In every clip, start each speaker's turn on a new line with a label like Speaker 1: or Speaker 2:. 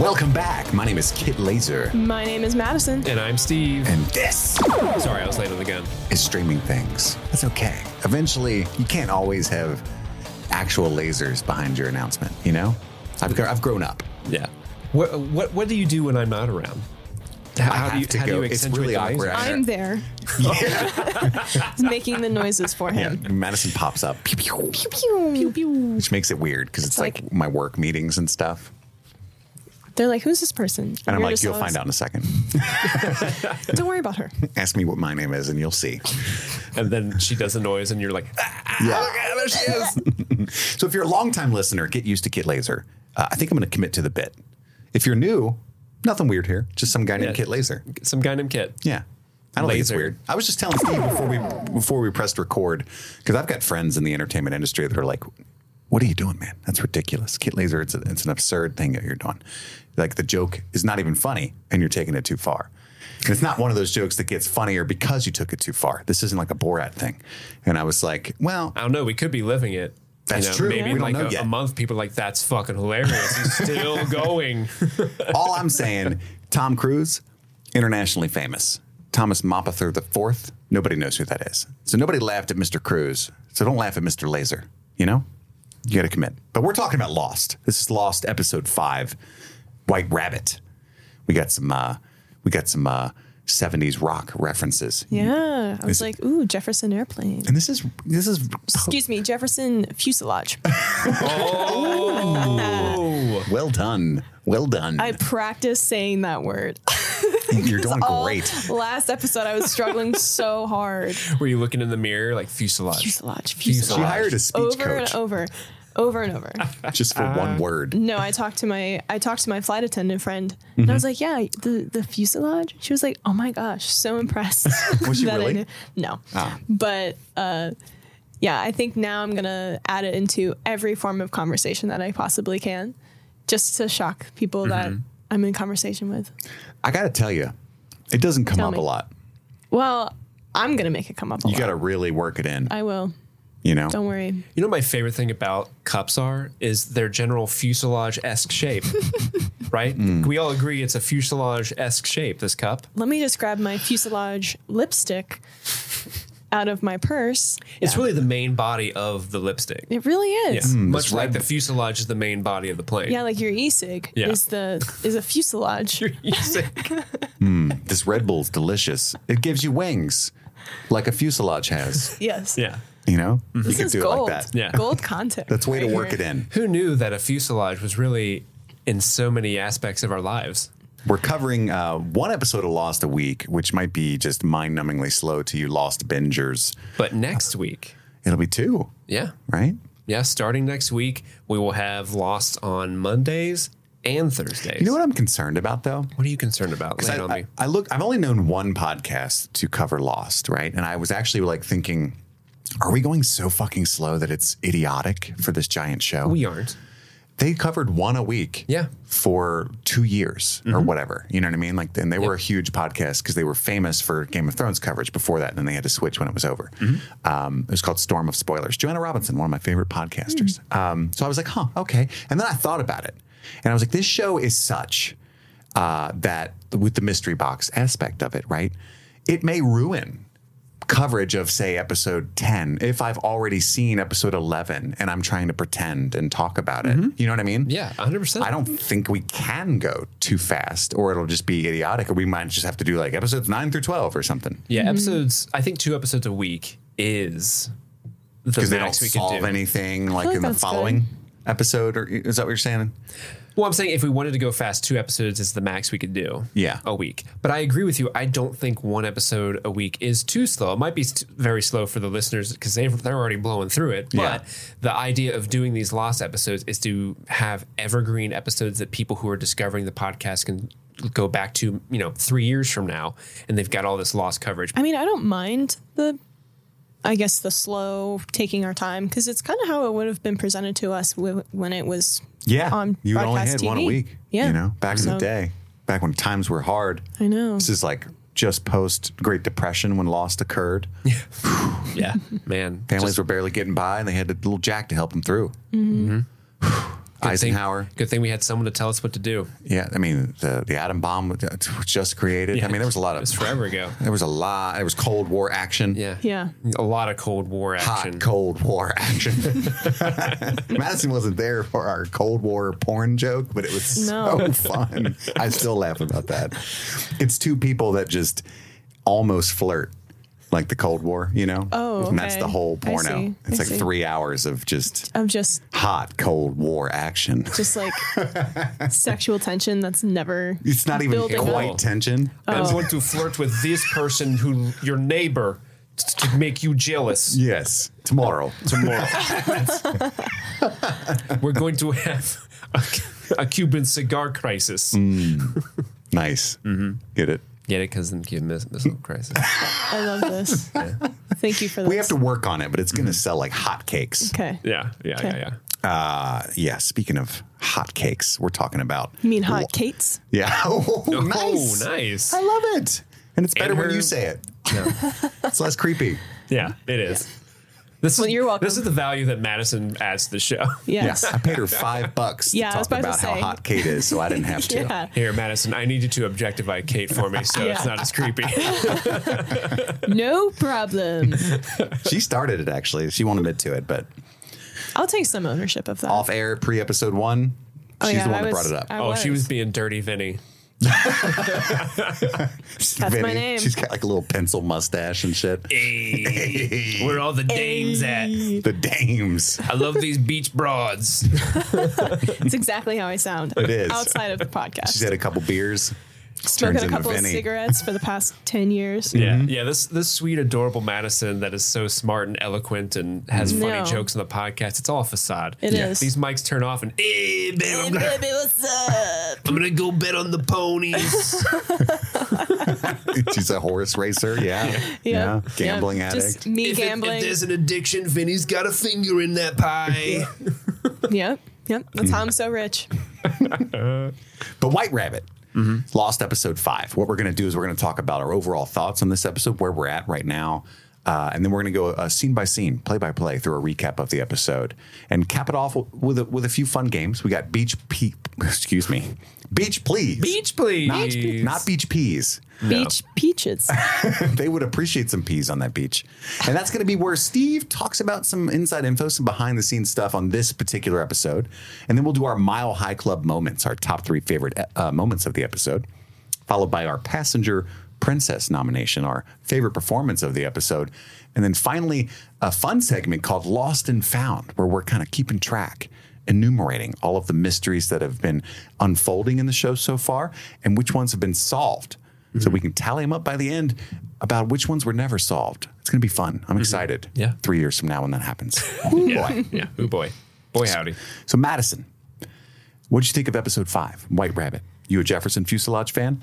Speaker 1: Welcome back. My name is Kit Laser,
Speaker 2: My name is Madison.
Speaker 3: And I'm Steve.
Speaker 1: and this
Speaker 3: Sorry, I was late on the gun.
Speaker 1: is streaming things. That's okay. Eventually, you can't always have actual lasers behind your announcement. You know, I've gr- I've grown up.
Speaker 3: Yeah. What what what do you do when I'm not around? How,
Speaker 1: I
Speaker 3: how do
Speaker 1: have
Speaker 3: you
Speaker 1: to
Speaker 3: how do
Speaker 1: go.
Speaker 3: you
Speaker 1: It's
Speaker 3: accentuate
Speaker 1: really
Speaker 3: the
Speaker 1: awkward.
Speaker 3: laser?
Speaker 2: I'm there. It's making the noises for
Speaker 1: Yeah,
Speaker 2: him.
Speaker 1: Madison pops up, pew, pew,
Speaker 2: Pew, pew.
Speaker 1: which makes it weird because it's, like,
Speaker 2: like-
Speaker 1: my work meetings and stuff.
Speaker 2: They're like, who's this person?
Speaker 1: And I'm
Speaker 2: You're
Speaker 1: like,
Speaker 2: just
Speaker 1: you'll
Speaker 2: always-
Speaker 1: find out in a second.
Speaker 2: Don't worry about her.
Speaker 1: Ask me what my name is, and you'll see.
Speaker 3: And then she does a noise, and you're like, "Ah,
Speaker 1: Yeah. there she is. so if you're a longtime listener, get used to Kit Laser. Uh, I think I'm going to commit to the bit. If you're new, nothing weird here. Just some guy named
Speaker 3: Yeah.
Speaker 1: Kit Laser.
Speaker 3: some guy named Kit.
Speaker 1: Yeah. I don't think it's
Speaker 3: Laser.
Speaker 1: weird. I was just telling Steve before we before we pressed record because I've got friends in the entertainment industry that are like, "What are you doing, man? That's ridiculous, Kit Laser. It's, a, it's an absurd thing that you're doing. Like the joke is not even funny, and you're taking it too far. And it's not one of those jokes that gets funnier because you took it too far. This isn't like a Borat thing. And I was like, well,
Speaker 3: I don't know. We could be living it.
Speaker 1: That's
Speaker 3: you know,
Speaker 1: true.
Speaker 3: Maybe
Speaker 1: We
Speaker 3: in
Speaker 1: don't
Speaker 3: like
Speaker 1: know
Speaker 3: a,
Speaker 1: yet.
Speaker 3: a month, people are like, that's fucking hilarious. He's still going.
Speaker 1: All I'm saying, Tom Cruise, internationally famous. Thomas Mopather the fourth, nobody knows who that is. So nobody laughed at Mr. Cruise. So don't laugh at Mr. Laser. You know, you got to commit. But we're talking about Lost. This is Lost, episode five, White Rabbit. We got some, uh, we got some uh, '70s rock references.
Speaker 2: Yeah. I was
Speaker 1: Is it-
Speaker 2: like, ooh, Jefferson Airplane.
Speaker 1: And this is this is
Speaker 2: Excuse me, Jefferson Fuselage.
Speaker 1: well done, well done.
Speaker 2: I practiced saying that word.
Speaker 1: You're doing
Speaker 2: All
Speaker 1: great.
Speaker 2: Last episode, I was struggling so hard.
Speaker 3: Were you looking in the mirror like fuselage?
Speaker 2: Fuselage,
Speaker 1: She
Speaker 2: fuselage.
Speaker 1: hired a speech
Speaker 2: Over
Speaker 1: coach
Speaker 2: and over, over and over.
Speaker 1: just for one word.
Speaker 2: No, I talked to my I talked to my flight attendant friend,
Speaker 1: Mm-hmm.
Speaker 2: and I was like, "Yeah, the the fuselage." She was like, "Oh my gosh, so impressed."
Speaker 1: Was she
Speaker 2: that I
Speaker 1: really?
Speaker 2: knew- No,
Speaker 1: Ah.
Speaker 2: but uh, yeah, I think now I'm gonna add it into every form of conversation that I possibly can, just to shock people that
Speaker 1: Mm-hmm.
Speaker 2: I'm in conversation with.
Speaker 1: I got to tell you, it doesn't come
Speaker 2: Tell
Speaker 1: up
Speaker 2: me.
Speaker 1: a lot.
Speaker 2: Well, I'm gonna make it come up. A
Speaker 1: You
Speaker 2: lot.
Speaker 1: got to really work it in.
Speaker 2: I will.
Speaker 1: you know,
Speaker 2: Don't worry.
Speaker 3: You know, what my favorite thing about cups are is their general fuselage esque shape, right?
Speaker 1: Mm.
Speaker 3: We all agree it's a fuselage esque shape. This cup.
Speaker 2: Let me just grab my fuselage lipstick out of my purse.
Speaker 3: It's really the main body of the lipstick.
Speaker 2: It really
Speaker 3: Yeah.
Speaker 2: is.
Speaker 1: Mm,
Speaker 3: Much like the fuselage is the main body of the plane.
Speaker 2: Yeah, like your e-cig
Speaker 3: Yeah.
Speaker 2: is the is a fuselage.
Speaker 3: You say-
Speaker 1: this Red Bull's delicious. It gives you wings, like a fuselage has.
Speaker 2: yes.
Speaker 3: yeah.
Speaker 1: You know, you
Speaker 2: This
Speaker 1: could
Speaker 2: is
Speaker 1: do
Speaker 2: gold.
Speaker 1: it like that.
Speaker 3: Yeah.
Speaker 2: Gold content.
Speaker 1: That's a way to
Speaker 2: right
Speaker 1: work
Speaker 2: here.
Speaker 1: it in.
Speaker 3: Who knew that a fuselage was really in so many aspects of our lives?
Speaker 1: We're covering uh, one episode of Lost a week, which might be just mind-numbingly slow to you Lost bingers.
Speaker 3: But next week,
Speaker 1: It'll be two,
Speaker 3: yeah,
Speaker 1: right?
Speaker 3: yeah, starting next week, we will have Lost on Mondays and Thursdays.
Speaker 1: You know what I'm concerned about though?
Speaker 3: What are you concerned about? Lay it on
Speaker 1: I,
Speaker 3: me.
Speaker 1: I, I look. I've only known one podcast to cover Lost, right? And I was actually like thinking, are we going so fucking slow that it's idiotic for this giant show?
Speaker 3: we aren't.
Speaker 1: they covered one a week
Speaker 3: Yeah. Mm-hmm.
Speaker 1: for two years or whatever you know what i mean like and they were a huge podcast because they were famous for game of thrones coverage before that and then they had to switch when it was over
Speaker 3: Mm-hmm.
Speaker 1: um, it was called storm of spoilers joanna robinson one of my favorite podcasters
Speaker 3: Mm.
Speaker 1: um, so i was like huh okay and then i thought about it and i was like this show is such uh, that with the mystery box aspect of it right it may ruin coverage of say episode 10 if i've already seen episode 11 and i'm trying to pretend and talk about it you know what i mean
Speaker 3: Mm-hmm. Yeah, 100%.
Speaker 1: i don't think we can go too fast or it'll just be idiotic or we might just have to do like episodes 9 through 12 or something
Speaker 3: Yeah, episodes. I think two episodes a week is the
Speaker 1: because
Speaker 3: max
Speaker 1: they don't
Speaker 3: we can
Speaker 1: solve
Speaker 3: do.
Speaker 1: anything like,
Speaker 2: like
Speaker 1: in the
Speaker 2: that's good.
Speaker 1: following episode or is that what you're saying
Speaker 3: well, I'm saying if we wanted to go fast, two episodes is the max we could do.
Speaker 1: Yeah.
Speaker 3: a week. But I agree with you. I don't think one episode a week is too slow. It might be st- very slow for the listeners because they they're already blowing through it.
Speaker 1: Yeah.
Speaker 3: But the idea of doing these lost episodes is to have evergreen episodes that people who are discovering the podcast can go back to. You know, three years from now, and they've got all this lost coverage.
Speaker 2: I mean, I don't mind the I guess the slow taking our time because it's kind of how it would have been presented to us w- when it was
Speaker 1: yeah
Speaker 2: on
Speaker 1: you only had
Speaker 2: broadcast
Speaker 1: one a
Speaker 2: TV.
Speaker 1: week
Speaker 2: Yeah.
Speaker 1: you know back in
Speaker 2: So-
Speaker 1: the day back when times were hard
Speaker 2: I know.
Speaker 1: this is like just post great depression when lost occurred
Speaker 3: yeah, man.
Speaker 1: Families
Speaker 3: Just-
Speaker 2: Mm-hmm.
Speaker 1: were barely getting by, and they had a little Jack to help them through. Eisenhower.
Speaker 3: Mm-hmm. Thing, good thing we had someone to tell us what to do.
Speaker 1: Yeah, I mean the the atom bomb was just created. I mean there was a lot
Speaker 3: It was
Speaker 1: of
Speaker 3: forever ago.
Speaker 1: there was a lot. There was Cold War action.
Speaker 3: Yeah.
Speaker 2: Yeah.
Speaker 3: A lot of Cold War
Speaker 1: hot
Speaker 3: action.
Speaker 1: Cold War action. Madison wasn't there for our Cold War porn joke, but it was so
Speaker 2: No.
Speaker 1: fun. I still laugh about that. It's two people that just almost flirt. Like the Cold War, you know?
Speaker 2: Oh,
Speaker 1: And that's
Speaker 2: okay.
Speaker 1: the whole
Speaker 2: I
Speaker 1: porno.
Speaker 2: see.
Speaker 1: It's
Speaker 2: I
Speaker 1: like
Speaker 2: see.
Speaker 1: three hours of just
Speaker 2: Of just
Speaker 1: hot Cold War action.
Speaker 2: just like sexual tension that's never
Speaker 1: It's not even
Speaker 2: Building Oh.
Speaker 1: quite
Speaker 3: up.
Speaker 1: tension.
Speaker 3: I'm going to flirt with this person who your neighbor t- to make you jealous
Speaker 1: Yes. Tomorrow.
Speaker 3: tomorrow. We're going to have a, a Cuban cigar crisis.
Speaker 2: Mm.
Speaker 1: Nice.
Speaker 3: Mm-hmm.
Speaker 1: Get it?
Speaker 3: Get it? Because then Cuban miss- missile crisis.
Speaker 2: I love this. Thank you for this.
Speaker 1: We have to work on it, but it's going to sell like hotcakes.
Speaker 2: Mm-hmm.
Speaker 1: Uh,
Speaker 2: Okay.
Speaker 3: Yeah, yeah, yeah,
Speaker 2: Okay.
Speaker 3: yeah.
Speaker 1: Yeah. Speaking of hotcakes, we're talking about.
Speaker 2: You mean hot Kates?
Speaker 1: Yeah. Oh, nice.
Speaker 3: Oh, nice.
Speaker 1: I love it. And it's better when
Speaker 3: her-
Speaker 1: you say it. it's less creepy.
Speaker 3: Yeah, it is. This
Speaker 2: Well,
Speaker 3: is,
Speaker 2: you're welcome.
Speaker 3: This is the value that Madison adds to the show.
Speaker 2: Yes.
Speaker 1: Yeah. I paid her five bucks
Speaker 2: Yeah, I
Speaker 1: to
Speaker 2: was
Speaker 1: talk about,
Speaker 2: about to
Speaker 1: how
Speaker 2: say.
Speaker 1: hot Kate is, so I didn't have to.
Speaker 2: Yeah.
Speaker 3: Here, Madison, I need you to objectify Kate for me so it's
Speaker 2: Yeah.
Speaker 3: not as creepy.
Speaker 2: No problem.
Speaker 1: She started it actually. She won't admit to it, but
Speaker 2: I'll take some ownership of that.
Speaker 1: off air pre episode one,
Speaker 2: Oh,
Speaker 1: she's
Speaker 2: yeah,
Speaker 1: the one
Speaker 2: I
Speaker 1: that
Speaker 2: was-
Speaker 1: brought it up.
Speaker 2: I
Speaker 3: oh, she was being dirty, Vinny.
Speaker 1: That's
Speaker 2: my name.
Speaker 1: She's got like a little pencil mustache and shit.
Speaker 3: Eh. Where all the dames at?
Speaker 1: The dames.
Speaker 3: I love these beach broads.
Speaker 2: It's exactly how I sound.
Speaker 1: It is.
Speaker 2: Outside of the podcast.
Speaker 1: She's had a couple beers.
Speaker 2: Smoking
Speaker 1: turns
Speaker 2: a
Speaker 1: into
Speaker 2: couple of
Speaker 1: Vinny.
Speaker 2: cigarettes for the past 10 years.
Speaker 3: Yeah, yeah. This this sweet, adorable Madison that is so smart and eloquent and has funny
Speaker 2: No.
Speaker 3: jokes on the podcast. It's all a facade.
Speaker 2: Mm-hmm. It Yeah. is.
Speaker 3: These mics turn off and hey, babe, I'm, gonna,
Speaker 2: what's up?
Speaker 3: I'm gonna go bet on the ponies.
Speaker 1: She's a horse racer. Yeah. Yeah. Gambling addict.
Speaker 2: Just me
Speaker 3: if, it- if
Speaker 2: gambling.
Speaker 3: there's an addiction, Vinny's got a finger in that pie.
Speaker 2: yep. Yep. That's how I'm so rich.
Speaker 1: The White Rabbit. Lost episode five. What we're going to do is we're going to talk about our overall thoughts on this episode, where we're at right now. Uh, and then we're going to go uh, scene by scene, play by play, through a recap of the episode, and cap it off w- with a, with a few fun games. We got Beach Pe- excuse me, Beach Please,
Speaker 3: Beach, please.
Speaker 1: not, not Beach Peas.
Speaker 2: Beach peaches.
Speaker 1: they would appreciate some peas on that beach. And that's going to be where Steve talks about some inside info, some behind the scenes stuff on this particular episode. And then we'll do our Mile High Club moments, our top three favorite uh, moments of the episode, followed by our Passenger Princess nomination, our favorite performance of the episode. And then finally, a fun segment called Lost and Found, where we're kind of keeping track. Enumerating all of the mysteries that have been unfolding in the show so far and which ones have been solved so we can tally them up by the end about which ones were never solved. It's going to be fun. I'm excited.
Speaker 3: Yeah.
Speaker 1: Three years from now when that happens. Woo, boy.
Speaker 3: Yeah. Oh boy. Boy howdy.
Speaker 1: So, Madison, what did you think of episode five, White Rabbit? You a Jefferson Fuselage fan?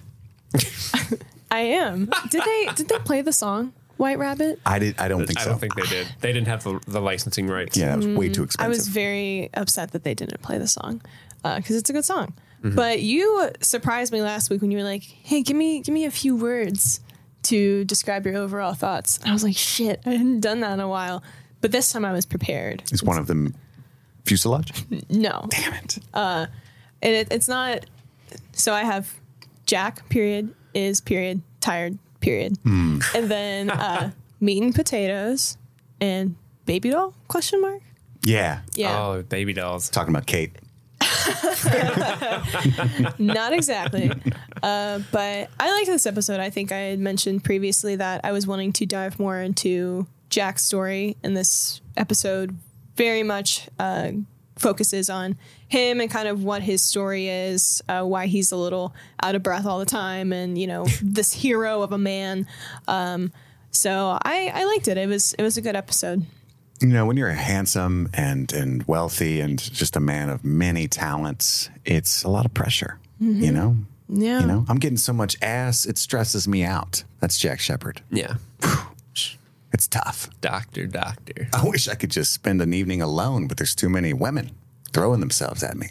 Speaker 2: I am. Did they did they play the song White Rabbit?
Speaker 1: I did. I don't think
Speaker 3: I
Speaker 1: so.
Speaker 3: don't think they did. They didn't have the, the licensing rights.
Speaker 1: yeah, that was way too
Speaker 2: Mm. I
Speaker 1: expensive.
Speaker 2: was very upset that they didn't play the song because it's a good song. But you surprised me last week when you were like, "Hey, give me give me a few words to describe your overall thoughts." And I was like, "Shit, I hadn't done that in a while." But this time I was prepared.
Speaker 1: Is one of them Fuselage?
Speaker 2: No,
Speaker 1: Damn it.
Speaker 2: and it, it's not. So I have Jack period is period tired period, and then uh, meat and potatoes and baby doll question mark.
Speaker 1: yeah.
Speaker 2: Yeah,
Speaker 3: Oh, baby dolls.
Speaker 1: Talking about Kate.
Speaker 2: not exactly. Uh, but I liked this episode. I think I had mentioned previously that I was wanting to dive more into Jack's story, and this episode very much uh, focuses on him and kind of what his story is, uh, why he's a little out of breath all the time, and you know this hero of a man. Um, so I, I liked it. It was it was a good episode.
Speaker 1: You know, when you're handsome and and wealthy and just a man of many talents, it's a lot of pressure. You know.
Speaker 2: Mm-hmm. Yeah.
Speaker 1: You know, I'm getting so much ass, it stresses me out. That's Jack Shepard.
Speaker 3: Yeah.
Speaker 1: It's tough.
Speaker 3: Doctor, doctor.
Speaker 1: I wish I could just spend an evening alone, but there's too many women throwing themselves at me.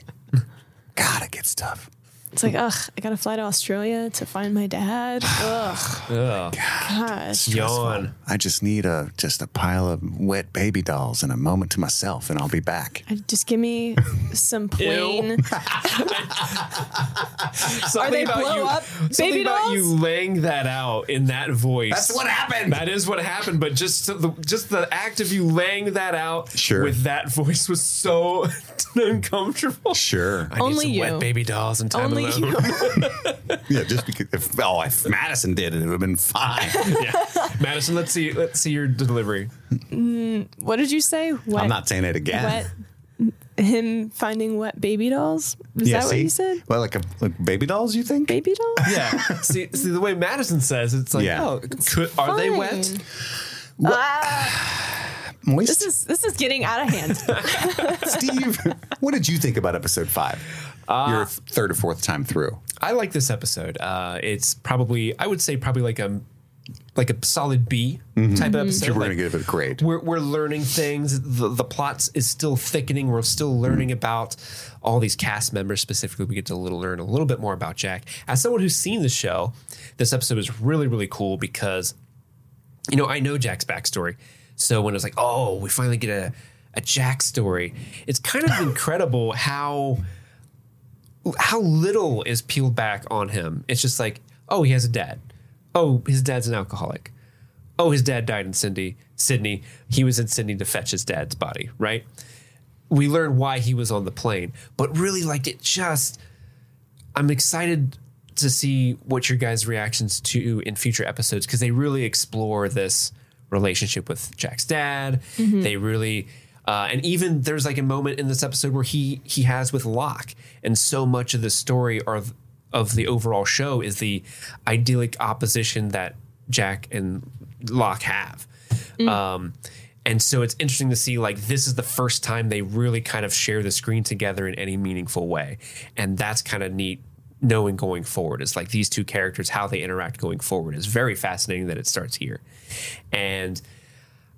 Speaker 1: God, it gets tough.
Speaker 2: It's like, ugh, I gotta fly to Australia to find my dad. Ugh,
Speaker 3: Ugh.
Speaker 2: gosh.
Speaker 3: Yawn.
Speaker 1: I just need a just a pile of wet baby dolls and a moment to myself, and I'll be back.
Speaker 2: I- Just give me some plain.
Speaker 3: Something
Speaker 2: they
Speaker 3: about
Speaker 2: blow
Speaker 3: you,
Speaker 2: up
Speaker 3: something
Speaker 2: baby
Speaker 3: about
Speaker 2: dolls?
Speaker 3: you laying that out in that voice.
Speaker 1: That's what happened.
Speaker 3: That is what happened, but just the, just the act of you laying that out
Speaker 1: Sure.
Speaker 3: with that voice was so uncomfortable.
Speaker 1: Sure.
Speaker 3: I need
Speaker 2: Only
Speaker 3: some
Speaker 2: you.
Speaker 3: wet baby dolls and time
Speaker 2: Only
Speaker 3: alone.
Speaker 2: you.
Speaker 1: yeah, just because if, oh, if Madison did it, it would have been fine.
Speaker 3: yeah. Madison, let's see let's see your delivery.
Speaker 2: What did you say? Wet,
Speaker 1: I'm not saying it again.
Speaker 2: wet. Him finding wet baby dolls. Is
Speaker 1: Yeah,
Speaker 2: that what
Speaker 1: see?
Speaker 2: you said?
Speaker 1: Well, like a like baby dolls, you think?
Speaker 2: Baby dolls.
Speaker 3: Yeah. see see the way Madison says it's like,
Speaker 1: Yeah.
Speaker 3: oh, could, are they wet?
Speaker 1: Moist?
Speaker 2: Ah, This is this is getting out of hand.
Speaker 1: Steve, what did you think about episode five? Your third or fourth time through.
Speaker 3: I like this episode. Uh, it's probably I would say probably like a like a solid B type of episode.
Speaker 1: We're gonna
Speaker 3: Like,
Speaker 1: give it a grade.
Speaker 3: We're, we're learning things. The, the plot is still thickening. We're still learning about all these cast members specifically. We get to little learn a little bit more about Jack. As someone who's seen the show, this episode was really, really cool because, you know, I know Jack's backstory. So when it was like, oh, we finally get a, a Jack story, it's kind of incredible how how little is peeled back on him. It's just like, oh, he has a dad. Oh, his dad's an alcoholic. Oh, his dad died in Cindy, Sydney. He was in Sydney to fetch his dad's body, right? We learn why he was on the plane, but really, like, it just. I'm excited to see what your guys' reactions to in future episodes because they really explore this relationship with Jack's dad. They really, uh, and even there's like a moment in this episode where he he has with Locke, and so much of the story or of the overall show is the idyllic opposition that Jack and Locke have. Um, and so it's interesting to see like this is the first time they really kind of share the screen together in any meaningful way. And that's kind of neat knowing going forward. It's like these two characters, how they interact going forward is very fascinating that it starts here. And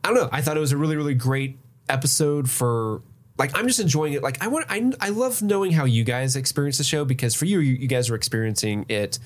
Speaker 3: I don't know. I thought it was a really, really great episode for like I'm just enjoying it. Like I want I, I love knowing how you guys experience the show because for you you, you guys are experiencing it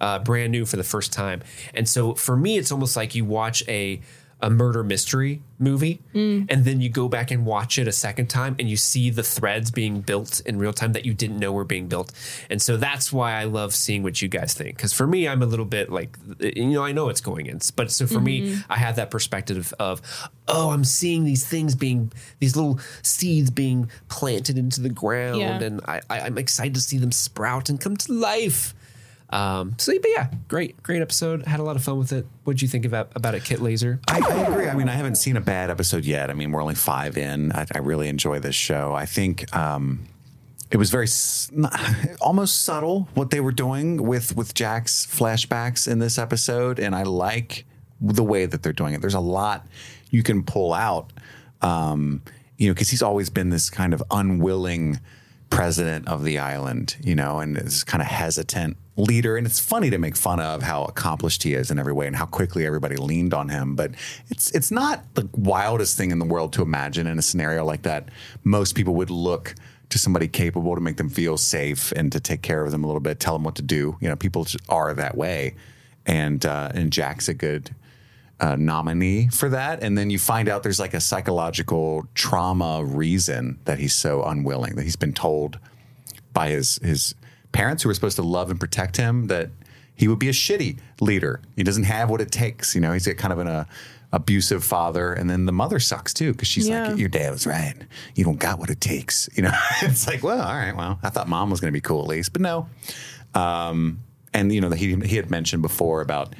Speaker 3: uh, brand new for the first time, and so for me it's almost like you watch a a murder mystery movie and then you go back and watch it a second time and you see the threads being built in real time that you didn't know were being built and so that's why i love seeing what you guys think because for me i'm a little bit like you know i know what's going in but so for me i have that perspective of oh i'm seeing these things being these little seeds being planted into the ground
Speaker 2: Yeah.
Speaker 3: and I, I i'm excited to see them sprout and come to life um, so but yeah, great, great episode. Had a lot of fun with it. What'd you think about about it, Kit Laser?
Speaker 1: I, I agree. I mean, I haven't seen a bad episode yet. I mean, we're only five in. I, I really enjoy this show. I think um, it was very s- almost subtle what they were doing with with Jack's flashbacks in this episode, and I like the way that they're doing it. There's a lot you can pull out, um, you know, because he's always been this kind of unwilling president of the island, you know, and this kind of hesitant leader. And it's funny to make fun of how accomplished he is in every way and how quickly everybody leaned on him. But it's it's not the wildest thing in the world to imagine in a scenario like that. Most people would look to somebody capable to make them feel safe and to take care of them a little bit, tell them what to do. You know, people just are that way. And uh, and Jack's a good uh, nominee for that. And then you find out there's like a psychological trauma reason that he's so unwilling, that he's been told by his his parents who were supposed to love and protect him that he would be a shitty leader. He doesn't have what it takes. You know, he's kind of an uh, abusive father. And then the mother sucks too, because she's
Speaker 2: Yeah.
Speaker 1: like, Your dad was right. You don't got what it takes. You know, it's like, well, all right, well, I thought mom was going to be cool at least, but no. Um, and, you know, he, he had mentioned before about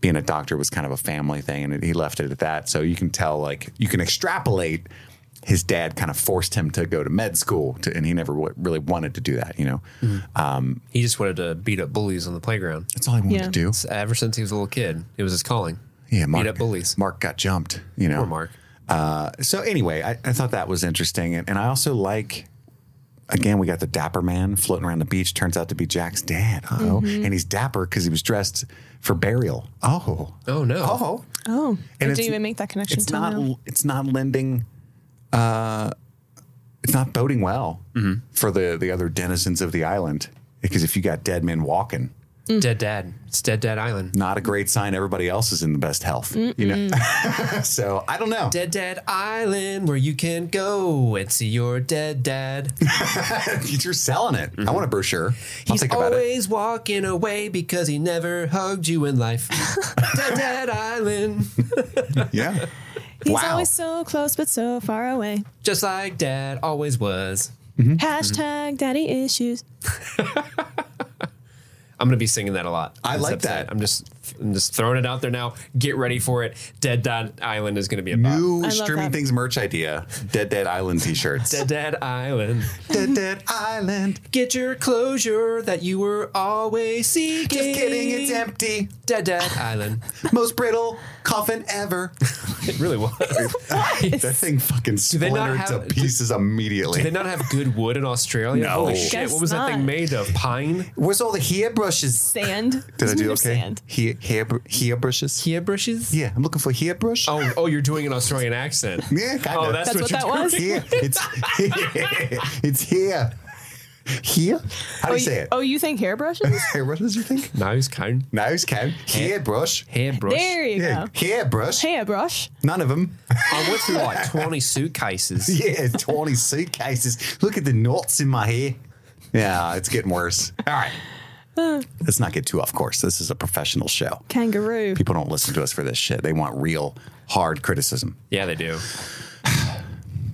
Speaker 1: being a doctor was kind of a family thing and he left it at that so you can tell like you can extrapolate his dad kind of forced him to go to med school to, and he never w- really wanted to do that you know
Speaker 3: He just wanted to beat up bullies on the playground.
Speaker 1: that's all he wanted
Speaker 2: Yeah.
Speaker 1: to do
Speaker 3: Ever since he was a little kid, it was his calling.
Speaker 1: yeah mark,
Speaker 3: beat up bullies.
Speaker 1: mark got jumped you know
Speaker 3: Poor Mark.
Speaker 1: Uh, so anyway I, I thought that was interesting and, and i also like again we got the dapper man floating around the beach turns out to be jack's dad oh and he's dapper because he was dressed for burial oh
Speaker 3: Oh, no.
Speaker 1: oh
Speaker 2: Oh, I
Speaker 1: it's-
Speaker 2: didn't even make that connection.
Speaker 1: it's
Speaker 2: till
Speaker 1: not
Speaker 2: now.
Speaker 1: it's not lending uh it's not boding well for the the other denizens of the island Because if you got dead men walking,
Speaker 3: Dead Dad. It's Dead Dad Island.
Speaker 1: not a great sign. Everybody else is in the best health, you know. so I don't know.
Speaker 3: Dead Dad Island, where you can go and see your dead dad.
Speaker 1: You're selling it. I want a brochure. I'll
Speaker 3: He's
Speaker 1: think about it.
Speaker 3: always walking away because he never hugged you in life. dead Dad Island,
Speaker 1: Yeah.
Speaker 2: He's
Speaker 1: Wow.
Speaker 2: always so close but so far away.
Speaker 3: just like Dad always was.
Speaker 1: Hmm?
Speaker 2: Hashtag daddy issues.
Speaker 3: I'm gonna be singing that a lot.
Speaker 1: I
Speaker 3: this
Speaker 1: like
Speaker 3: episode.
Speaker 1: that.
Speaker 3: I'm just, I'm just throwing it out there now. Get ready for it. Dead Dad Island is gonna be a bop.
Speaker 1: New
Speaker 2: I love
Speaker 1: streaming
Speaker 2: that.
Speaker 1: things merch idea. Dead Dead Island t-shirts.
Speaker 3: Dead Dad Island.
Speaker 1: Dead Dead Island.
Speaker 3: Get your closure that you were always seeking.
Speaker 1: Just kidding, it's empty.
Speaker 3: Dead Dad Island.
Speaker 1: Most brittle coffin ever.
Speaker 3: It really was.
Speaker 1: That thing fucking
Speaker 3: they not
Speaker 1: splintered
Speaker 3: have-
Speaker 1: to pieces immediately.
Speaker 3: They not have good wood in Australia.
Speaker 1: No.
Speaker 3: Holy shit!
Speaker 2: Guess
Speaker 3: What was that thing
Speaker 2: not.
Speaker 3: made of? Pine.
Speaker 1: Where's all the hairbrushes?
Speaker 2: Sand.
Speaker 1: Did I do okay?
Speaker 2: Sand.
Speaker 1: Hair, hair, hairbrushes?
Speaker 3: Kia brushes.
Speaker 1: Yeah, I'm looking for hairbrushes.
Speaker 3: Oh, oh, you're doing an Australian accent.
Speaker 1: Yeah, kinda.
Speaker 3: Oh, that's,
Speaker 2: That's
Speaker 3: what,
Speaker 2: what that was?
Speaker 3: you're doing.
Speaker 1: here. It's it's here. Here? How do
Speaker 2: Oh,
Speaker 1: you say
Speaker 2: you,
Speaker 1: it?
Speaker 2: oh, you think hairbrushes?
Speaker 1: What does you think?
Speaker 3: Nose cone.
Speaker 1: Nose cone. Hairbrush.
Speaker 3: Hairbrush.
Speaker 2: there you
Speaker 1: Yeah.
Speaker 2: go.
Speaker 1: Hairbrush.
Speaker 2: Hairbrush.
Speaker 1: None of them.
Speaker 3: I went through Oh, like 20 suitcases.
Speaker 1: Yeah, tawny suitcases. Look at the knots in my hair. Yeah, it's getting worse. All right. Let's not get too off course. This is a professional show.
Speaker 2: Kangaroo.
Speaker 1: People don't listen to us for this shit. They want real, hard criticism.
Speaker 3: Yeah, they do.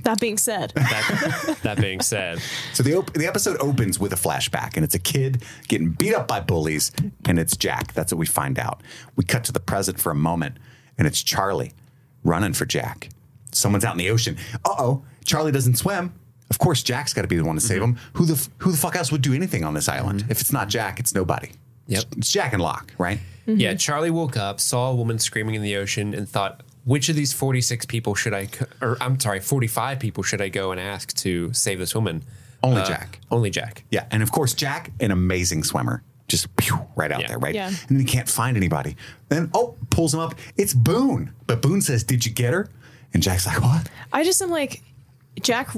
Speaker 2: That being said,
Speaker 3: That, that being said,
Speaker 1: So the op- the episode opens with a flashback, and it's a kid getting beat up by bullies, and it's Jack. That's what we find out. We cut to the present for a moment, and it's Charlie running for Jack. Someone's out in the ocean. Uh oh, Charlie doesn't swim. Of course, Jack's got to be the one to save him. Who the f- who the fuck else would do anything on this island? If it's not Jack, it's nobody.
Speaker 3: Yep.
Speaker 1: It's- it's Jack and Locke, right?
Speaker 3: yeah, Charlie woke up, saw a woman screaming in the ocean, and thought, which of these 46 people should I, co- or I'm sorry, 45 people should I go and ask to save this woman? Uh,
Speaker 1: Only Jack.
Speaker 3: Only Jack.
Speaker 1: Yeah, and of course Jack, an amazing swimmer, just pew, right out
Speaker 3: Yeah.
Speaker 1: there, right?
Speaker 2: Yeah.
Speaker 1: And then he can't find anybody. Then oh, pulls him up. It's Boone, but Boone says, "Did you get her?" And Jack's like, "What?"
Speaker 2: I just am like, Jack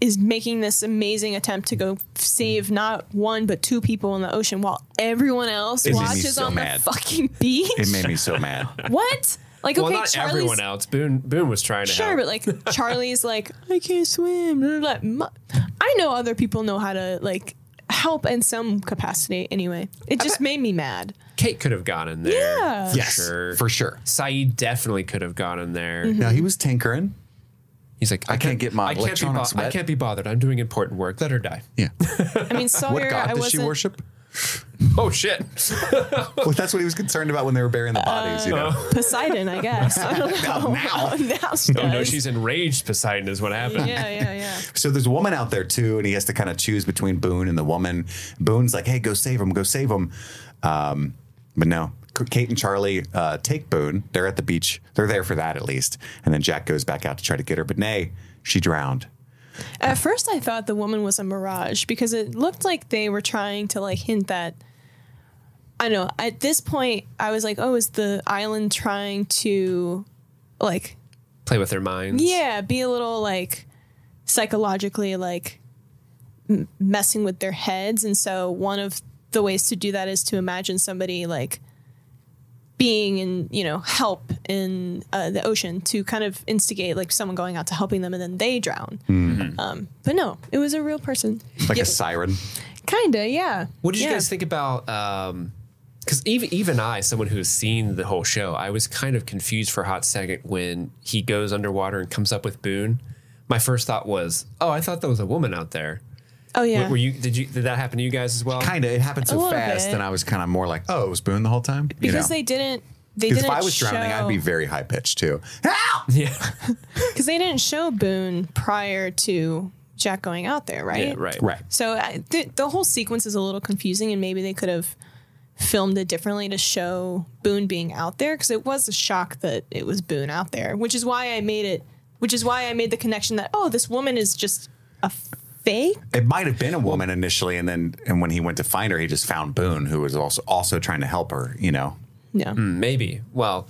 Speaker 2: is making this amazing attempt to go save not one but two people in the ocean while everyone else
Speaker 1: made me
Speaker 2: watches
Speaker 1: so
Speaker 2: on
Speaker 1: mad.
Speaker 2: the fucking beach.
Speaker 1: It made me so mad.
Speaker 2: what? Like
Speaker 3: Well,
Speaker 2: okay,
Speaker 3: not
Speaker 2: Charlie's
Speaker 3: everyone else. Boone, Boone was trying to
Speaker 2: sure,
Speaker 3: help.
Speaker 2: but like Charlie's like I can't swim. blah, blah, blah. Mu- I know other people know how to like help in some capacity. Anyway, it just made me mad.
Speaker 3: Kate could have gone in there.
Speaker 2: Yeah.
Speaker 3: For
Speaker 1: Yes,
Speaker 3: sure.
Speaker 1: for sure.
Speaker 3: Saeed definitely could have gone in there.
Speaker 2: Mm-hmm.
Speaker 1: Now he was tinkering.
Speaker 3: He's like, I,
Speaker 1: can't get my
Speaker 3: I can't, be
Speaker 1: electronics
Speaker 3: bo- I
Speaker 1: wet."
Speaker 3: can't be bothered. I'm doing important work. Let her die.
Speaker 1: Yeah.
Speaker 2: I mean, Sawyer,
Speaker 1: What god
Speaker 2: I
Speaker 1: does she
Speaker 2: wasn't.
Speaker 1: worship?
Speaker 3: Oh shit!
Speaker 1: Well, that's what he was concerned about when they were burying the bodies.
Speaker 2: Oh.
Speaker 1: you know.
Speaker 2: Poseidon, I guess. I don't know.
Speaker 1: now.
Speaker 2: now she
Speaker 3: Oh no,
Speaker 2: does.
Speaker 3: she's enraged. Poseidon is what happened.
Speaker 2: Yeah, yeah, yeah.
Speaker 1: So there's a woman out there too, and he has to kind of choose between Boone and the woman. Boone's like, "Hey, go save him, go save him," um, but no. K- Kate and Charlie uh, take Boone. They're at the beach. They're there for that at least. And then Jack goes back out to try to get her, but nay, she drowned.
Speaker 2: At first, I thought the woman was a mirage because it looked like they were trying to like hint that. I don't know. At this point, I was like, "Oh, is the island trying to, like,
Speaker 3: Play with their minds.
Speaker 2: yeah, be a little like psychologically like m- messing with their heads?" And so one of the ways to do that is to imagine somebody like being in you know help in uh, the ocean to kind of instigate like someone going out to helping them and then they drown.
Speaker 3: Mm-hmm.
Speaker 2: Um, but no, it was a real person.
Speaker 1: Like
Speaker 2: Yeah,
Speaker 1: a siren.
Speaker 2: kinda, yeah.
Speaker 3: What did you
Speaker 2: Yeah.
Speaker 3: guys think about? um 'cause because even even I, someone who has seen the whole show, I was kind of confused for a hot second when he goes underwater and comes up with Boone. My first thought was, "Oh, I thought there was a woman out there."
Speaker 2: Oh yeah.
Speaker 3: Were, were you? Did you? Did that happen to you guys as well?
Speaker 1: Kind of. It happened so
Speaker 2: little
Speaker 1: fast,
Speaker 2: bit.
Speaker 1: and I was kind of more like, "Oh, it was Boone the whole time." you
Speaker 2: because
Speaker 1: know?
Speaker 2: they didn't. They
Speaker 1: 'Cause
Speaker 2: didn't.
Speaker 1: if I was drowning, I'd be very high pitched too. Help!
Speaker 3: Yeah.
Speaker 2: because they didn't show Boone prior to Jack going out there, right?
Speaker 3: yeah. Right.
Speaker 1: Right.
Speaker 2: So I, th- the whole sequence is a little confusing, and maybe they could have filmed it differently to show Boone being out there because it was a shock that it was Boone out there, which is why I made it. Which is why I made the connection that oh, this woman is just a fake.
Speaker 1: It might have been a woman initially, and then and when he went to find her, he just found Boone, who was also also trying to help her. You know.
Speaker 2: No,
Speaker 3: Maybe. Well,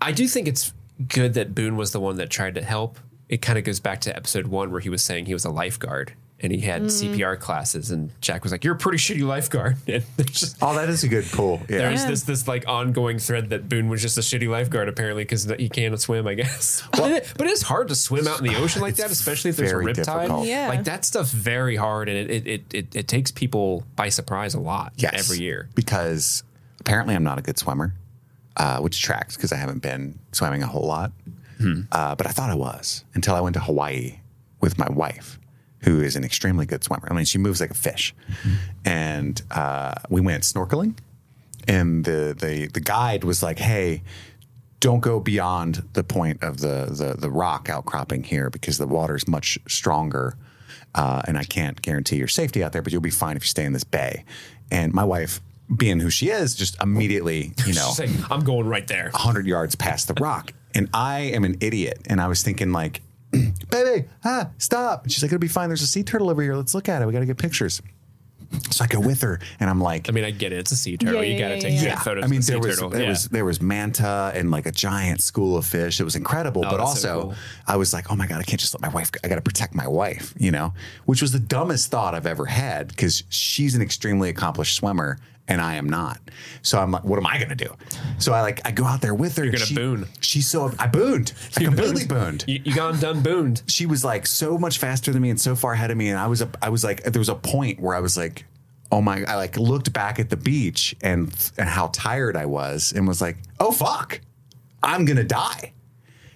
Speaker 3: I do think it's good that Boone was the one that tried to help. It kind of goes back to episode one where he was saying he was a lifeguard. and he had CPR classes, and Jack was like, "You're a pretty shitty lifeguard." And there's just
Speaker 1: Oh, that is a good pull. Yeah.
Speaker 3: there's
Speaker 2: Yeah.
Speaker 3: this this like ongoing thread that Boone was just a shitty lifeguard apparently because he can't swim, I guess. but, it, but it's hard to swim out in the ocean like
Speaker 1: It's
Speaker 3: that, especially if there's a
Speaker 1: very
Speaker 3: riptide.
Speaker 1: difficult.
Speaker 2: Yeah.
Speaker 3: like that stuff's very hard, and it it, it it it takes people by surprise a lot.
Speaker 1: Yes.
Speaker 3: every year.
Speaker 1: Because apparently I'm not a good swimmer, uh, which tracks because I haven't been swimming a whole lot.
Speaker 3: Hmm.
Speaker 1: Uh, but I thought I was until I went to Hawaii with my wife, who is an extremely good swimmer. I mean, she moves like a fish.
Speaker 3: Hmm.
Speaker 1: And uh, we went snorkeling, and the, the, the guide was like, hey, don't go beyond the point of the, the, the rock outcropping here because the water is much stronger. Uh, and I can't guarantee your safety out there, but you'll be fine if you stay in this bay. And my wife, being who she is, just immediately, you know,
Speaker 3: She's like, I'm going right there.
Speaker 1: 100 yards past the rock. And I am an idiot. And I was thinking, like, baby, ah, stop. And she's like, it'll be fine. There's a sea turtle over here. Let's look at it. We got to get pictures. So I go with her and I'm like,
Speaker 3: I mean, I get it. It's a sea turtle.
Speaker 2: Yeah,
Speaker 3: you
Speaker 2: yeah,
Speaker 3: got to
Speaker 2: yeah,
Speaker 3: take
Speaker 2: yeah.
Speaker 3: good
Speaker 2: Yeah,
Speaker 3: photos.
Speaker 1: I mean,
Speaker 3: of the
Speaker 1: there
Speaker 3: sea
Speaker 1: was
Speaker 3: turtle.
Speaker 1: there
Speaker 3: Yeah.
Speaker 1: was there was manta and like a giant school of fish. It was incredible, but
Speaker 3: Oh, that's so
Speaker 1: also
Speaker 3: cool.
Speaker 1: I was like, oh my god, I can't just let my wife. go. I got to protect my wife, you know, which was the dumbest thought I've ever had because she's an extremely accomplished swimmer and I am not. So I'm like, what am I gonna do? So I like I go out there with her. You're
Speaker 3: gonna boon.
Speaker 1: She's so I booned. I completely booned
Speaker 3: You, you gone done booned.
Speaker 1: she was like so much faster than me and so far ahead of me. And I was, I was like, there was a point where I was like, oh my, I like looked back at the beach and, and how tired I was and was like, oh fuck, I'm going to die.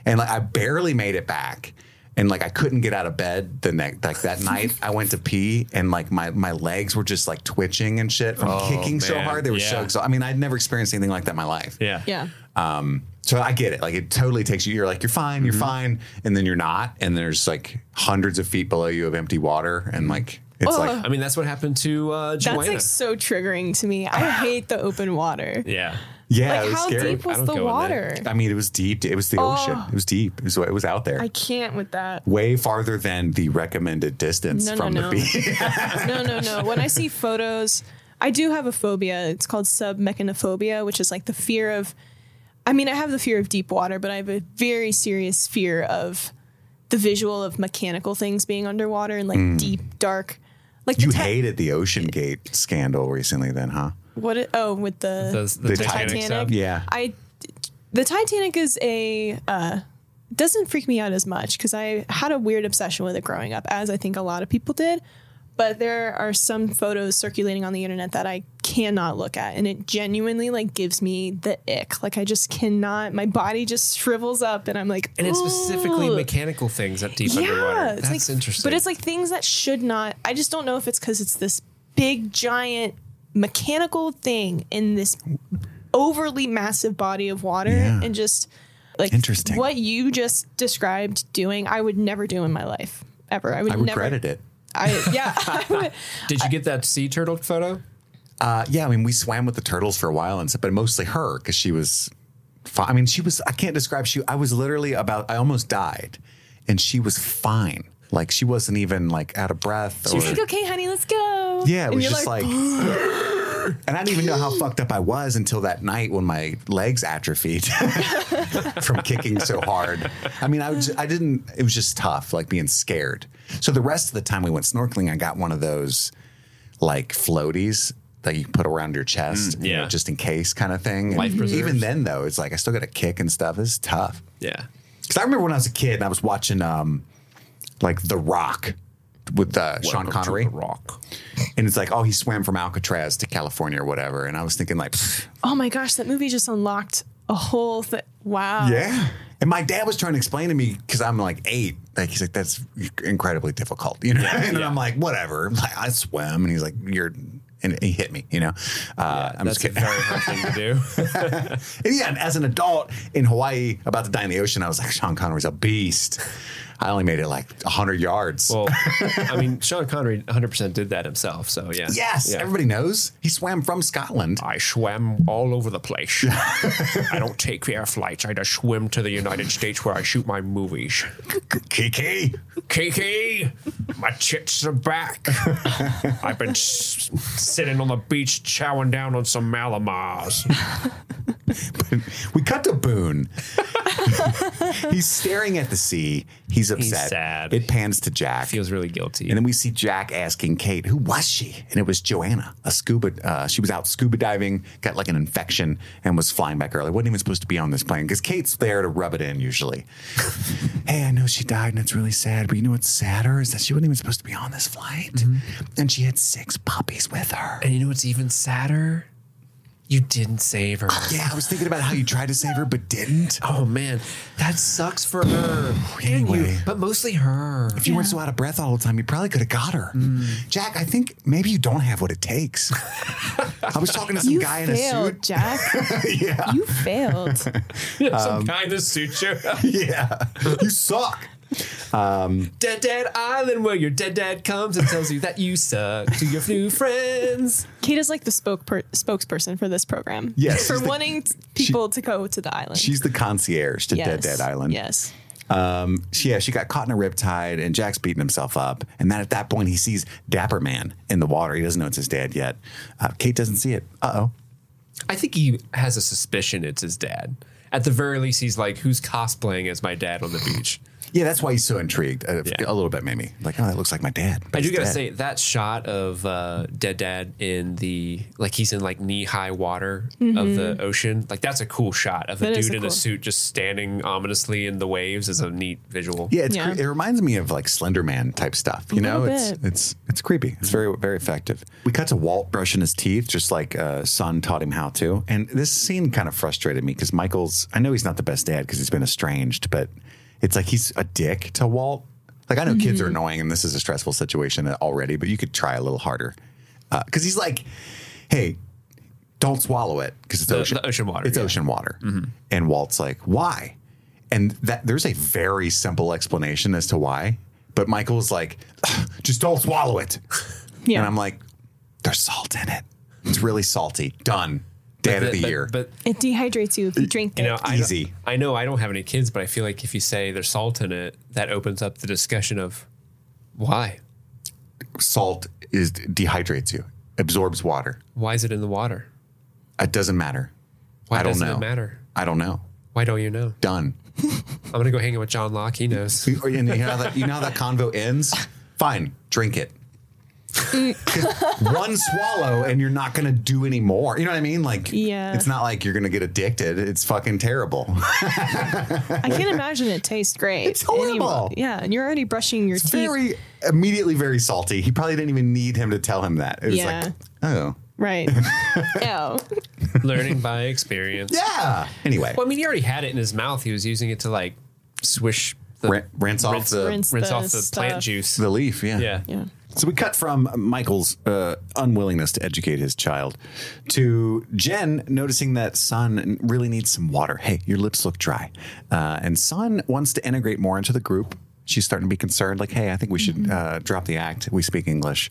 Speaker 1: And like, I barely made it back. And like, I couldn't get out of bed the next, like that night I went to pee and like my, my legs were just like twitching and shit from kicking so
Speaker 3: Oh, man.
Speaker 1: hard. They were so
Speaker 3: Yeah.
Speaker 1: exhausted. I mean, I'd never experienced anything like that in my life.
Speaker 3: Yeah.
Speaker 2: Yeah.
Speaker 1: Um, so I get it. Like it totally takes you. You're like you're fine,
Speaker 2: Mm-hmm.
Speaker 1: you're fine, and then you're not, and there's like hundreds of feet below you of empty water, and like it's like
Speaker 3: I mean, that's what happened to uh,
Speaker 2: That's
Speaker 3: Joanna.
Speaker 2: like so triggering to me. I hate the open water.
Speaker 3: yeah.
Speaker 1: yeah, it
Speaker 2: like
Speaker 1: was
Speaker 2: how
Speaker 1: scary.
Speaker 2: deep
Speaker 3: I
Speaker 2: was
Speaker 3: don't
Speaker 2: the
Speaker 3: go in there.
Speaker 2: water?
Speaker 1: I mean, it was deep. It was the ocean. It was deep. It was it was out there.
Speaker 2: I can't with that.
Speaker 1: Way farther than the recommended distance
Speaker 2: No, no,
Speaker 1: from
Speaker 2: no.
Speaker 1: the beach.
Speaker 2: no, no, no. When I see photos, I do have a phobia. It's called submechanophobia, which is like the fear of. I mean, I have the fear of deep water, but I have a very serious fear of the visual of mechanical things being underwater and like deep, dark. Like
Speaker 1: you
Speaker 2: the ta-
Speaker 1: hated the Ocean Gate scandal recently, then, huh?
Speaker 2: what? It, oh, with the
Speaker 3: The- the
Speaker 1: Titanic
Speaker 3: sub.
Speaker 1: Yeah.
Speaker 2: I the Titanic is a uh, doesn't freak me out as much because I had a weird obsession with it growing up, as I think a lot of people did. But there are some photos circulating on the internet that I cannot look at, and it genuinely like gives me the ick. Like I just cannot. My body just shrivels up, and I'm like,
Speaker 3: And it's specifically
Speaker 2: "Ooh."
Speaker 3: mechanical things up deep
Speaker 2: Yeah,
Speaker 3: underwater.
Speaker 2: it's
Speaker 3: That's
Speaker 2: like-
Speaker 3: interesting.
Speaker 2: But it's like things that should not. I just don't know if it's because it's this big giant mechanical thing in this overly massive body of water,
Speaker 1: Yeah.
Speaker 2: and just like
Speaker 1: Interesting.
Speaker 2: what you just described doing. I would never do in my life ever. I would
Speaker 1: I
Speaker 2: never.
Speaker 1: regretted it.
Speaker 2: I yeah. I would-
Speaker 3: Did you get that sea turtle photo?
Speaker 1: Uh, yeah, I mean, we swam with the turtles for a while and stuff, but mostly her because she was. Fi- I mean, she was. I can't describe. She. I was literally about. I almost died, and she was fine. Like she wasn't even like out of breath. Or,
Speaker 2: She's like, okay, honey, let's go.
Speaker 1: yeah, it
Speaker 2: And
Speaker 1: was
Speaker 2: you're
Speaker 1: just like. and I didn't even know how fucked up I was until that night when my legs atrophied from kicking so hard. I mean, I was, I didn't. It was just tough, like being scared. So the rest of the time we went snorkeling, I got one of those like floaties that you put around your chest, you know,
Speaker 3: Mm, yeah.
Speaker 1: just in case kind of thing. And
Speaker 3: Life preserves.
Speaker 1: even then, though, it's like I still got a kick and stuff. It's tough.
Speaker 3: Yeah.
Speaker 1: Because I remember when I was a kid and I was watching um, like The Rock with uh, Sean
Speaker 3: Welcome to
Speaker 1: Connery,
Speaker 3: the rock.
Speaker 1: and it's like, oh, he swam from Alcatraz to California or whatever. And I was thinking, like, pfft,
Speaker 2: oh my gosh, that movie just unlocked a whole thing. Wow.
Speaker 1: yeah. And my dad was trying to explain to me because I'm like eight. Like he's like, that's incredibly difficult, you know. and
Speaker 3: yeah.
Speaker 1: I'm like, whatever. I'm like, I swim, and he's like, you're. And he hit me, you know. Uh, I'm
Speaker 3: That's
Speaker 1: just
Speaker 3: a
Speaker 1: kidding.
Speaker 3: very hard thing to do.
Speaker 1: And yeah, and as an adult in Hawaii, about to die in the ocean, I was like, Sean Connery's a beast. I only made it like 100 yards.
Speaker 3: Well, I mean, Sean Connery 100% did that himself. So, yeah.
Speaker 1: yes,
Speaker 3: Yeah.
Speaker 1: everybody knows. He swam from Scotland.
Speaker 3: I swam all over the place. I don't take air flights. I just swim to the United States where I shoot my movies.
Speaker 1: Kiki.
Speaker 3: Kiki, my tits are back. I've been s- sitting on the beach chowing down on some Malamars.
Speaker 1: But we cut to Boone. He's staring at the sea. He's upset.
Speaker 4: sad.
Speaker 1: It pans to Jack.
Speaker 4: Feels really guilty.
Speaker 1: And then we see Jack asking Kate, who was she? And it was Joanna, a scuba. Uh, she was out scuba diving, got like an infection, and was flying back early. Wasn't even supposed to be on this plane because Kate's there to rub it in usually. hey, I know she died and it's really sad, but you know what's sadder is that she wasn't even supposed to be on this flight. And she had six puppies with her.
Speaker 4: And you know what's even sadder? You didn't save her.
Speaker 1: yeah, I was thinking about how you tried to save her but didn't.
Speaker 4: Oh man, that sucks for her. And you,
Speaker 1: Anyway.
Speaker 4: but mostly her.
Speaker 1: If you weren't so out of breath all the time, you probably could have got her.
Speaker 4: Hmm.
Speaker 1: Jack, I think maybe you don't have what it takes. I was talking to some
Speaker 2: You
Speaker 1: guy
Speaker 2: failed,
Speaker 1: in a suit.
Speaker 2: Jack.
Speaker 1: yeah.
Speaker 2: You failed.
Speaker 4: Some kind of suture.
Speaker 1: yeah. You suck.
Speaker 4: dead Dad Island, where your dead dad comes and tells you that you suck to your new friends.
Speaker 2: Kate is like the spoke per- spokesperson for this program.
Speaker 1: Yes,
Speaker 2: for
Speaker 1: she's the-
Speaker 2: wanting t- people to go to the island.
Speaker 1: She's the concierge to
Speaker 2: yes.
Speaker 1: Dead Dead Island.
Speaker 2: Yes.
Speaker 1: Um, she, yeah, she got caught in a riptide and Jack's beating himself up. And then at that point, he sees Dapper Man in the water. He doesn't know it's his dad yet. Uh, Kate doesn't see it. Uh oh.
Speaker 4: I think he has a suspicion it's his dad. At the very least, he's like, "Who's cosplaying as my dad on the beach?"
Speaker 1: Yeah, that's why he's so intrigued. Uh,
Speaker 4: Yeah.
Speaker 1: A little bit, maybe. Like, oh, that looks like my dad. But
Speaker 4: I do
Speaker 1: he's
Speaker 4: gotta
Speaker 1: dead.
Speaker 4: say that shot of uh, dead dad in the like he's in like knee high water of the ocean. Like that's a cool shot of a
Speaker 2: That is
Speaker 4: dude
Speaker 2: a
Speaker 4: in
Speaker 2: cool-
Speaker 4: a suit just standing ominously in the waves is a neat visual.
Speaker 1: Yeah, it's
Speaker 2: Yeah.
Speaker 1: cre- it reminds me of like Slender Man type stuff. You know,
Speaker 2: little
Speaker 1: it's
Speaker 2: bit.
Speaker 1: it's it's creepy. It's very very effective. We cut to Walt brushing his teeth, just like uh, Son taught him how to. And this scene kind of frustrated me because Michael's. I know he's not the best dad because he's been estranged, but it's like he's a dick to Walt. Like I know kids
Speaker 4: Mm-hmm.
Speaker 1: are annoying, and this is a stressful situation already, but you could try a little harder because he's like, hey. Don't swallow it because it's
Speaker 4: The-
Speaker 1: ocean.
Speaker 4: the ocean water,
Speaker 1: It's
Speaker 4: yeah.
Speaker 1: ocean water.
Speaker 4: Mm-hmm.
Speaker 1: And Walt's like, why? And that there's a very simple explanation as to why. But Michael's like, "Ugh, just don't swallow it.
Speaker 2: Yeah.
Speaker 1: And I'm like, there's salt in it. It's really salty. Done. Dad of
Speaker 4: But-
Speaker 1: the
Speaker 4: but-
Speaker 1: year.
Speaker 4: But
Speaker 2: It dehydrates you if you drink
Speaker 4: you know,
Speaker 2: it.
Speaker 4: I don't-
Speaker 1: Easy.
Speaker 4: I know I don't have any kids, but I feel like if you say there's salt in it, that opens up the discussion of why.
Speaker 1: salt is dehydrates you, absorbs water.
Speaker 4: Why is it in the water?
Speaker 1: It doesn't matter.
Speaker 4: Why
Speaker 1: I don't
Speaker 4: doesn't
Speaker 1: know.
Speaker 4: it matter?
Speaker 1: I don't know.
Speaker 4: Why don't you know?
Speaker 1: Done.
Speaker 4: I'm gonna go hang out with John Locke. He knows.
Speaker 1: You- Oh, you know how that, you know how that convo ends? Fine, drink it. 'Cause one swallow and you're not going to do any more. You know what I mean? Like,
Speaker 2: Yeah.
Speaker 1: it's not like you're going to get addicted. It's fucking terrible.
Speaker 2: I can't imagine it tastes great.
Speaker 1: It's horrible.
Speaker 2: yeah, and you're already brushing your teeth.
Speaker 1: very, immediately very salty. He probably didn't even need him to tell him that. It was
Speaker 2: Yeah.
Speaker 1: like, oh,
Speaker 2: right. Ew.
Speaker 4: Learning by experience.
Speaker 1: yeah. Anyway,
Speaker 4: Well, I mean, he already had it in his mouth. He was using it to like swish the
Speaker 1: rin- rinse off
Speaker 4: rinse-
Speaker 1: the,
Speaker 2: rinse.
Speaker 4: rinse off the
Speaker 2: the
Speaker 4: plant
Speaker 2: stuff.
Speaker 4: juice.
Speaker 1: the leaf. Yeah.
Speaker 4: yeah.
Speaker 2: Yeah.
Speaker 1: So we cut from Michael's uh, unwillingness to educate his child to Jen noticing that Son really needs some water. Hey, your lips look dry. Uh, and Son wants to integrate more into the group. She's starting to be concerned, like, hey, I think we should uh, drop the act. We speak English.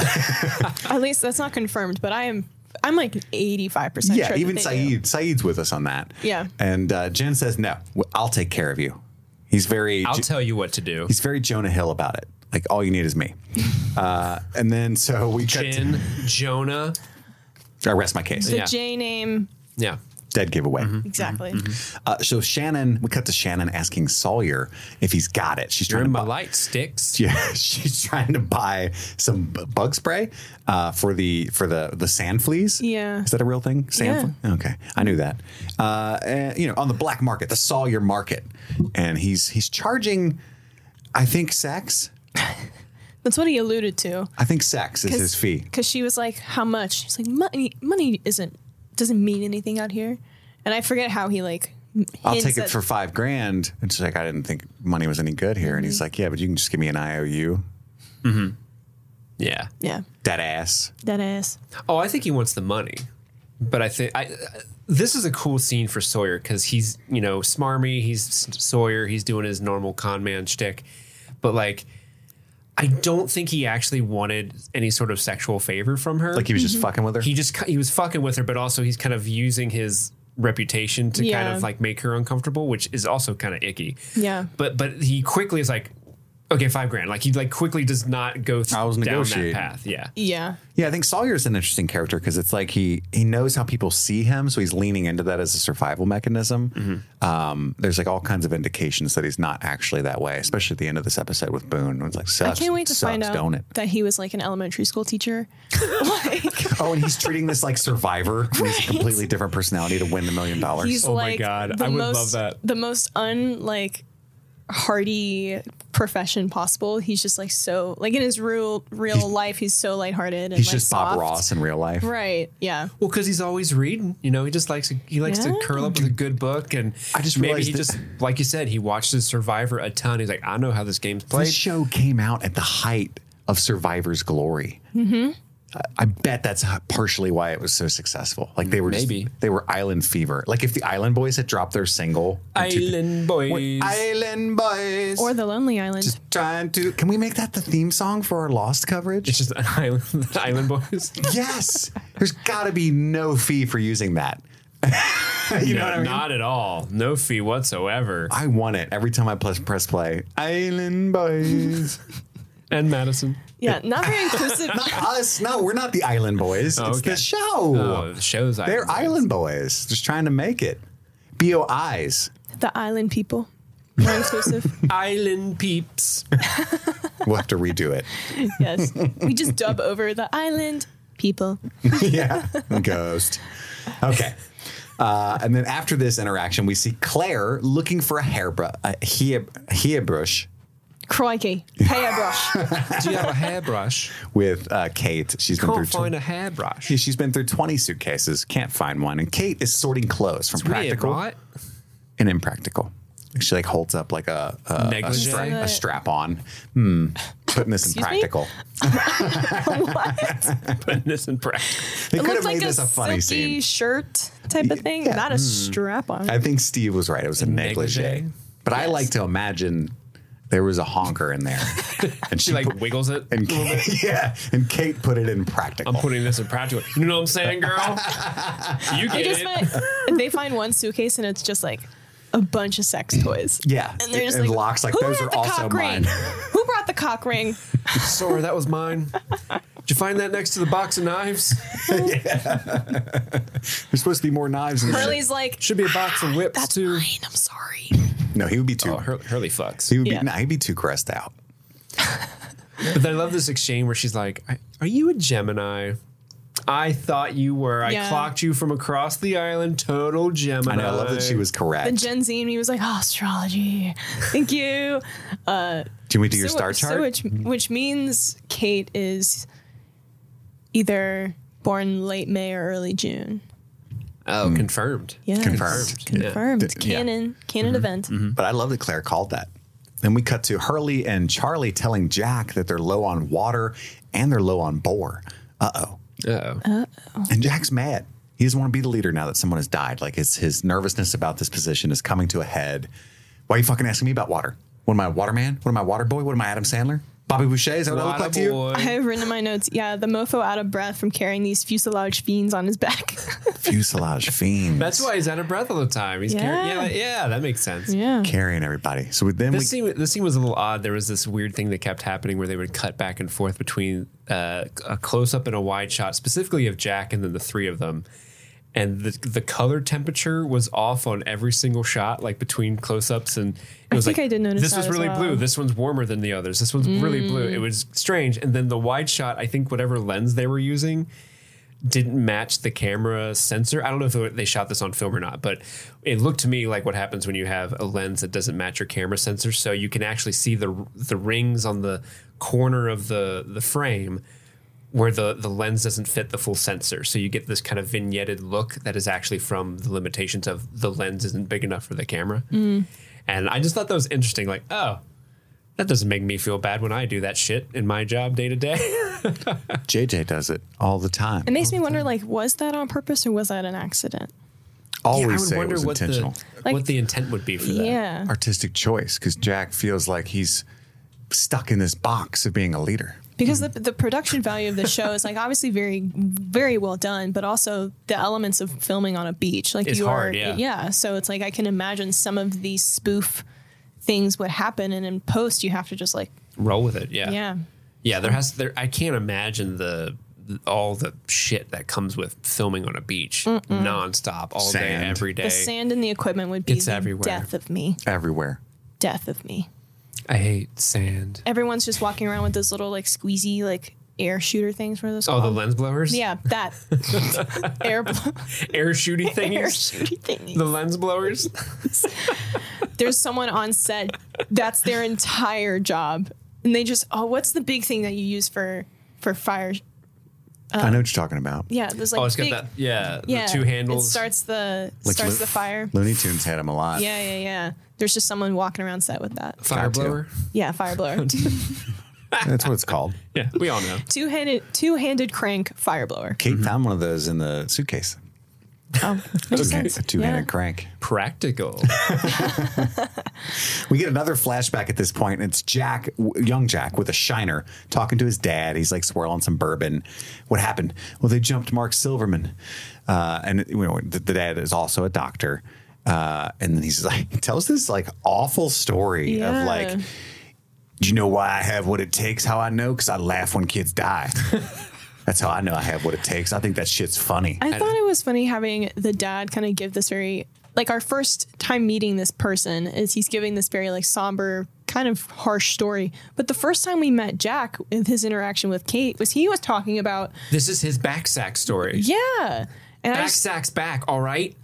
Speaker 2: At least that's not confirmed, but I am. I'm like 85 percent
Speaker 1: yeah,
Speaker 2: sure. that
Speaker 1: even
Speaker 2: they
Speaker 1: Saeed. Saeed's with us on that.
Speaker 2: Yeah.
Speaker 1: And uh, Jen says, no, w- I'll take care of you. He's very.
Speaker 4: I'll tell you what to do.
Speaker 1: He's very Jonah Hill about it. Like, all you need is me. uh, and then so we cut. To,
Speaker 4: Jin, Jonah.
Speaker 1: I rest my case.
Speaker 2: do. The
Speaker 4: Yeah.
Speaker 2: J name
Speaker 4: Yeah.
Speaker 1: Dead giveaway.
Speaker 2: exactly.
Speaker 1: Uh, so Shannon, we cut to Shannon asking Sawyer if he's got it. She's
Speaker 4: You're
Speaker 1: trying to
Speaker 4: in my
Speaker 1: bu-
Speaker 4: light sticks.
Speaker 1: Yeah, she's trying to buy some b- bug spray uh, for the for the the sand fleas.
Speaker 2: Yeah.
Speaker 1: is that a real thing? Sand
Speaker 2: Yeah.
Speaker 1: flea? Okay, I knew that. Uh, and, you know, on the black market, the Sawyer market, and he's he's charging. I think sex.
Speaker 2: That's what he alluded to.
Speaker 1: I think sex is his fee.
Speaker 2: Because she was like, "How much?" She's like, "Money. Money isn't doesn't mean anything out here." And I forget how he like.
Speaker 1: I'll take it for five grand. And she's like, I didn't think money was any good here. And
Speaker 2: Mm-hmm.
Speaker 1: he's like, Yeah, but you can just give me an IOU.
Speaker 4: Yeah.
Speaker 2: yeah.
Speaker 1: That ass.
Speaker 2: That is.
Speaker 4: Oh, I think he wants the money, but I think I. This is a cool scene for Sawyer because he's you know smarmy. He's Sawyer. He's doing his normal con man shtick, but like, I don't think he actually wanted any sort of sexual favor from her.
Speaker 1: Like he was
Speaker 2: Mm-hmm.
Speaker 1: just fucking with her.
Speaker 4: he just ki- he was fucking with her, but also he's kind of using his reputation to kind
Speaker 2: Yeah.
Speaker 4: of like make her uncomfortable, which is also kind of icky.
Speaker 2: Yeah.
Speaker 4: But but he quickly is like, Okay, five grand. Like he like quickly does not go th-
Speaker 1: I was
Speaker 4: down that
Speaker 1: negotiating.
Speaker 4: path. Yeah.
Speaker 2: Yeah.
Speaker 1: Yeah, I think Sawyer's an interesting character because it's like he he knows how people see him, so he's leaning into that as a survival mechanism. Um, there's like all kinds of indications that he's not actually that way, especially at the end of this episode with Boone. It's like
Speaker 2: I
Speaker 1: sucks,
Speaker 2: can't wait to
Speaker 1: sucks,
Speaker 2: find out
Speaker 1: don't it?
Speaker 2: that he was like an elementary school teacher. like,
Speaker 1: Oh, and he's treating this like survivor. and He's a completely different personality to win the million
Speaker 2: he's
Speaker 1: dollars.
Speaker 4: Oh my
Speaker 2: like
Speaker 4: God,
Speaker 2: the
Speaker 4: I would love
Speaker 2: most,
Speaker 4: that.
Speaker 2: The most unlike hardy profession possible. He's just like so like in his real real life, he's so lighthearted. And,
Speaker 1: He's
Speaker 2: like,
Speaker 1: just Bob
Speaker 2: soft.
Speaker 1: Ross in real life.
Speaker 2: Right. Yeah.
Speaker 4: Well, because he's always reading. You know, he just likes to, he likes to
Speaker 2: Yeah.
Speaker 4: curl up with a good book, and
Speaker 1: I just
Speaker 4: maybe
Speaker 1: realized
Speaker 4: he
Speaker 1: that-
Speaker 4: just like you said, he watches Survivor a ton. He's like, I know how this game's played.
Speaker 1: This show came out at the height of Survivor's glory. Mm-hmm. I, I bet that's h- partially why it was so successful. Like they were just-
Speaker 4: Maybe.
Speaker 1: they were Island Fever. Like if the Island Boys had dropped their single, in two-
Speaker 4: Island boys.
Speaker 1: When Island Boys,
Speaker 2: Or the Lonely Island.
Speaker 1: trying to. Can we make that the theme song for our Lost coverage?
Speaker 4: it's just an island, island boys.
Speaker 1: yes. There's got to be no fee for using that. you know what I mean?
Speaker 4: Not at all. No fee whatsoever.
Speaker 1: I want it every time I press, press play. Island Boys.
Speaker 4: And Madison.
Speaker 2: yeah. Not very inclusive.
Speaker 1: not us. No, we're not the Island Boys. it's
Speaker 4: okay.
Speaker 1: the show.
Speaker 4: Oh, the show's
Speaker 1: They're
Speaker 4: Boys.
Speaker 1: island boys, just trying to make it. BOIs.
Speaker 2: the island people. More inclusive.
Speaker 4: Island peeps.
Speaker 1: We'll have to redo it.
Speaker 2: yes. We just dub over the island people.
Speaker 1: yeah. Ghost. Okay. Uh, and then after this interaction, we see Claire looking for a hairbrush. A hair, hairbrush
Speaker 2: Crikey. Hairbrush.
Speaker 4: Do you have a hairbrush?
Speaker 1: with uh, Kate. She's been
Speaker 4: Can't
Speaker 1: through.
Speaker 4: find
Speaker 1: tw-
Speaker 4: a hairbrush.
Speaker 1: She's been through 20 suitcases, can't find one. And Kate is sorting clothes from practical
Speaker 4: Weird, right?
Speaker 1: and impractical. She like holds up like a a, a,
Speaker 4: Negligee.
Speaker 1: stra- a strap on. Hmm. Putting this in
Speaker 2: Excuse me?
Speaker 1: practical.
Speaker 2: what?
Speaker 4: Putting this in practice.
Speaker 1: They
Speaker 2: It
Speaker 1: could have made
Speaker 2: looked like a,
Speaker 1: this a funny
Speaker 2: silky
Speaker 1: scene.
Speaker 2: shirt type of thing,
Speaker 1: Yeah. Hmm.
Speaker 2: not a strap on.
Speaker 1: I think Steve was right. It was a negligee.
Speaker 4: negligee?
Speaker 1: But I like to imagine there was a honker in there. And she,
Speaker 4: She like
Speaker 1: put-
Speaker 4: wiggles it.
Speaker 1: and Kate, yeah, and Kate put it in practical.
Speaker 4: I'm putting this in practical. You know what I'm saying, girl? You
Speaker 2: They
Speaker 4: get
Speaker 2: just
Speaker 4: it.
Speaker 2: find, they find one suitcase and it's just like a bunch of sex toys.
Speaker 1: Mm. yeah,
Speaker 2: And they're just
Speaker 1: it,
Speaker 2: like,
Speaker 1: locks like
Speaker 2: who
Speaker 1: those
Speaker 2: brought
Speaker 1: are
Speaker 2: the
Speaker 1: also
Speaker 2: cock ring?
Speaker 1: mine.
Speaker 2: Who brought the cock ring?
Speaker 4: Sorry, that was mine. Did you find that next to the box of knives?
Speaker 1: There's supposed to be more knives. In there.
Speaker 2: Hurley's like,
Speaker 4: Should be a box of whips
Speaker 2: that's
Speaker 4: too.
Speaker 2: mine. I'm sorry.
Speaker 1: No, he would be too.
Speaker 4: Oh, Hur- Hurley fucks.
Speaker 1: he would
Speaker 2: Yeah.
Speaker 1: be. Nah, he'd be too cressed out.
Speaker 4: But then I love this exchange where she's like, "I- "Are you a Gemini?" I thought you were. I
Speaker 2: Yeah.
Speaker 4: clocked you from across the island. Total Gemini.
Speaker 1: I know. I love that she was correct.
Speaker 2: And Gen Z and me was like, oh, astrology. Thank you.
Speaker 1: Can we do your
Speaker 2: So-
Speaker 1: star
Speaker 2: so
Speaker 1: chart?
Speaker 2: which, which means Kate is either born late May or early June.
Speaker 4: Oh, confirmed.
Speaker 2: Yes.
Speaker 1: Confirmed.
Speaker 2: Confirmed.
Speaker 1: Yeah. D- yeah. Mm-hmm.
Speaker 2: Canon. Canon event.
Speaker 1: But I love that Claire called that. Then we cut to Hurley and Charlie telling Jack that they're low on water and they're low on boar. Uh oh.
Speaker 4: Oh,
Speaker 1: And Jack's mad. He doesn't want to be the leader now that someone has died. Like his his nervousness about this position is coming to a head. Why are you fucking asking me about water? What am I, a waterman? What am I, a water boy? What am I, Adam Sandler? Bobby Boucher? Is that what I look like to you?
Speaker 2: I have written in my notes, yeah, the mofo out of breath from carrying these fuselage fiends on his back.
Speaker 1: Fuselage fiend.
Speaker 4: That's why he's out of breath all the time. He's yeah,
Speaker 2: Yeah.
Speaker 4: yeah, that- yeah, that makes sense.
Speaker 2: yeah.
Speaker 1: carrying everybody. So then we
Speaker 4: This scene, this scene was a little odd. There was this weird thing that kept happening where they would cut back and forth between uh, a close up and a wide shot, specifically of Jack and then the three of them. And the the color temperature was off on every single shot, like between close ups, and it was
Speaker 2: think
Speaker 4: like
Speaker 2: I did notice
Speaker 4: this
Speaker 2: that
Speaker 4: was
Speaker 2: as
Speaker 4: really
Speaker 2: well. Mm.
Speaker 4: blue. This one's warmer than the others. This one's really blue. It was strange. And then the wide shot, I think whatever lens they were using, didn't match the camera sensor. I don't know if they shot this on film or not, but it looked to me like what happens when you have a lens that doesn't match your camera sensor, so you can actually see the the rings on the corner of the the frame where the the lens doesn't fit the full sensor. So you get this kind of vignetted look that is actually from the limitations of the lens isn't big enough for the camera. And I just thought that was interesting. Like, oh. That doesn't make me feel bad when I do that shit in my job day to day.
Speaker 1: JJ does it all the time.
Speaker 2: It makes me wonder, like, was that on purpose or was that an accident?
Speaker 1: Always
Speaker 4: I would
Speaker 1: say it
Speaker 4: wonder
Speaker 1: was
Speaker 4: what
Speaker 1: intentional.
Speaker 4: the
Speaker 2: Like-
Speaker 4: what the intent would be for that.
Speaker 2: Yeah.
Speaker 1: Artistic choice because Jack feels like he's stuck in this box of being a leader.
Speaker 2: Because
Speaker 3: Mm-hmm.
Speaker 2: the, the production value of the show is like obviously very, very well done, but also the elements of filming on a beach. Like
Speaker 4: It's
Speaker 2: you
Speaker 4: hard,
Speaker 2: are,
Speaker 4: yeah.
Speaker 2: So it's like I can imagine some of these spoof things would happen, and in post you have to just like
Speaker 3: roll with it. Yeah.
Speaker 2: yeah.
Speaker 3: Yeah, there has there. I can't imagine the all the shit that comes with filming on a beach nonstop all
Speaker 1: Sand.
Speaker 3: day every day.
Speaker 2: The sand and the equipment would be
Speaker 3: It's
Speaker 2: the
Speaker 3: everywhere.
Speaker 2: death of me.
Speaker 1: everywhere.
Speaker 2: Death of me.
Speaker 3: I hate sand.
Speaker 2: Everyone's just walking around with those little like squeezy like air shooter things. What are those?
Speaker 3: Oh, the
Speaker 2: called?
Speaker 3: lens blowers.
Speaker 2: yeah, that air blo-
Speaker 3: air shooting
Speaker 2: air
Speaker 3: things.
Speaker 2: shooter thingy.
Speaker 3: The lens blowers.
Speaker 2: There's someone on set. That's their entire job, and they just oh, what's the big thing that you use for for fire?
Speaker 1: I know what you're talking about.
Speaker 2: Uh, Yeah, there's like
Speaker 3: Oh, it's got
Speaker 2: big,
Speaker 3: that. Yeah,
Speaker 2: yeah,
Speaker 3: the two handles.
Speaker 2: It starts the starts
Speaker 1: Lo-
Speaker 2: the fire.
Speaker 1: Looney Tunes had them a lot.
Speaker 2: Yeah, yeah, yeah. There's just someone walking around set with that.
Speaker 3: fire
Speaker 1: Got to.
Speaker 3: blower.
Speaker 2: Yeah, fire blower.
Speaker 1: That's what it's called.
Speaker 3: Yeah, we all know.
Speaker 2: two handed two handed crank fire blower.
Speaker 1: Kate found one of those in the suitcase.
Speaker 2: Oh,
Speaker 1: A two handed
Speaker 2: Yeah.
Speaker 1: crank.
Speaker 3: Practical.
Speaker 1: We get another flashback at this point, and it's Jack, w- young Jack, with a shiner talking to his dad. He's like swirling some bourbon. What happened? Well, they jumped Mark Silverman, uh, and you know the, the dad is also a doctor. Uh, and then he's like, he tells this like awful story
Speaker 2: Yeah.
Speaker 1: of like, do you know why I have what it takes? How I know? Because I laugh when kids die. That's how I know I have what it takes. I think that shit's funny.
Speaker 2: I thought it was funny having the dad kind of give this very like our first time meeting this person is he's giving this very like somber kind of harsh story but the first time we met jack in his interaction with kate was he was talking about
Speaker 3: this is his back sack story.
Speaker 2: yeah and I
Speaker 3: Back
Speaker 2: just,
Speaker 3: sack's back. All right.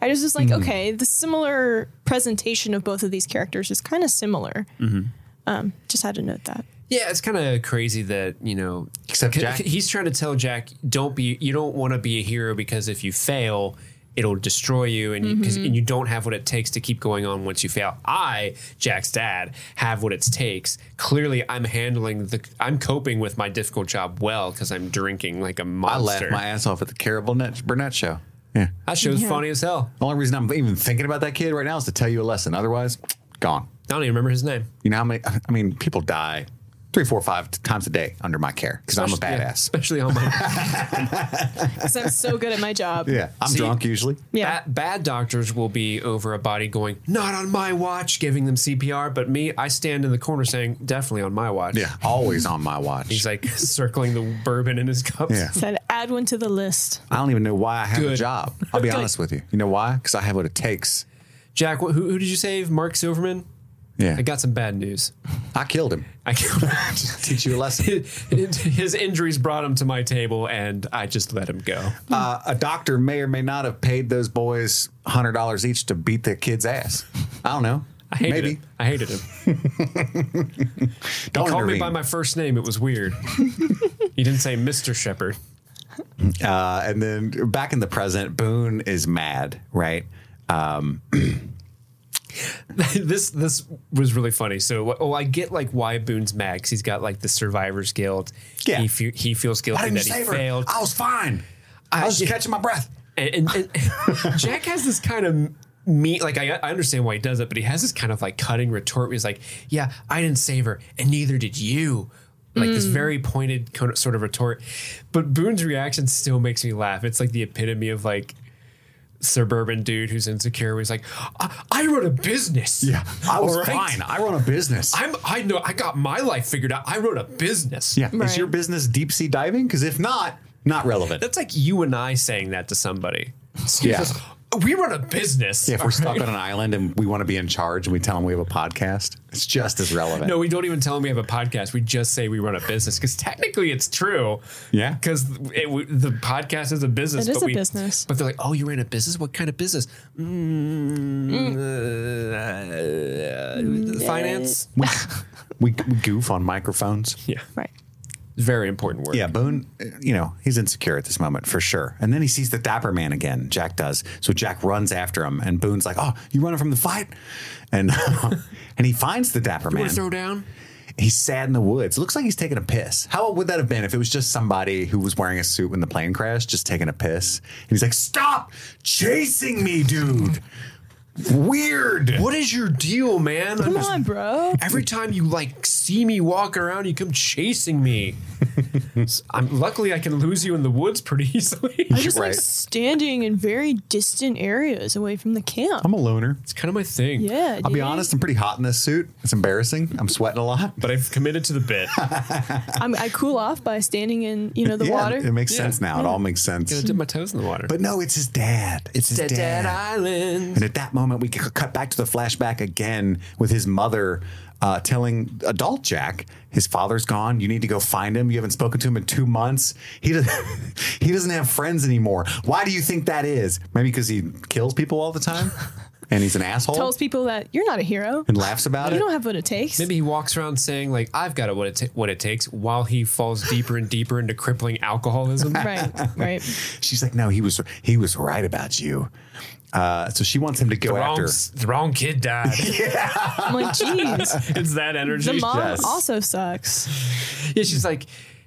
Speaker 2: I just was like
Speaker 3: Mm-hmm.
Speaker 2: okay the similar presentation of both of these characters is kind of similar
Speaker 3: Mm-hmm.
Speaker 2: um, just had to note that
Speaker 3: Yeah, it's kind of crazy that you know.
Speaker 1: Except
Speaker 3: c-
Speaker 1: Jack-
Speaker 3: he's trying to tell Jack, don't be. You don't want to be a hero because if you fail, it'll destroy you, and you, cause, and you don't have what it takes to keep going on once you fail. I, Jack's dad, have what it takes. Clearly, I'm handling the. I'm coping with my difficult job well because I'm drinking like a
Speaker 1: I laughed
Speaker 3: monster.
Speaker 1: my ass off at the Carol Burnett, Burnett show. Yeah.
Speaker 3: that show's
Speaker 2: Yeah.
Speaker 3: funny as hell.
Speaker 1: The only reason I'm even thinking about that kid right now is to tell you a lesson. Otherwise, gone.
Speaker 3: I don't even remember his name.
Speaker 1: You know how many? I mean, people die three, four, five times a day under my care because I'm a
Speaker 3: Especially- yeah,
Speaker 1: badass.
Speaker 3: especially on my
Speaker 2: because i'm so good at my job
Speaker 1: Yeah, I'm
Speaker 3: See-
Speaker 1: drunk usually.
Speaker 2: Yeah.
Speaker 3: Ba- Bad, doctors will be over a body going, not on my watch, giving them CPR. But me, I stand in the corner saying, definitely on my watch.
Speaker 1: Yeah, always on my watch.
Speaker 3: He's like circling the bourbon in his cups.
Speaker 1: Yeah.
Speaker 2: said add one to the list
Speaker 1: I don't even know why I have a
Speaker 3: Good.
Speaker 1: job. I'll be
Speaker 3: Good.
Speaker 1: honest with you. You know why? Because I have what it takes.
Speaker 3: Jack, wh- who, who did you save? Mark Silverman?
Speaker 1: Yeah,
Speaker 3: I got some bad news.
Speaker 1: I killed him.
Speaker 3: I can't.
Speaker 1: Teach you a lesson.
Speaker 3: his injuries brought him to my table, and I just let him go.
Speaker 1: uh, a doctor may or may not have paid those boys hundred dollars each to beat the kid's ass. I don't know.
Speaker 3: I hated
Speaker 1: Maybe
Speaker 3: him. I hated him.
Speaker 1: don't
Speaker 3: Called me
Speaker 1: intervene.
Speaker 3: by my first name. It was weird. he didn't say Mr. Shepard.
Speaker 1: Uh, and then back in the present, Boone is mad, right? Uh,
Speaker 3: this this was really funny. So, oh, I get like why Boone's mad 'cause he's got like the Survivor's Guild.
Speaker 1: Yeah.
Speaker 3: he, fe- he feels guilty that he failed.
Speaker 1: I was fine. I, was just catching my breath.
Speaker 3: And, and, and Jack has this kind of me like I, I understand why he does it, but he has this kind of like cutting retort. Where he's like, "Yeah, I didn't save her, and neither did you." Like this very pointed kind of- sort of retort. But Boone's reaction still makes me laugh. It's like the epitome of like suburban dude who's insecure. He's like, "I, I run a business.
Speaker 1: Yeah, I was
Speaker 3: all right?
Speaker 1: fine. I run a business.
Speaker 3: I'm I know I got my life figured out. I run a business.
Speaker 1: yeah, is
Speaker 2: Right.
Speaker 1: your business deep sea diving? Because if not, not relevant.
Speaker 3: That's like you and I saying that to somebody.
Speaker 1: Yeah.
Speaker 3: Just, we run a business.
Speaker 1: Yeah, if we're stuck on an island and we want to be in charge and we tell them we have a podcast, it's just as relevant.
Speaker 3: No, we don't even tell them we have a podcast. We just say we run a business because technically it's true.
Speaker 1: Yeah.
Speaker 3: Because it, w- the podcast is a business.
Speaker 2: It is
Speaker 3: but
Speaker 2: a
Speaker 3: we-
Speaker 2: business.
Speaker 3: But they're like, oh, you ran a business? What kind of business? Mm, uh, uh, finance?
Speaker 1: we, we, we goof on microphones.
Speaker 3: Yeah.
Speaker 2: right
Speaker 3: Very important word.
Speaker 1: Yeah, Boone, uh, you know, he's insecure at this moment for sure. And then he sees the dapper man again, Jack does. So Jack runs after him and Boone's like, "Oh, you running from the fight?" And and he finds the dapper
Speaker 3: Want
Speaker 1: man.
Speaker 3: to throw down?
Speaker 1: He's sad in the woods. Looks like he's taking a piss. How would that have been if it was just somebody who was wearing a suit when the plane crashed, just taking a piss? And he's like, "Stop chasing me, dude." Weird.
Speaker 3: What is your deal, man? I'm
Speaker 2: Come
Speaker 3: just-
Speaker 2: on, bro.
Speaker 3: Every time you like see me walking around, you come chasing me. S- I'm luckily I can lose you in the woods pretty easily.
Speaker 2: I just
Speaker 1: right.
Speaker 2: like standing in very distant areas away from the camp.
Speaker 1: I'm a loner.
Speaker 3: it's kind of my thing.
Speaker 2: yeah,
Speaker 1: I'll be honest, I'm pretty hot in this suit. It's embarrassing. I'm sweating a lot.
Speaker 5: But I've committed to the bit.
Speaker 2: I'm, I cool off by standing in you know the
Speaker 1: yeah,
Speaker 2: water.
Speaker 1: It makes
Speaker 3: Yeah.
Speaker 1: sense now. It all makes
Speaker 3: Gonna
Speaker 1: sense.
Speaker 3: dip my toes in the water.
Speaker 1: But no, it's his dad. It's his
Speaker 3: Dead,
Speaker 1: dad.
Speaker 3: Dead Island.
Speaker 1: And at that moment, we c- cut back to the flashback again with his mother uh, telling adult Jack, his father's gone. You need to go find him. You haven't spoken to him in two months. He, does, he doesn't have friends anymore. Why do you think that is? Maybe because he kills people all the time and he's an asshole
Speaker 2: Tells people that you're not a hero.
Speaker 1: and laughs about
Speaker 2: You
Speaker 1: it.
Speaker 2: don't have what it takes.
Speaker 3: Maybe he walks around saying like I've got it what it ta- what it takes while he falls deeper and deeper into crippling alcoholism.
Speaker 2: Right, right.
Speaker 1: She's like, no, he was he was right about you. Uh, so she wants him to go
Speaker 3: Wrong,
Speaker 1: after.
Speaker 3: s- the wrong kid died.
Speaker 2: I'm like, geez,
Speaker 5: it's that energy.
Speaker 2: the mom
Speaker 1: Yes.
Speaker 2: also sucks.
Speaker 3: yeah, she's like,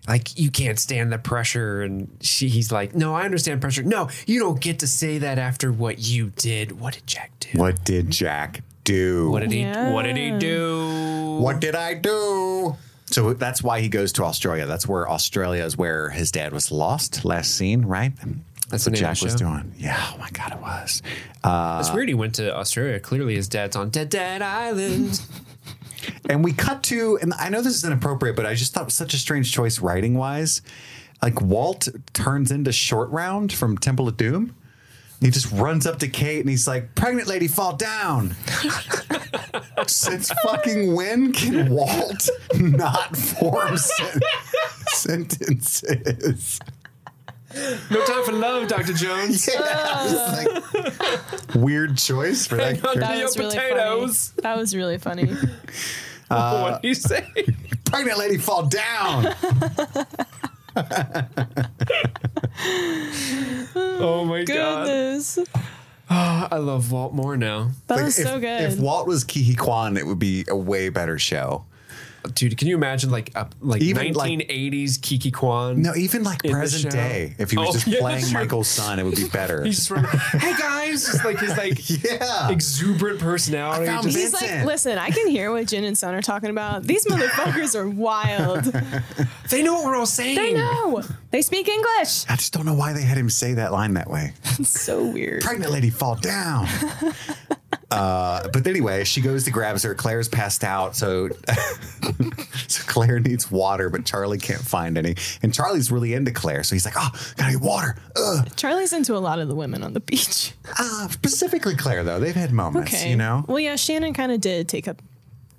Speaker 3: like you can't stand the pressure, and she he's like, no, I understand pressure. No, you don't get to say that after what you did. What did Jack do?
Speaker 1: What did Jack do?
Speaker 3: What did he? What did he
Speaker 2: Yeah.
Speaker 3: do?
Speaker 1: What did I do? So that's why he goes to Australia. That's where Australia is where his dad was lost last scene, right?
Speaker 3: That's the
Speaker 1: what
Speaker 3: name of
Speaker 1: Jack
Speaker 3: the
Speaker 1: was
Speaker 3: show.
Speaker 1: doing. Yeah. Oh my God, it was. Uh,
Speaker 3: It's weird he went to Australia. Clearly, his dad's on Dead Dead Island.
Speaker 1: and we cut to, and I know this is inappropriate, but I just thought it was such a strange choice writing wise. Like Walt turns into Short Round from Temple of Doom. He just runs up to Kate and he's like, "Pregnant lady, fall down." Since fucking when can Walt not form sen- sentences?
Speaker 3: no time for love, Doctor Jones.
Speaker 1: Yeah,
Speaker 2: Uh.
Speaker 1: it's like, weird choice for that
Speaker 3: Hang on.
Speaker 1: character.
Speaker 2: That
Speaker 3: Your
Speaker 2: was really
Speaker 3: potatoes.
Speaker 2: funny. That was really funny.
Speaker 3: what do you say?
Speaker 1: pregnant lady fall down.
Speaker 3: oh my god,
Speaker 2: Goodness,
Speaker 3: I love Walt more now.
Speaker 2: that
Speaker 1: Like,
Speaker 2: was
Speaker 1: if,
Speaker 2: so good.
Speaker 1: If Walt was Kihi Kwan, it would be a way better show.
Speaker 3: Dude, can you imagine like a, like
Speaker 1: Even, like-
Speaker 3: 1980s Kiki Kwan?
Speaker 1: No, even like
Speaker 3: In the
Speaker 1: present
Speaker 3: show.
Speaker 1: day, if he was
Speaker 3: Oh,
Speaker 1: just
Speaker 3: yeah,
Speaker 1: playing
Speaker 3: that's true.
Speaker 1: Michael's son, it would be better.
Speaker 3: He's just from, hey guys, just like his like
Speaker 1: yeah.
Speaker 3: exuberant personality.
Speaker 1: I found
Speaker 3: Just,
Speaker 2: He's
Speaker 1: Vincent.
Speaker 2: like, listen, I can hear what Jin and Son are talking about. These motherfuckers are wild.
Speaker 3: they know what we're all saying.
Speaker 2: They know. They speak English.
Speaker 1: I just don't know why they had him say that line that way.
Speaker 2: It's so weird.
Speaker 1: pregnant lady fall down. Uh, but anyway, she goes to grabs her. Claire's passed out, so so Claire needs water, but Charlie can't find any. And Charlie's really into Claire, so he's like, "Oh, gotta get water." Ugh.
Speaker 2: Charlie's into a lot of the women on the beach.
Speaker 1: Uh, specifically Claire, though, they've had moments,
Speaker 2: Okay.
Speaker 1: you know.
Speaker 2: Well, yeah, Shannon kind of did take up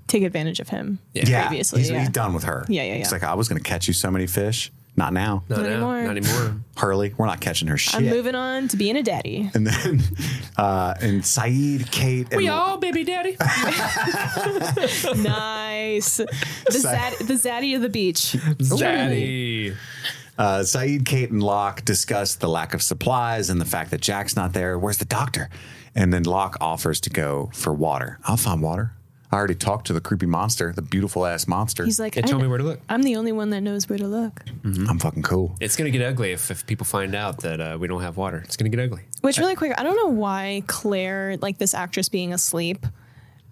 Speaker 2: take advantage of him
Speaker 1: yeah,
Speaker 2: previously.
Speaker 1: he's,
Speaker 2: yeah.
Speaker 1: he's done with her.
Speaker 2: Yeah, yeah, yeah.
Speaker 1: He's like, "I was gonna catch you so many fish, not now,
Speaker 3: Not,
Speaker 2: Not
Speaker 3: now.
Speaker 2: anymore.
Speaker 3: Not anymore.
Speaker 1: Hurley. We're not catching her shit."
Speaker 2: I'm moving on to being a daddy.
Speaker 1: And then, uh, and Saeed, Kate, and
Speaker 3: We all baby daddy.
Speaker 2: nice. The,
Speaker 1: Sad-
Speaker 2: zad- the zaddy of the beach.
Speaker 3: daddy.
Speaker 1: Uh, Saeed, Kate, and Locke discuss the lack of supplies and the fact that Jack's not there. Where's the doctor? And then Locke offers to go for water. I'll find water. I already talked to the creepy monster, the beautiful ass monster.
Speaker 2: He's like,
Speaker 3: They
Speaker 2: I,
Speaker 3: told me where to look.
Speaker 2: I'm the only one that knows where to look.
Speaker 1: Mm-hmm. I'm fucking cool.
Speaker 3: It's gonna get ugly if, if people find out that uh, we don't have water. It's gonna get ugly.
Speaker 2: Which really quick, I don't know why Claire, like this actress being asleep,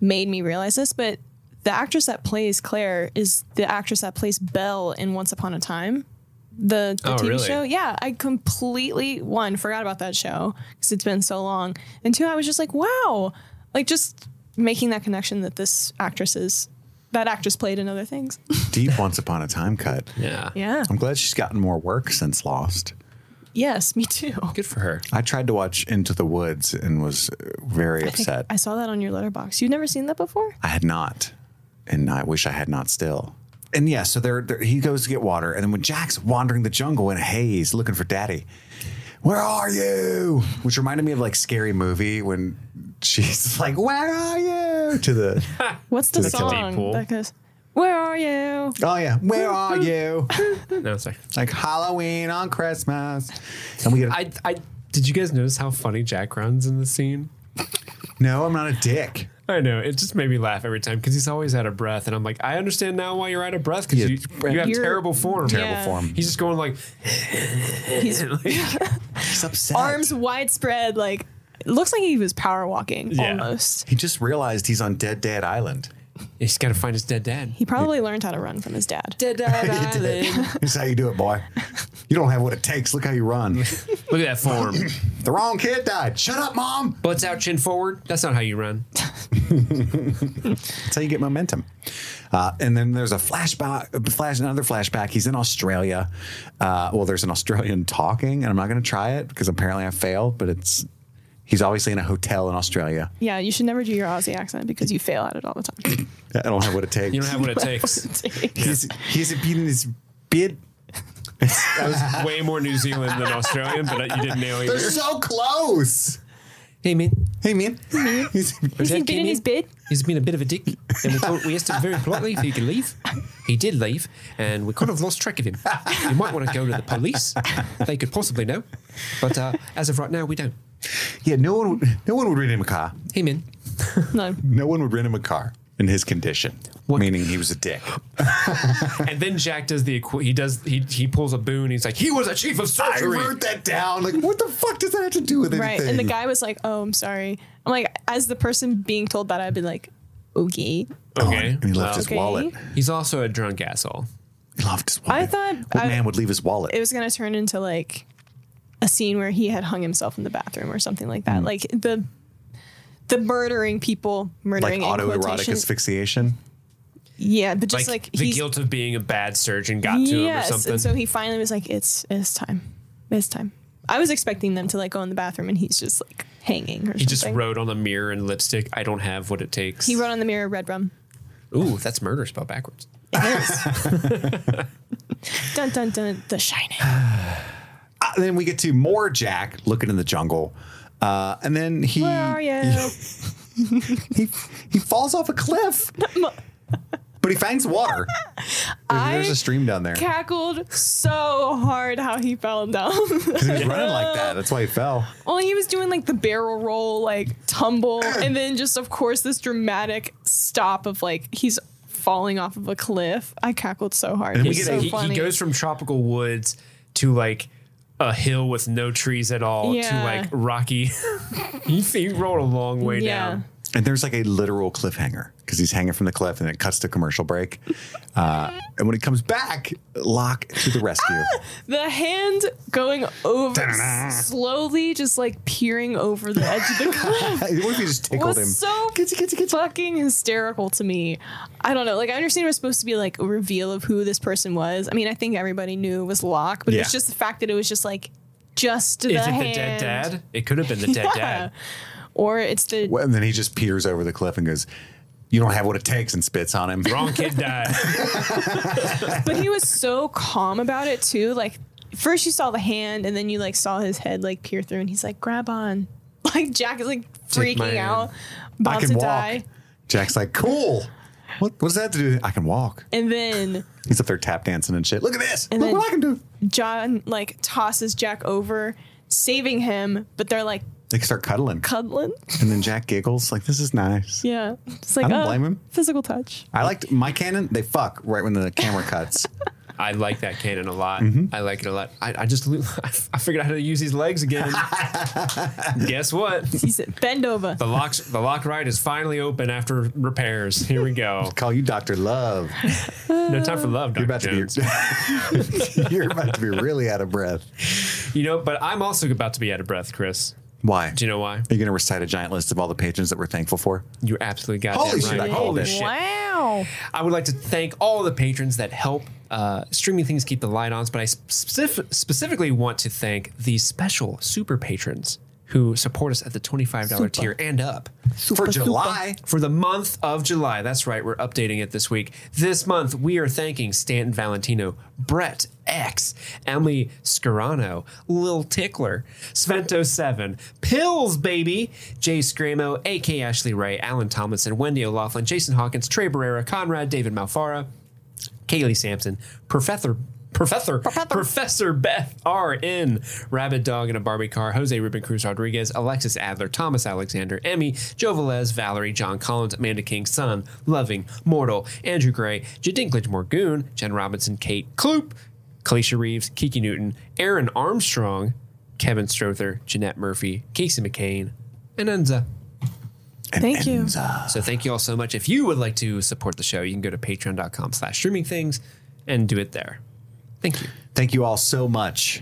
Speaker 2: made me realize this, but the actress that plays Claire is the actress that plays Belle in Once Upon a Time. The, the
Speaker 3: Oh,
Speaker 2: TV
Speaker 3: really?
Speaker 2: show. Yeah, I completely one forgot about that show because it's been so long, and two, I was just like, wow, like just making that connection that this actress is that actress played in other things.
Speaker 1: Deep once upon a time cut.
Speaker 3: Yeah.
Speaker 2: yeah.
Speaker 1: I'm glad she's gotten more work since Lost.
Speaker 2: Yes, me too.
Speaker 3: Good for her.
Speaker 1: I tried to watch Into the Woods and was uh, very
Speaker 2: I think
Speaker 1: upset.
Speaker 2: I saw that on your letterbox. You've never seen that before?
Speaker 1: I had not, and I wish I had not still. And yeah, so there, there he goes to get water, and then when Jack's wandering the jungle in a haze looking for Daddy, where are you? Which reminded me of like scary movie when she's like, "Where are you?" To the
Speaker 2: What's the
Speaker 1: the kill.
Speaker 2: song
Speaker 3: Deadpool.
Speaker 2: that goes, Where are you?
Speaker 1: oh yeah, where are you?
Speaker 3: No, sorry.
Speaker 1: Like Halloween on Christmas, and we get
Speaker 3: I I did you guys notice how funny Jack runs in the scene?
Speaker 1: no, I'm not a dick.
Speaker 3: I know it just made me laugh every time because he's always out of breath, and I'm like, I understand now why you're out of breath because
Speaker 1: Yeah.
Speaker 3: you, you have
Speaker 2: You're-
Speaker 3: terrible form.
Speaker 2: Terrible Yeah.
Speaker 1: form.
Speaker 3: He's just going like,
Speaker 2: He's
Speaker 1: He's upset.
Speaker 2: arms widespread, like, It looks like he was power walking
Speaker 4: Yeah.
Speaker 2: almost.
Speaker 1: He just realized he's on Dead Dad Island.
Speaker 4: He's got to find his dead dad.
Speaker 2: He probably learned how to run from his dad.
Speaker 4: Dead dad island.
Speaker 1: This is how you do it, boy. You don't have what it takes. Look how you run.
Speaker 4: Look at that form.
Speaker 1: the wrong kid died. Shut up, mom.
Speaker 4: Butts out, chin forward. That's not how you run.
Speaker 1: That's how you get momentum. Uh, and then there's a flashback, flash, another flashback. He's in Australia. Uh, well, there's an Australian talking, and I'm not going to try it because apparently I failed. But it's he's obviously in a hotel in Australia.
Speaker 2: Yeah, you should never do your Aussie accent because you fail at it all the time.
Speaker 1: I don't have what it takes.
Speaker 4: You don't have what it takes.
Speaker 1: he's he's been in his bid.
Speaker 4: That was way more New Zealand than Australian, but you didn't nail
Speaker 1: They're
Speaker 4: either.
Speaker 1: so close.
Speaker 4: Hey man,
Speaker 1: Hey man, He's-
Speaker 2: He's
Speaker 4: that
Speaker 2: been in
Speaker 4: Kenny?
Speaker 2: his bid.
Speaker 4: he's been a bit of a dick, and we told we asked him very politely if he could leave. He did leave, and we kind of lost track of him. You might want to go to the police; they could possibly know. But uh, as of right now, we don't.
Speaker 1: yeah. No one, would- no one would rent him a car.
Speaker 4: Hey man,
Speaker 2: No.
Speaker 1: No one would rent him a car in his condition.
Speaker 4: What-
Speaker 1: Meaning he was a dick.
Speaker 4: and then Jack does the equi- he does he he pulls a boon. He's like, he was a chief of
Speaker 1: I wrote that down. Like, what the fuck does that have to do with anything?
Speaker 2: Right. And the guy was like, Oh, I'm sorry. I'm like, as the person being told that, I'd be like, Okay.
Speaker 4: Okay,
Speaker 1: and he left
Speaker 4: well,
Speaker 1: his
Speaker 2: Okay.
Speaker 1: wallet.
Speaker 4: he's also a drunk asshole.
Speaker 1: He left his wallet.
Speaker 2: I thought-
Speaker 1: what
Speaker 2: I-
Speaker 1: man would leave his wallet?
Speaker 2: It was going to turn into like a scene where he had hung himself in the bathroom or something like that. Like the. The murdering people,
Speaker 1: Mm. like
Speaker 2: murdering in
Speaker 1: autoerotic
Speaker 2: quotation-
Speaker 1: asphyxiation.
Speaker 2: Yeah, but just like,
Speaker 4: the
Speaker 2: he's
Speaker 4: guilt of being a bad surgeon got to him or
Speaker 2: yes.
Speaker 4: something.
Speaker 2: And so he finally was like, "It's it's time, it's time." I was expecting them to like go in the bathroom, and he's just like hanging or
Speaker 4: he
Speaker 2: something.
Speaker 4: just wrote on the mirror in lipstick, "I don't have what it takes."
Speaker 2: He wrote on the mirror, "Red rum."
Speaker 4: "Ooh, that's murder spelled backwards."
Speaker 2: Dun dun dun. The Shining.
Speaker 1: Uh, then we get to more Jack looking in the jungle. Uh, and then he
Speaker 2: Where are you?
Speaker 1: he he falls off a cliff, but he finds water. There's, there's a stream down there.
Speaker 2: Cackled so hard how he fell down.
Speaker 1: 'Cause he was running like that. That's why he fell.
Speaker 2: well, he was doing like the barrel roll, like tumble, and then just of course this dramatic stop of like he's falling off of a cliff. I cackled so hard.
Speaker 1: And we
Speaker 2: It was
Speaker 1: get
Speaker 2: so
Speaker 1: a-
Speaker 4: he, he
Speaker 2: funny.
Speaker 4: goes from tropical woods to like a hill with no trees at all to
Speaker 2: Yeah.
Speaker 4: like rocky. he, he rolled a long way
Speaker 2: Yeah.
Speaker 4: down.
Speaker 1: And there's like a literal cliffhanger because he's hanging from the cliff and it cuts to commercial break. Uh, and when he comes back, Locke to the rescue.
Speaker 2: The hand going over slowly, just like peering over the edge of the cliff.
Speaker 1: what if he just tickled
Speaker 2: Ah! was
Speaker 1: him?
Speaker 2: so fucking hysterical to me. I don't know. Like I understand it was supposed to be like a reveal of who this person was. I mean, I think everybody knew it was Locke, but it
Speaker 1: Yeah.
Speaker 2: was just the fact that it was just like just the
Speaker 4: Is it
Speaker 2: hand.
Speaker 4: the dead dad? It could have been the dead
Speaker 2: Yeah.
Speaker 4: dad.
Speaker 2: Or it's the
Speaker 1: Well, and then he just peers over the cliff and goes, "You don't have what it takes," and spits on him.
Speaker 4: Wrong kid died.
Speaker 2: but he was so calm about it too. Like first you saw the hand and then you like saw his head like peer through and he's like, grab on. Like Jack is like
Speaker 4: Take my
Speaker 2: freaking out,
Speaker 4: hand.
Speaker 1: I
Speaker 2: about
Speaker 1: can
Speaker 2: to
Speaker 1: walk.
Speaker 2: die.
Speaker 1: Jack's like, "Cool." What, what does that have to do? I can walk.
Speaker 2: And then
Speaker 1: He's up there tap dancing and shit. Look at this.
Speaker 2: And
Speaker 1: Look
Speaker 2: then-
Speaker 1: what I can do.
Speaker 2: John like tosses Jack over, saving him, but they're like
Speaker 1: They start cuddling,
Speaker 2: cuddling.
Speaker 1: and then Jack giggles like, "This is nice."
Speaker 2: Yeah. It's like
Speaker 1: I don't
Speaker 2: uh,
Speaker 1: blame him.
Speaker 2: Physical touch.
Speaker 1: I liked my canon. They fuck right when the camera cuts.
Speaker 4: I like that cannon a lot. I like it a lot. I, I just lo- I, I figured out how to use these legs again. Guess what?
Speaker 2: He said, bend over.
Speaker 4: The lock the lock ride is finally open after repairs. Here we go.
Speaker 1: Call you Doctor Love.
Speaker 4: No time for love,
Speaker 1: You're
Speaker 4: Dr.
Speaker 1: about
Speaker 4: Jones.
Speaker 1: to be. you're about to be really out of breath.
Speaker 4: You know, but I'm also about to be out of breath, Chris.
Speaker 1: Why?
Speaker 4: Do you know why?
Speaker 1: Are you going to recite a giant list of all the patrons that we're thankful for?
Speaker 4: You're absolutely goddamn
Speaker 1: Holy shit,
Speaker 4: right.
Speaker 1: I called it.
Speaker 2: Wow.
Speaker 4: I would like to thank all the patrons that help uh, streaming things keep the light on, but I specif- specifically want to thank the special super patrons who support us at the $25 tier and up.
Speaker 1: for July.
Speaker 4: For the month of July, that's right, we're updating it this week. This month, we are thanking Stanton Valentino, Brett X, Emily Scarano, Lil Tickler, Svento7, Pills Baby, Jay Scramo, AK Ashley Ray, Alan Tomlinson, Wendy O'Laughlin, Jason Hawkins, Trey Barrera, Conrad, David Malfara, Kaylee Sampson, Professor Professor Professor Beth R. N. Rabid Dog in a Barbie Car, Jose Ruben Cruz Rodriguez, Alexis Adler, Thomas Alexander, Emmy, Joe Velez, Valerie, John Collins, Amanda King, Son, Loving, Mortal, Andrew Gray, Jadinklage Morgoon, Jen Robinson, Kate Kloop, Kalisha Reeves, Kiki Newton, Aaron Armstrong, Kevin Strother, Jeanette Murphy, Casey McCain,
Speaker 3: and Enza.
Speaker 1: And
Speaker 2: Thank you.
Speaker 1: Enza.
Speaker 3: So thank you all so much. If you would like to support the show, you can go to patreon.com slash streaming things and do it there. Thank you.
Speaker 5: Thank you all so much.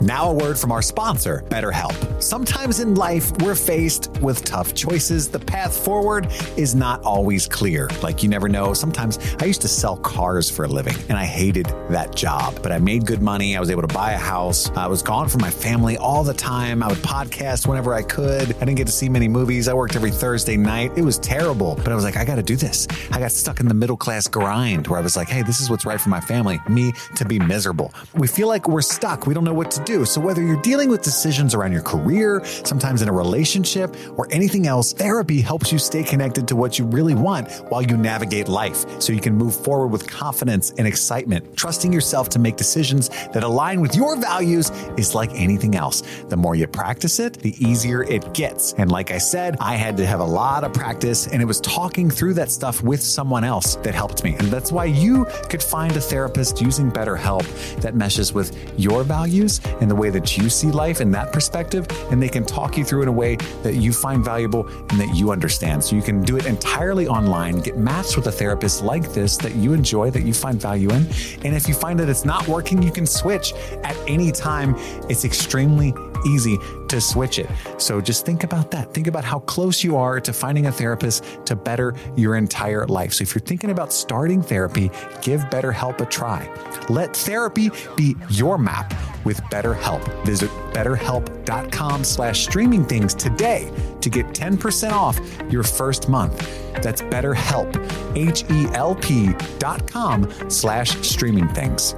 Speaker 5: Now, a word from our sponsor, BetterHelp. Sometimes in life, we're faced with tough choices. The path forward is not always clear. Like, you never know. Sometimes I used to sell cars for a living and I hated that job, but I made good money. I was able to buy a house. I was gone from my family all the time. I would podcast whenever I could. I didn't get to see many movies. I worked every Thursday night. It was terrible, but I was like, I got to do this. I got stuck in the middle class grind where I was like, hey, this is what's right for my family, me to be miserable. We feel like we're stuck. We don't know what to do. So, whether you're dealing with decisions around your career, sometimes in a relationship, or anything else, therapy helps you stay connected to what you really want while you navigate life so you can move forward with confidence and excitement. Trusting yourself to make decisions that align with your values is like anything else. The more you practice it, the easier it gets. And like I said, I had to have a lot of practice, and it was talking through that stuff with someone else that helped me. And that's why you could find a therapist using BetterHelp that meshes with your values and the way that you see life in that perspective. And they can talk you through in a way that you find valuable and that you understand. So you can do it entirely online, get matched with a therapist like this that you enjoy, that you find value in. And if you find that it's not working, you can switch at any time. It's extremely easy to switch it. So just think about that. Think about how close you are to finding a therapist to better your entire life. So if you're thinking about starting therapy, give BetterHelp a try. Let therapy be your map with BetterHelp. Visit betterhelp.com slash streaming things today to get 10% off your first month. That's betterhelp, H-E-L-P dot com slash streaming things.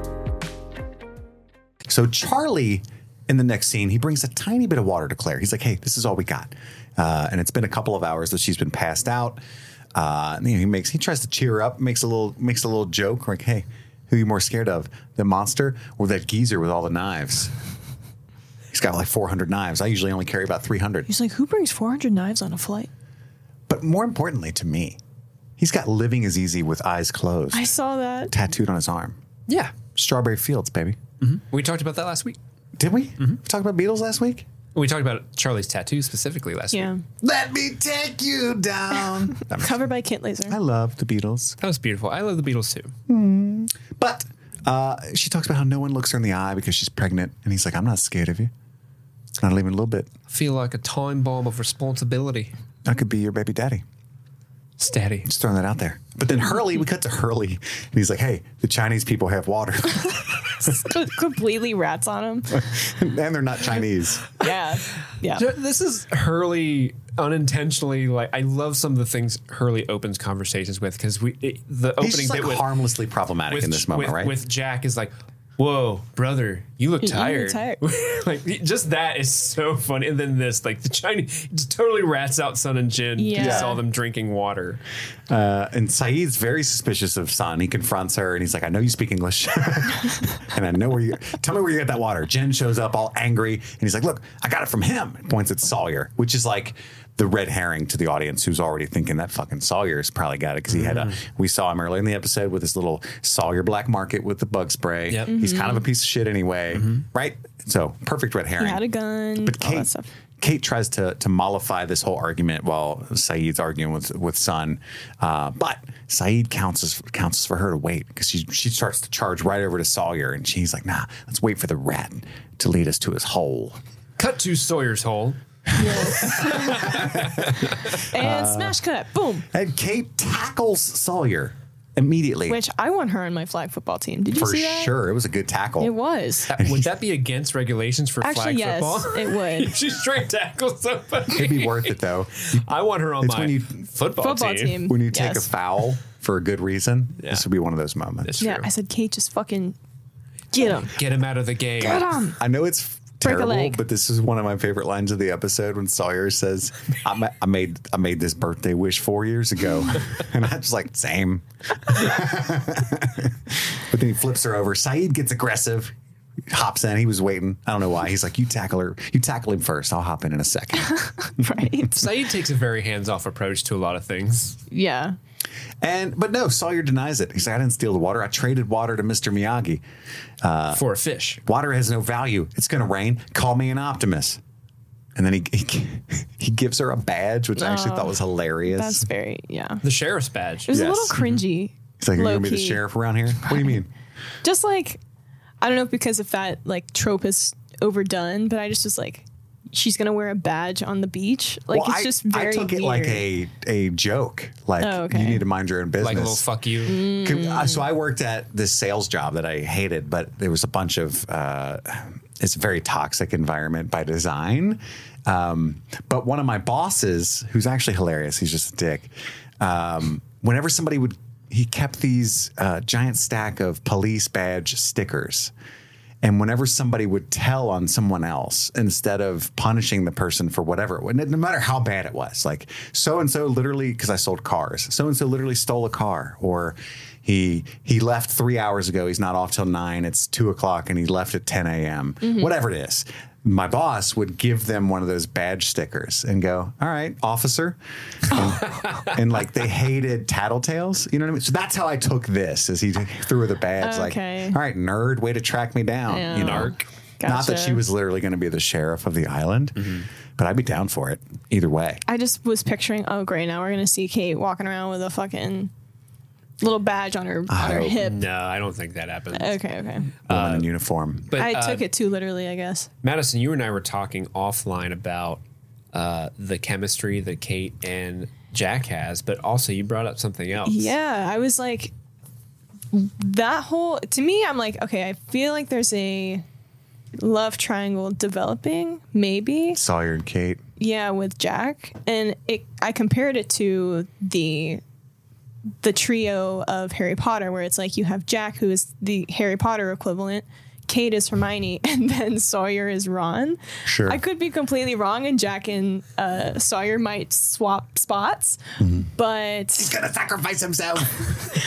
Speaker 1: So Charlie, in the next scene, he brings a tiny bit of water to Claire. He's like, "Hey, this is all we got," uh, and it's been a couple of hours that she's been passed out. Uh, and, you know, he makes he tries to cheer her up, makes a little makes a little joke like, "Hey, who are you more scared of, the monster or that geezer with all the knives?" He's got like 400 knives. I usually only carry about 300.
Speaker 2: He's like, who brings 400 knives on a flight?
Speaker 1: But more importantly to me, he's got living is easy with eyes closed,
Speaker 2: I saw that.
Speaker 1: tattooed on his arm.
Speaker 3: Yeah.
Speaker 1: Strawberry Fields, baby.
Speaker 3: We talked about that last week.
Speaker 1: Did we? We talked about Beatles last week?
Speaker 3: We talked about Charlie's tattoo specifically last
Speaker 2: Yeah.
Speaker 3: week.
Speaker 1: Let me take you down.
Speaker 2: Covered by Kent Laser.
Speaker 1: I love the Beatles.
Speaker 3: That was beautiful. I love the Beatles too.
Speaker 1: But uh, she talks about how no one looks her in the eye because she's pregnant. And he's like, I'm not scared of you. Not even a little bit.
Speaker 3: I feel like a time bomb of responsibility.
Speaker 1: I could be your baby daddy.
Speaker 3: Steady.
Speaker 1: Just throwing that out there. But then Hurley, we cut to Hurley. And he's like, hey, the Chinese people have water.
Speaker 2: Co- completely rats on him.
Speaker 1: and they're not Chinese.
Speaker 2: Yeah. Yeah.
Speaker 3: This is Hurley unintentionally like I love some of the things Hurley opens conversations with because we it, the
Speaker 1: He's
Speaker 3: opening
Speaker 1: just, like
Speaker 3: bit with
Speaker 1: harmlessly problematic in this moment,
Speaker 3: with,
Speaker 1: right?
Speaker 3: with Jack is like, "Whoa, brother, you look
Speaker 2: You look
Speaker 3: tired."
Speaker 2: tired.
Speaker 3: like just that is so funny. And then this, like the Chinese, just totally rats out Sun and Jin. Yeah.
Speaker 2: Yeah.
Speaker 3: saw them drinking water.
Speaker 1: uh, and Saeed's very suspicious of San. He confronts her and he's like, I know you speak English. and I know where you tell me where you got that water. Jen shows up all angry and he's like, Look, I got it from him. And points at Sawyer, which is like the red herring to the audience who's already thinking that fucking Sawyer's probably got it because he had a we saw him earlier in the episode with his little Sawyer black market with the bug spray.
Speaker 3: Yep.
Speaker 1: He's kind of a piece of shit anyway. Right? So perfect red herring.
Speaker 2: He had a gun.
Speaker 1: But
Speaker 2: Mm, all that
Speaker 1: Kate,
Speaker 2: stuff.
Speaker 1: Kate tries to to mollify this whole argument while Saeed's arguing with with Sun, uh, but Saeed counsels counsels for her to wait because she she starts to charge right over to Sawyer, and she's like, "Nah, let's wait for the rat to lead us to his hole."
Speaker 3: Cut to Sawyer's hole.
Speaker 1: Uh,
Speaker 2: And smash cut. Boom.
Speaker 1: And Kate tackles Sawyer immediately.
Speaker 2: Which I want her on my flag football team. Did you
Speaker 1: for
Speaker 2: see that?
Speaker 1: sure, it was a good tackle.
Speaker 2: It was.
Speaker 3: That- would that be against regulations for
Speaker 2: Actually,
Speaker 3: flag
Speaker 2: yes,
Speaker 3: football?
Speaker 2: it would.
Speaker 3: if she straight tackles somebody,
Speaker 1: It'd be worth it though. You-
Speaker 3: I want her on
Speaker 1: It's
Speaker 3: my
Speaker 1: when you-
Speaker 3: football,
Speaker 2: Football team.
Speaker 1: when you take
Speaker 2: Yes.
Speaker 1: a foul for a good reason, this would be one of those moments.
Speaker 3: It's
Speaker 2: Yeah,
Speaker 3: true.
Speaker 2: I said, Kate, just fucking get him.
Speaker 3: Get him out of the game.
Speaker 2: Get him.
Speaker 1: I know it's
Speaker 2: Break a
Speaker 1: terrible,
Speaker 2: leg.
Speaker 1: but this is one of my favorite lines of the episode when Sawyer says, "I, ma- I made I made this birthday wish four years ago," and I was like, "Same." but then he flips her over. Saeed gets aggressive. Hops in. He was waiting. I don't know why. He's like, "You tackle her. You tackle him first. I'll hop in in a second.
Speaker 2: Right.
Speaker 3: Saeed takes a very hands-off approach to a lot of things.
Speaker 2: yeah.
Speaker 1: And but no, Sawyer denies it. He's like, "I didn't steal the water. I traded water to Mister Miyagi.
Speaker 3: for a fish.
Speaker 1: Water has no value. It's going to rain. Call me an optimist." And then he, he he gives her a badge, which I actually thought was hilarious.
Speaker 2: Oh, That's very yeah.
Speaker 3: The sheriff's badge.
Speaker 2: It was a
Speaker 1: Yes. Mm-hmm.
Speaker 2: little cringy.
Speaker 1: He's like, "You're gonna be the
Speaker 2: low-key.
Speaker 1: sheriff around here." What do you mean?
Speaker 2: Just like I don't know if because if that like trope is overdone, but I just was like, she's gonna wear a badge on the beach. Like
Speaker 1: Well,
Speaker 2: it's
Speaker 1: I-
Speaker 2: just very
Speaker 1: I took
Speaker 2: weird.
Speaker 1: it like a a joke. Like
Speaker 2: Oh, okay.
Speaker 1: you need to mind your own business.
Speaker 3: Like a little fuck you.
Speaker 2: Mm.
Speaker 1: Can- uh, So I worked at this sales job that I hated, but there was a bunch of uh, it's a very toxic environment by design. Um, but one of my bosses, who's actually hilarious, he's just a dick. Um, whenever somebody would, he kept these uh, giant stack of police badge stickers. And whenever somebody would tell on someone else, instead of punishing the person for whatever, it was, no matter how bad it was, like so and so literally, because I sold cars, so and so literally stole a car, or he he left three hours ago. He's not off till nine. It's two o'clock, and he left at ten a.m. Whatever it is, my boss would give them one of those badge stickers and go, "All right, officer," and, and, like they hated tattletales. You know what I mean? So that's how I took this. Is he threw her the badge,
Speaker 2: Okay.
Speaker 1: like, "All right, nerd, way to track me down."
Speaker 2: Yeah.
Speaker 1: You know,
Speaker 3: Narc.
Speaker 1: not that
Speaker 2: Gotcha.
Speaker 1: she was literally going to be the sheriff of the island, but I'd be down for it either way.
Speaker 2: I just was picturing, oh great, now we're gonna see Kate walking around with a fucking little badge on her, on her
Speaker 1: Oh,
Speaker 2: hip.
Speaker 3: No, I don't think that happens.
Speaker 2: Okay, okay.
Speaker 1: Woman in uniform.
Speaker 3: But
Speaker 2: I
Speaker 3: uh,
Speaker 2: took it too literally, I guess.
Speaker 3: Madison, you and I were talking offline about uh, the chemistry that Kate and Jack has, but also you brought up something else.
Speaker 2: Yeah, I was like that whole to me I'm like okay, I feel like there's a love triangle developing maybe.
Speaker 1: Sawyer and Kate.
Speaker 2: Yeah, with Jack and it I compared it to the the trio of Harry Potter where it's like you have Jack who is the Harry Potter equivalent, Kate is Hermione and then Sawyer is Ron.
Speaker 1: Sure.
Speaker 2: I could be completely wrong and Jack and uh, Sawyer might swap spots, but
Speaker 1: Gonna sacrifice himself.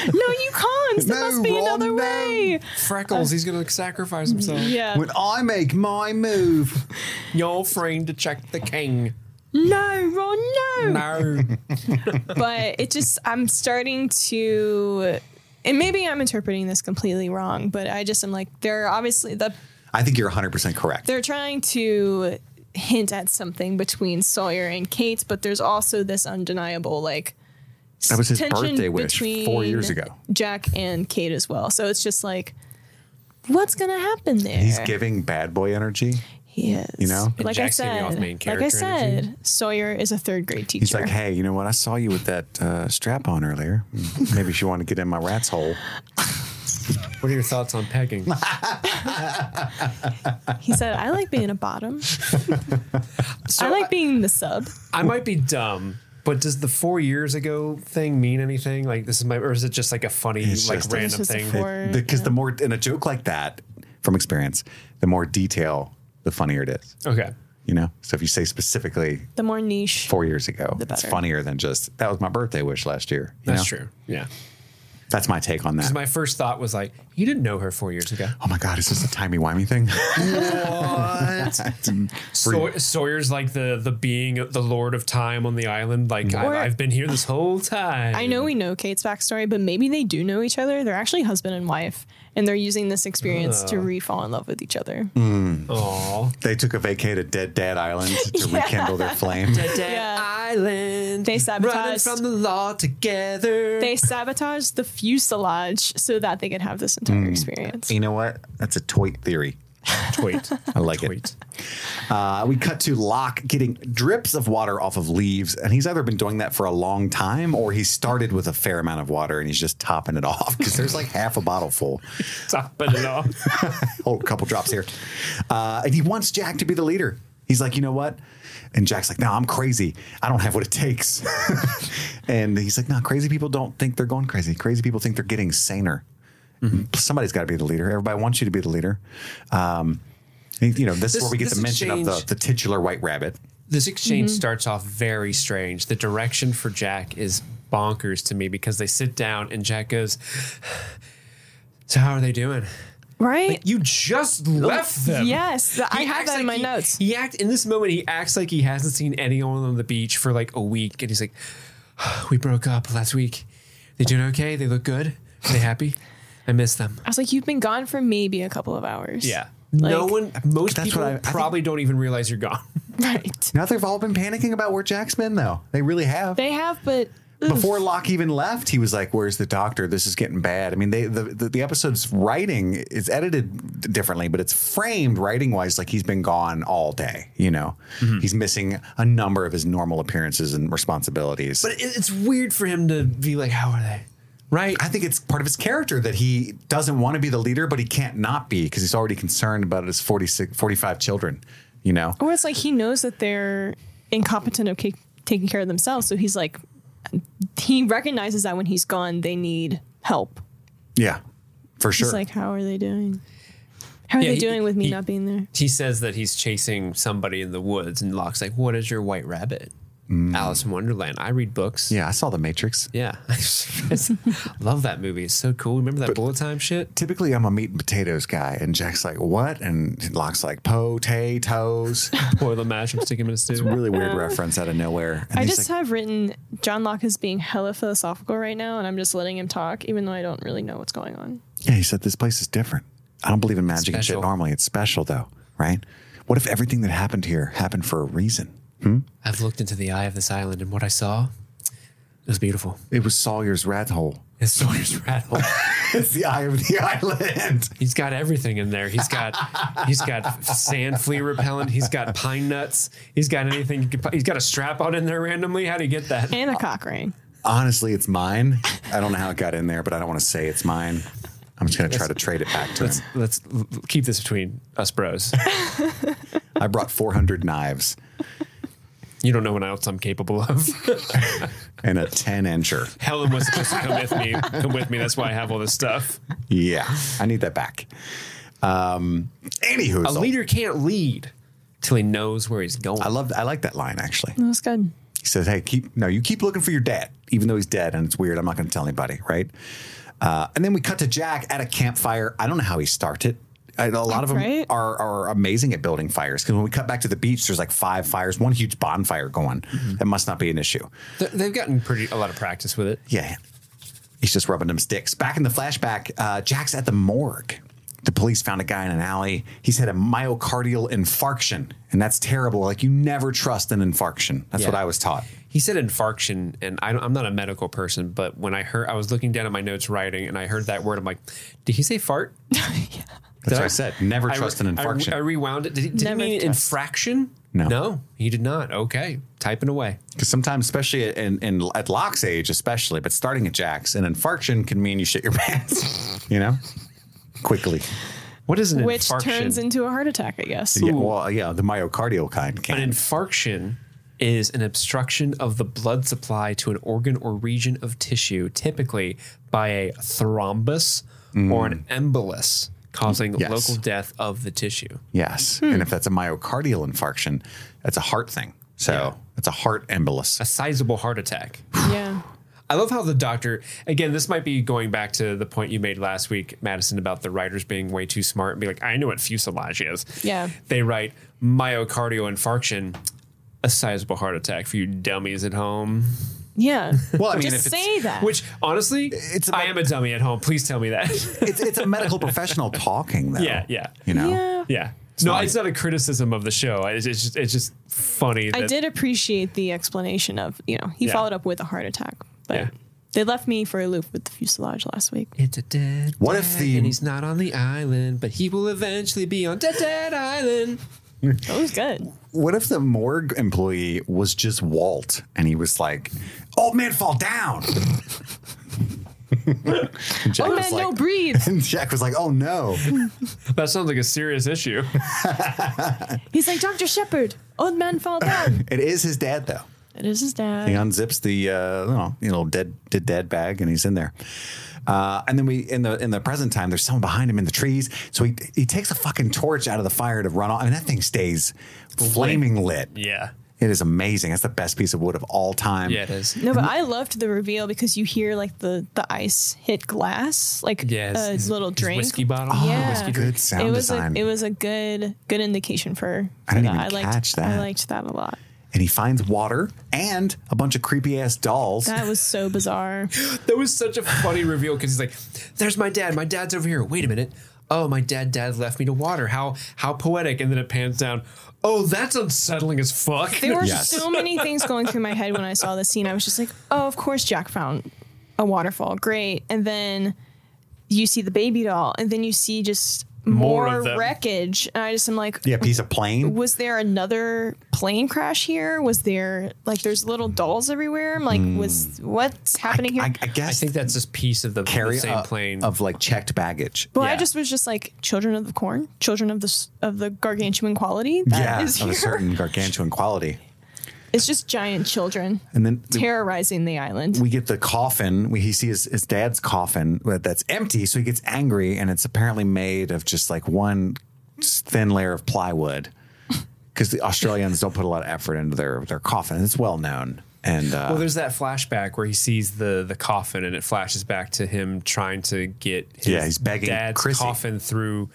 Speaker 2: no, you can't. There
Speaker 1: No,
Speaker 2: must be
Speaker 1: Ron,
Speaker 2: another
Speaker 1: no.
Speaker 2: way.
Speaker 3: Freckles, he's going to sacrifice himself.
Speaker 2: Yeah.
Speaker 1: when I make my move,
Speaker 3: Your friend to check the king.
Speaker 2: no, Ron, no.
Speaker 3: No.
Speaker 2: But it just, I'm starting to, and maybe I'm interpreting this completely wrong, but I just am like, they're obviously, the,
Speaker 1: I think you're 100% correct.
Speaker 2: they're trying to hint at something between Sawyer and Kate, but there's also this undeniable, like,
Speaker 1: That was his
Speaker 2: tension
Speaker 1: birthday wish four
Speaker 2: between
Speaker 1: years ago.
Speaker 2: Jack and Kate as well. So it's just like, what's going to happen there?
Speaker 1: He's giving bad boy energy.
Speaker 2: He is. You
Speaker 1: know?
Speaker 3: And
Speaker 2: like
Speaker 3: Jack's
Speaker 2: I
Speaker 3: giving
Speaker 2: said,
Speaker 3: off main
Speaker 2: like I
Speaker 3: character
Speaker 2: said,
Speaker 3: energy.
Speaker 2: Sawyer is a third grade teacher.
Speaker 1: He's like, hey, you know what? I saw you with that uh, strap on earlier. Maybe she wanted to get in my rat's hole.
Speaker 3: what are your thoughts on pegging?
Speaker 2: he said, I like being a bottom. I like being the sub.
Speaker 3: I might be dumb, but does the four years ago thing mean anything? Like this is my, or is it just like a funny,
Speaker 1: It's
Speaker 3: like
Speaker 1: just a-
Speaker 2: It's
Speaker 3: random
Speaker 2: just a
Speaker 3: thing?
Speaker 2: four- Or,
Speaker 1: Because the more, in a joke like that, from experience, the more detail, the funnier it is.
Speaker 3: Okay.
Speaker 1: You know? So if you say specifically
Speaker 2: The more niche.
Speaker 1: four years ago, it's
Speaker 2: better.
Speaker 1: funnier than just, that was my birthday wish last year. you
Speaker 3: That's
Speaker 1: know?
Speaker 3: true. Yeah.
Speaker 1: That's my take on that.
Speaker 3: 'Cause My first thought was like, you didn't know her four years ago.
Speaker 1: oh my God, is this a timey-wimey thing?
Speaker 3: Saw- Sawyer's like the the being, the Lord of Time on the island. Like
Speaker 2: Or-
Speaker 3: I, I've been here this whole time.
Speaker 2: I know we know Kate's backstory, but maybe they do know each other. They're actually husband and wife, and they're using this experience
Speaker 3: Oh.
Speaker 2: to re fall in love with each other.
Speaker 3: Aw.
Speaker 1: they took a vacate at Dead Dad Island to
Speaker 2: Yeah.
Speaker 1: rekindle their flame.
Speaker 2: Yeah.
Speaker 3: Island.
Speaker 2: They sabotaged-
Speaker 3: Running from the law together.
Speaker 2: They sabotaged the fuselage so that they could have this entire experience.
Speaker 1: you know what? That's a toit theory.
Speaker 3: tweet.
Speaker 1: I like it. Uh, we cut to Locke getting drips of water off of leaves, and he's either been doing that for a long time or he started with a fair amount of water and he's just topping it off because there's like half a bottle full.
Speaker 3: Stop it all.
Speaker 1: Oh, a couple drops here. Uh, and he wants Jack to be the leader. He's like, you know what? And Jack's like, no, I'm crazy. I don't have what it takes. and he's like, no, crazy people don't think they're going crazy. Crazy people think they're getting saner.
Speaker 3: Mm-hmm.
Speaker 1: Somebody's got to be the leader. Everybody wants you to be the leader. Um, and, you know, this, is
Speaker 3: This-
Speaker 1: where we get
Speaker 3: this
Speaker 1: the mention of
Speaker 3: exchange-
Speaker 1: the, the titular white rabbit.
Speaker 3: This
Speaker 2: Mm-hmm.
Speaker 3: exchange starts off very strange. The direction for Jack is bonkers to me because they sit down and Jack goes, So how are they doing?
Speaker 2: Right?
Speaker 3: Like you just left them.
Speaker 2: Yes. th- I
Speaker 3: He
Speaker 2: have
Speaker 3: acts
Speaker 2: that in my
Speaker 3: like he-
Speaker 2: notes.
Speaker 3: He act in this moment. He acts like he hasn't seen anyone on the beach for like a week, and he's like, "We broke up last week. They doing okay? They look good. Are they happy? I miss them."
Speaker 2: I was like, you've been gone for maybe a couple of hours.
Speaker 3: no
Speaker 2: Like-
Speaker 3: one. Most
Speaker 1: That's
Speaker 3: people
Speaker 1: what I- I think-
Speaker 3: probably don't even realize you're gone.
Speaker 2: Right.
Speaker 1: Now they've all been panicking about where Jack's been, though. They really have.
Speaker 2: They have, but oof.
Speaker 1: Before Locke even left, he was like, "Where's the doctor? This is getting bad." I mean, they the the, the episode's writing is edited d- differently, but it's framed writing wise like he's been gone all day. You know,
Speaker 3: Mm-hmm.
Speaker 1: he's missing a number of his normal appearances and responsibilities.
Speaker 3: But it, it's weird for him to be like, how are they? Right?
Speaker 1: I think it's part of his character that he doesn't want to be the leader, but he can't not be because he's already concerned about his 46, 45 children. You know,
Speaker 3: Oh.
Speaker 2: Or it's like he knows that they're incompetent of ca- taking care of themselves, so he's like, he recognizes that when he's gone, they need help.
Speaker 1: yeah, for sure.
Speaker 2: It's like, how are they doing? How are
Speaker 3: Yeah,
Speaker 2: they
Speaker 3: he-
Speaker 2: doing with me
Speaker 3: he-
Speaker 2: not being there?
Speaker 3: He says that he's chasing somebody in the woods, and Locke's like, What is your white rabbit? Alice in Wonderland. I read books.
Speaker 1: Mm. yeah, I saw the Matrix.
Speaker 3: Yeah. Love that movie. It's so cool. Remember that bullet time shit?
Speaker 1: typically I'm a meat and potatoes guy, and Jack's like, "What?" and Locke's like, "Potatoes."
Speaker 3: Boil the mash and stick him in a stew.
Speaker 1: really weird reference out of nowhere. And
Speaker 2: I
Speaker 1: he's
Speaker 2: just
Speaker 1: like,
Speaker 2: have written John Locke is being hella philosophical right now, and I'm just letting him talk, even though I don't really know what's going on.
Speaker 1: "Yeah," he said, "This place is different. I don't believe in magic and shit
Speaker 3: Special.
Speaker 1: normally. It's special though, right? What if everything that happened here happened for a reason?
Speaker 3: I've looked into the eye of this island, and what I saw it was beautiful.
Speaker 1: It was Sawyer's rat hole.
Speaker 3: His Sawyer's rattle.
Speaker 1: it's the eye of the island.
Speaker 3: He's got everything in there. He's got he's got sand flea repellent. He's got pine nuts. He's got anything. You could, pu- he's got a strap on in there randomly. How do you get that?
Speaker 2: And a cock ring.
Speaker 1: Honestly, it's mine. I don't know how it got in there, but I don't want to say it's mine. I'm just gonna try to trade it back to him.
Speaker 3: Let's let's l- keep this between us bros.
Speaker 1: I brought 400 knives
Speaker 3: You don't know what else I'm capable of.
Speaker 1: and a 10 incher.
Speaker 3: Helen was supposed to come with me. Come with me. That's why I have all this stuff.
Speaker 1: Yeah, I need that back. Um, anywho,
Speaker 3: A
Speaker 1: so-
Speaker 3: leader can't lead till he knows where he's going.
Speaker 1: I love. I like that line actually.
Speaker 2: That was good.
Speaker 1: He says, "Hey, keep no, you keep looking for your dad, even though he's dead, and it's weird. I'm not going to tell anybody, right?" Uh, and then we cut to Jack at a campfire. I don't know how he started. I- A lot of them
Speaker 2: Right.
Speaker 1: are, are amazing at building fires because when we cut back to the beach, there's like five fires, one huge bonfire going. That must not be an issue.
Speaker 3: Th- They've gotten pretty a lot of practice with it.
Speaker 1: Yeah. He's just rubbing them sticks. Back in the flashback, uh, Jack's at the morgue. The police found a guy in an alley. He's had a myocardial infarction, and that's terrible. Like, you never trust an infarction. That's
Speaker 3: Yeah.
Speaker 1: what I was taught.
Speaker 3: He said infarction, and I don't, I'm not a medical person, but when I heard, I was looking down at my notes writing, and I heard that word. I'm like, did he say fart?
Speaker 1: That's what I said. Never trust an infarction.
Speaker 3: I, I rewound it. Did he, did he
Speaker 2: Never
Speaker 3: mean
Speaker 2: trust.
Speaker 3: infraction?
Speaker 1: No.
Speaker 3: no, he did not. Okay, typing away.
Speaker 1: Because sometimes, especially in, in at Locke's age, especially, but starting at Jack's, an infarction can mean you shit your pants, you know, quickly.
Speaker 3: What is an
Speaker 2: Which
Speaker 3: infarction?
Speaker 2: turns into a heart attack, I guess.
Speaker 1: Yeah, well, yeah, the myocardial kind can.
Speaker 3: an infarction is an obstruction of the blood supply to an organ or region of tissue, typically by a thrombus or an embolus, causing
Speaker 1: Yes.
Speaker 3: local death of the tissue. Hmm.
Speaker 1: yes. And if that's a myocardial infarction, that's a heart thing. So it's a heart embolus.
Speaker 3: A sizable heart attack.
Speaker 2: Yeah.
Speaker 3: I love how the doctor, again, this might be going back to the point you made last week, Madison, about the writers being way too smart and be like, I know what fuselage is.
Speaker 2: Yeah.
Speaker 3: They write myocardial infarction, a sizable heart attack for you dummies at home.
Speaker 2: Yeah.
Speaker 1: Well, I mean, if
Speaker 2: Just
Speaker 1: it's-
Speaker 2: say that.
Speaker 3: Which, honestly,
Speaker 1: It's
Speaker 3: I am a dummy at home. Please tell me that.
Speaker 1: it's it's a medical professional talking though.
Speaker 3: Yeah, yeah.
Speaker 1: You know.
Speaker 2: yeah.
Speaker 3: yeah. no,
Speaker 1: not-
Speaker 3: it's not a criticism of the show. It's, it's just, it's just funny.
Speaker 2: I
Speaker 3: that-
Speaker 2: did appreciate the explanation of, you know, he
Speaker 3: Yeah.
Speaker 2: followed up with a heart attack, but
Speaker 3: Yeah.
Speaker 2: they left me for a loop with the fuselage last week.
Speaker 3: It's a dead.
Speaker 1: What if
Speaker 3: dad,
Speaker 1: the-
Speaker 3: and he's not on the island, but he will eventually be on dead dead island.
Speaker 2: That was good.
Speaker 1: What if the morgue employee was just Walt and he was like, "Old man, fall down." And Jack
Speaker 2: Oh man,
Speaker 1: was like,
Speaker 2: no, breathe.
Speaker 1: And Jack was like, "Oh no!"
Speaker 3: That sounds like a serious issue.
Speaker 2: He's like Doctor Shepard. Old man, fall down.
Speaker 1: It is his dad though.
Speaker 2: it is his dad.
Speaker 1: He unzips the uh, you know, you know dead dead dad bag and he's in there. Uh, and then we in the in the present time, there's someone behind him in the trees. So he he takes a fucking torch out of the fire to run off. I mean, that thing stays flaming lit.
Speaker 3: yeah.
Speaker 1: It is amazing. That's the best piece of wood of all time.
Speaker 3: Yeah, it is.
Speaker 2: No, but I loved the reveal because you hear like the the ice hit glass, like
Speaker 3: Yeah, his-
Speaker 2: a
Speaker 3: his-
Speaker 2: little
Speaker 3: his
Speaker 2: drink.
Speaker 3: whiskey bottle.
Speaker 2: Yeah.
Speaker 3: Whiskey drink.
Speaker 1: Oh, Good sound
Speaker 2: it was
Speaker 1: design.
Speaker 2: a it was a good good indication for.
Speaker 1: I didn't
Speaker 2: for
Speaker 1: even
Speaker 2: liked,
Speaker 1: catch that.
Speaker 2: I liked that a lot.
Speaker 1: and he finds water and a bunch of creepy ass dolls.
Speaker 2: That was so bizarre.
Speaker 3: Oh, That was such a funny reveal because he's like, "There's my dad. My dad's over here. Wait a minute, oh my dead dad left me to water. How how poetic. And then it pans down. Oh, that's unsettling as fuck.
Speaker 2: There were
Speaker 5: Yes.
Speaker 2: so many things going through my head when I saw this scene. I was just like, oh, of course Jack found a waterfall. Great. And then you see the baby doll, and then you see just
Speaker 3: More
Speaker 2: more,
Speaker 3: of them.
Speaker 2: wreckage. And I just am like,
Speaker 1: Yeah, piece of plane.
Speaker 2: was there another plane crash here? Was there like there's little dolls everywhere? I'm like, was what's happening here?
Speaker 1: Hmm. I, I
Speaker 3: I
Speaker 1: guess
Speaker 3: think that's just piece of the, the
Speaker 1: carry
Speaker 3: same
Speaker 1: a-
Speaker 3: plane.
Speaker 1: of like checked baggage.
Speaker 2: well,
Speaker 3: yeah.
Speaker 2: I just was just like children of the corn, children of the s- of the gargantuan quality.
Speaker 1: yeah,
Speaker 2: that is
Speaker 1: of a
Speaker 2: here.
Speaker 1: certain gargantuan quality.
Speaker 2: It's just giant children
Speaker 1: And then the-
Speaker 2: terrorizing the island.
Speaker 1: we get the coffin. We, he sees his dad's coffin but that's empty, so he gets angry, and it's apparently made of just like one thin layer of plywood because the Australians don't put a lot of effort into their their coffin. It's well known, and uh,
Speaker 3: Well, there's that flashback where he sees the the coffin, and it flashes back to him trying to get his
Speaker 1: Yeah, he's begging
Speaker 3: dad's
Speaker 1: Chrissy.
Speaker 3: coffin through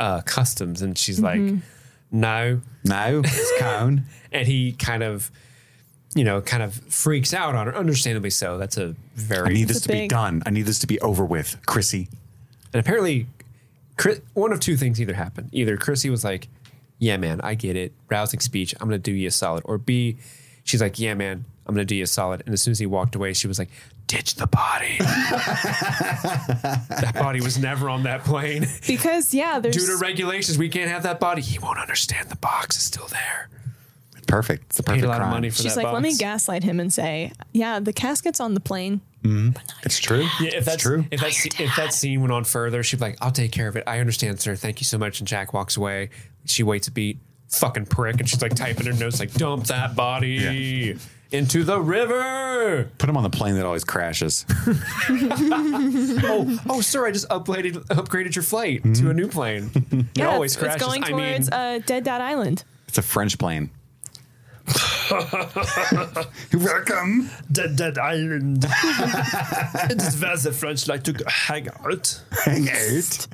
Speaker 3: uh, customs, and she's like, "No,"
Speaker 1: no, it's cone.
Speaker 3: and he kind of, you know, kind of freaks out on her. Understandably so. That's a very
Speaker 1: I need
Speaker 2: It's
Speaker 1: this
Speaker 2: a
Speaker 1: to be
Speaker 2: big-
Speaker 1: done. I need this to be over with, Chrissy.
Speaker 3: and apparently, Chris, one of two things either happened: either Chrissy was like, "Yeah, man, I get it, rousing speech. I'm gonna do you a solid," or B, she's like, "Yeah, man, I'm gonna do you a solid." And as soon as he walked away, she was like. Ditch the body. that body was never on that plane.
Speaker 2: Because yeah, there's
Speaker 3: Due to regulations, we can't have that body. He won't understand. The box is still there.
Speaker 1: Perfect. It's the
Speaker 3: Paid
Speaker 1: perfect
Speaker 3: a lot
Speaker 1: crime.
Speaker 3: of money for
Speaker 2: She's
Speaker 3: that
Speaker 2: like,
Speaker 3: box.
Speaker 2: let me gaslight him and say, yeah, the casket's on the plane.
Speaker 1: It's true.
Speaker 3: Yeah, if that's
Speaker 1: it's true.
Speaker 3: If that se- if that scene went on further, she'd be like, "I'll take care of it. I understand, sir. Thank you so much." And Jack walks away. She waits a beat. Fucking prick, and she's like typing her notes, like, "Dump that body into the river."
Speaker 1: Put him on the plane that always crashes.
Speaker 3: oh, oh, sir, I just upgraded upgraded your flight
Speaker 1: Mm-hmm.
Speaker 3: to a new plane. it always
Speaker 2: it's,
Speaker 3: crashes.
Speaker 2: It's going
Speaker 3: I
Speaker 2: towards
Speaker 3: mean,
Speaker 2: uh, Dead Dad Island.
Speaker 1: It's a French plane. Welcome.
Speaker 3: dead, dead island. it was the French like to hang out.
Speaker 1: hang out.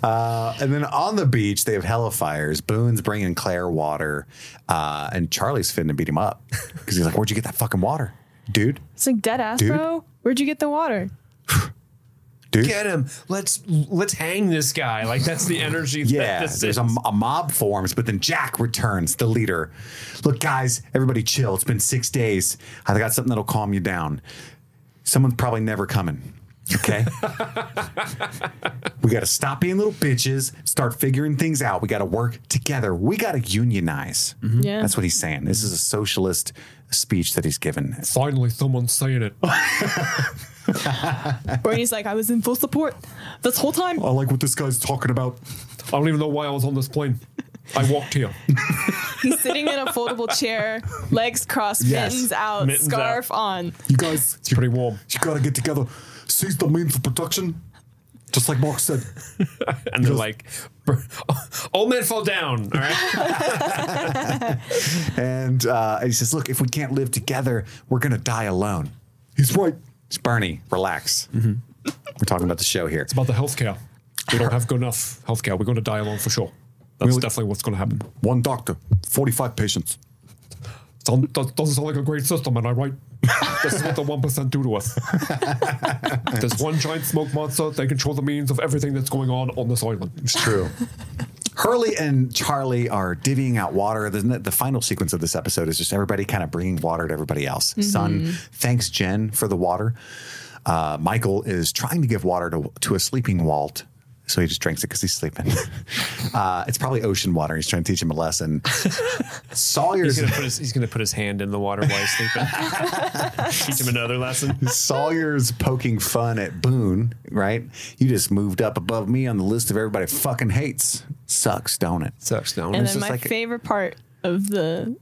Speaker 1: Uh, and then on the beach, they have hellfires. Boone's bringing Claire water, uh, and Charlie's finna beat him up because he's like, "Where'd you get that fucking water, dude?
Speaker 2: It's like dead ass,
Speaker 1: Dude.
Speaker 2: bro. Where'd you get the water?
Speaker 1: Dude."
Speaker 3: get him. Let's let's hang this guy. Like that's the energy.
Speaker 1: yeah,
Speaker 3: that this
Speaker 1: there's
Speaker 3: is.
Speaker 1: a, a mob forms, but then Jack returns, the leader. Look, guys, everybody chill. It's been six days. I got something that'll calm you down. Someone's probably never coming. Okay. we got to stop being little bitches, start figuring things out. We got to work together. We got to unionize.
Speaker 2: Yeah.
Speaker 1: That's what he's saying. This is a socialist speech that he's given.
Speaker 3: Finally, someone's saying it.
Speaker 2: Bernie's like, I was in full support this whole time.
Speaker 1: I like what this guy's talking about.
Speaker 3: I don't even know why I was on this plane. I walked here.
Speaker 2: He's sitting in a foldable chair, legs crossed,
Speaker 1: Yes.
Speaker 2: mittens out,
Speaker 3: Mittens
Speaker 2: scarf on.
Speaker 1: You guys,
Speaker 3: It's pretty warm.
Speaker 1: you got to get together, seize the means of production. Just like Mark said,
Speaker 3: And they're like, "Br- old men fall down. All right.
Speaker 1: And uh, he says, Look, if we can't live together, we're going to die alone. He's right. It's Bernie, relax. We're talking Mm-hmm. about the show here.
Speaker 3: About the healthcare. We don't have good enough healthcare. We're going to die alone for sure. That's definitely what's going to happen.
Speaker 1: One doctor, 45 patients.
Speaker 3: Sound, that doesn't sound like a great system, am I right? this is what the 1% do to us. There's one giant smoke monster. They control the means of everything that's going on on this island.
Speaker 1: It's true. Hurley and Charlie are divvying out water. The, the final sequence of this episode is just everybody kind of bringing water to everybody else. Son thanks Jen for the water. Uh, Michael is trying to give water to, to a sleeping Walt. So he just drinks it because he's sleeping. uh, it's probably ocean water. He's trying to teach him a lesson. Sawyer's
Speaker 3: put his, he's gonna put his hand in the water while he's sleeping. Teach him another lesson.
Speaker 1: Sawyer's poking fun at Boone, right? You just moved up above me on the list of everybody fucking hates. Sucks, don't it?
Speaker 3: Sucks. No,
Speaker 2: And
Speaker 1: This
Speaker 2: then
Speaker 1: is
Speaker 2: my
Speaker 1: like a-
Speaker 2: favorite part of the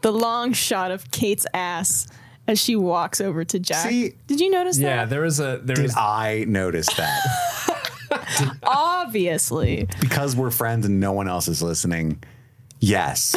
Speaker 2: the long shot of Kate's ass as she walks over to Jack.
Speaker 1: See?
Speaker 2: Did you notice
Speaker 3: yeah,
Speaker 2: that?
Speaker 3: there is a there
Speaker 1: Did
Speaker 3: is
Speaker 1: I notice that?
Speaker 2: Obviously.
Speaker 1: because we're friends and no one else is listening. Yes.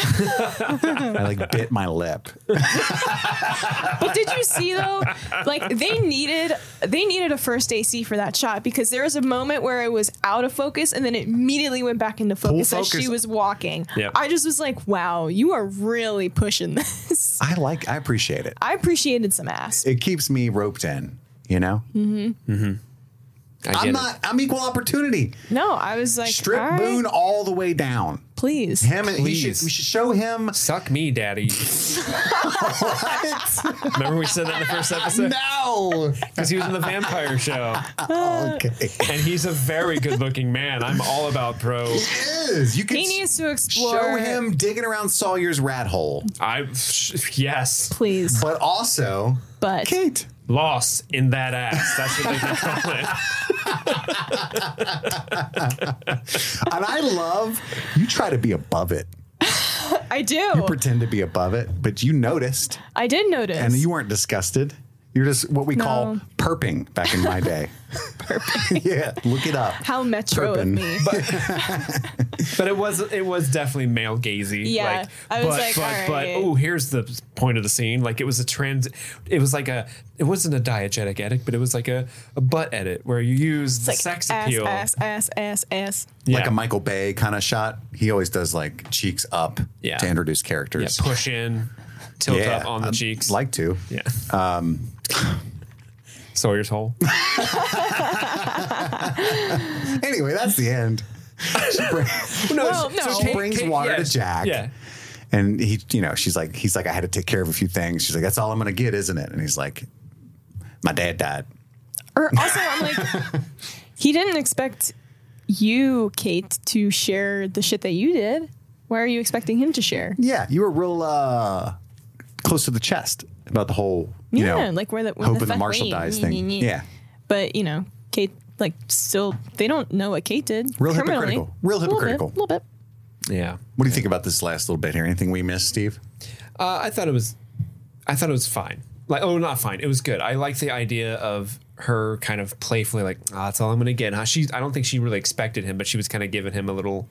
Speaker 1: I like bit my lip.
Speaker 2: But did you see though? Like they needed they needed a first AC for that shot because there was a moment where it was out of focus and then it immediately went back into focus, as
Speaker 1: focus.
Speaker 2: she was walking.
Speaker 3: Yep.
Speaker 2: I just was like, wow, you are really pushing this.
Speaker 1: I like, I appreciate it.
Speaker 2: I appreciated some ass.
Speaker 1: It keeps me roped in, you know? Mm-hmm.
Speaker 3: I get
Speaker 1: I'm
Speaker 3: it.
Speaker 1: not. I'm equal opportunity.
Speaker 2: No, I was like,
Speaker 1: Strip
Speaker 2: all right,
Speaker 1: Boone all the way down.
Speaker 2: please.
Speaker 1: Him. and He should,
Speaker 3: Please.
Speaker 1: we should show him.
Speaker 3: Suck me, daddy.
Speaker 1: What?
Speaker 3: Remember we said that in the first episode?
Speaker 1: no.
Speaker 3: Because he was in the vampire show.
Speaker 1: Okay.
Speaker 3: And he's a very good looking man. I'm all about pro.
Speaker 1: Is you can
Speaker 2: He needs to explore.
Speaker 1: show him digging around Sawyer's rat hole,
Speaker 3: I, sh- yes,
Speaker 2: please.
Speaker 1: but also
Speaker 2: But
Speaker 1: Kate.
Speaker 3: lost in that ass. That's what they can call it.
Speaker 1: And I love you. Try to be above it.
Speaker 2: I do.
Speaker 1: You pretend to be above it, but you noticed.
Speaker 2: I did notice.
Speaker 1: and you weren't disgusted. You're just what we call
Speaker 2: No.
Speaker 1: perping back in my day. perping. yeah, look it up.
Speaker 2: how metro of
Speaker 1: Turpin.
Speaker 2: me.
Speaker 3: But it was it was definitely male gazy.
Speaker 2: Yeah,
Speaker 3: like,
Speaker 2: I was
Speaker 3: but,
Speaker 2: like,
Speaker 3: but,
Speaker 2: all
Speaker 3: but
Speaker 2: right.
Speaker 3: oh, here's the point of the scene. Like it was a trans. It was like a. It wasn't a diegetic edit, but it was like a, a butt edit where you use the
Speaker 2: It's like
Speaker 3: sex
Speaker 2: ass,
Speaker 3: appeal.
Speaker 2: ass, ass, ass, ass.
Speaker 3: Yeah.
Speaker 1: Like a Michael Bay kind of shot. He always does like cheeks up
Speaker 3: Yeah.
Speaker 1: to introduce
Speaker 3: yeah,
Speaker 1: characters.
Speaker 3: push in, tilt up on the
Speaker 1: I'd
Speaker 3: cheeks.
Speaker 1: Like to.
Speaker 3: yeah. Um, Sawyer's hole.
Speaker 1: Anyway, that's the end. She bring-
Speaker 2: Well, no.
Speaker 1: she brings water to Jack.
Speaker 3: Yeah.
Speaker 1: And he, you know, she's like, he's like, I had to take care of a few things. She's like, that's all I'm going to get, isn't it? And he's like, my dad died.
Speaker 2: Or also, I'm like, he didn't expect you, Kate, to share the shit that you did. Why are you expecting him to share?
Speaker 1: Yeah, you were real uh, close to the chest about the whole, you
Speaker 2: yeah,
Speaker 1: know,
Speaker 2: like where the where
Speaker 1: hoping
Speaker 2: the,
Speaker 1: the,
Speaker 2: fuck
Speaker 1: Marshall
Speaker 2: we-
Speaker 1: dies thing. Yeah,
Speaker 2: but you know, Kate, like, still, they don't know what Kate did.
Speaker 1: Real
Speaker 2: criminally.
Speaker 1: hypocritical. Real hypocritical.
Speaker 2: A little bit.
Speaker 3: Yeah.
Speaker 1: What do you think about this last little bit here? Anything we missed, Steve?
Speaker 3: Uh, I thought it was, I thought it was fine. Like, oh, not fine. It was good. I like the idea of her kind of playfully like, oh, that's all I'm gonna get. Huh? She, I don't think she really expected him, but she was kind of giving him a little.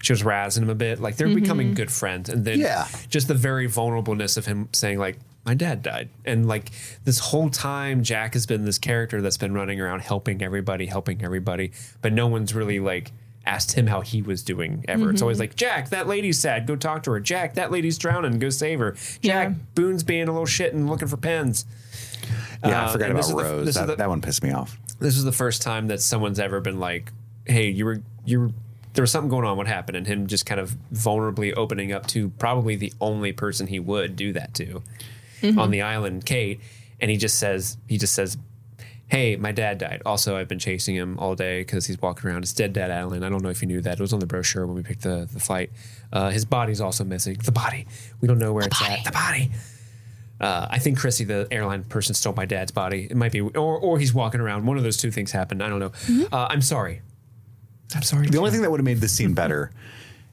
Speaker 3: She was razzing him a bit. Like they're becoming good friends, and then
Speaker 1: Yeah.
Speaker 3: just the very vulnerableness of him saying like, my dad died, and like this whole time Jack has been this character that's been running around helping everybody, helping everybody, but no one's really like. Asked him how he was doing ever. It's always like, Jack, that lady's sad. Go talk to her. Jack, that lady's drowning. Go save her. Jack
Speaker 2: Yeah.
Speaker 3: Boone's being a little shit and looking for pens.
Speaker 1: Yeah, I
Speaker 3: Uh,
Speaker 1: forgot
Speaker 3: and this
Speaker 1: about
Speaker 3: is the-
Speaker 1: Rose.
Speaker 3: this is
Speaker 1: that,
Speaker 3: the-
Speaker 1: that one pissed me off.
Speaker 3: This is the first time that someone's ever been like, "Hey, you were you were there was something going on. What happened?" And him just kind of vulnerably opening up to probably the only person he would do that to on the island, Kate. And he just says, he just says, "Hey, my dad died. Also, I've been chasing him all day because he's walking around. It's Dead Dad Island. I don't know if you knew that. It was on the brochure when we picked the the flight. Uh, his body's also missing. The body. We don't know where it's at. The body." Uh, I think Chrissy, the airline person, stole my dad's body. It might be, or or he's walking around. One of those two things happened. I don't know.
Speaker 2: Mm-hmm.
Speaker 3: Uh, I'm sorry. I'm sorry.
Speaker 1: The only thing that would have made this scene better,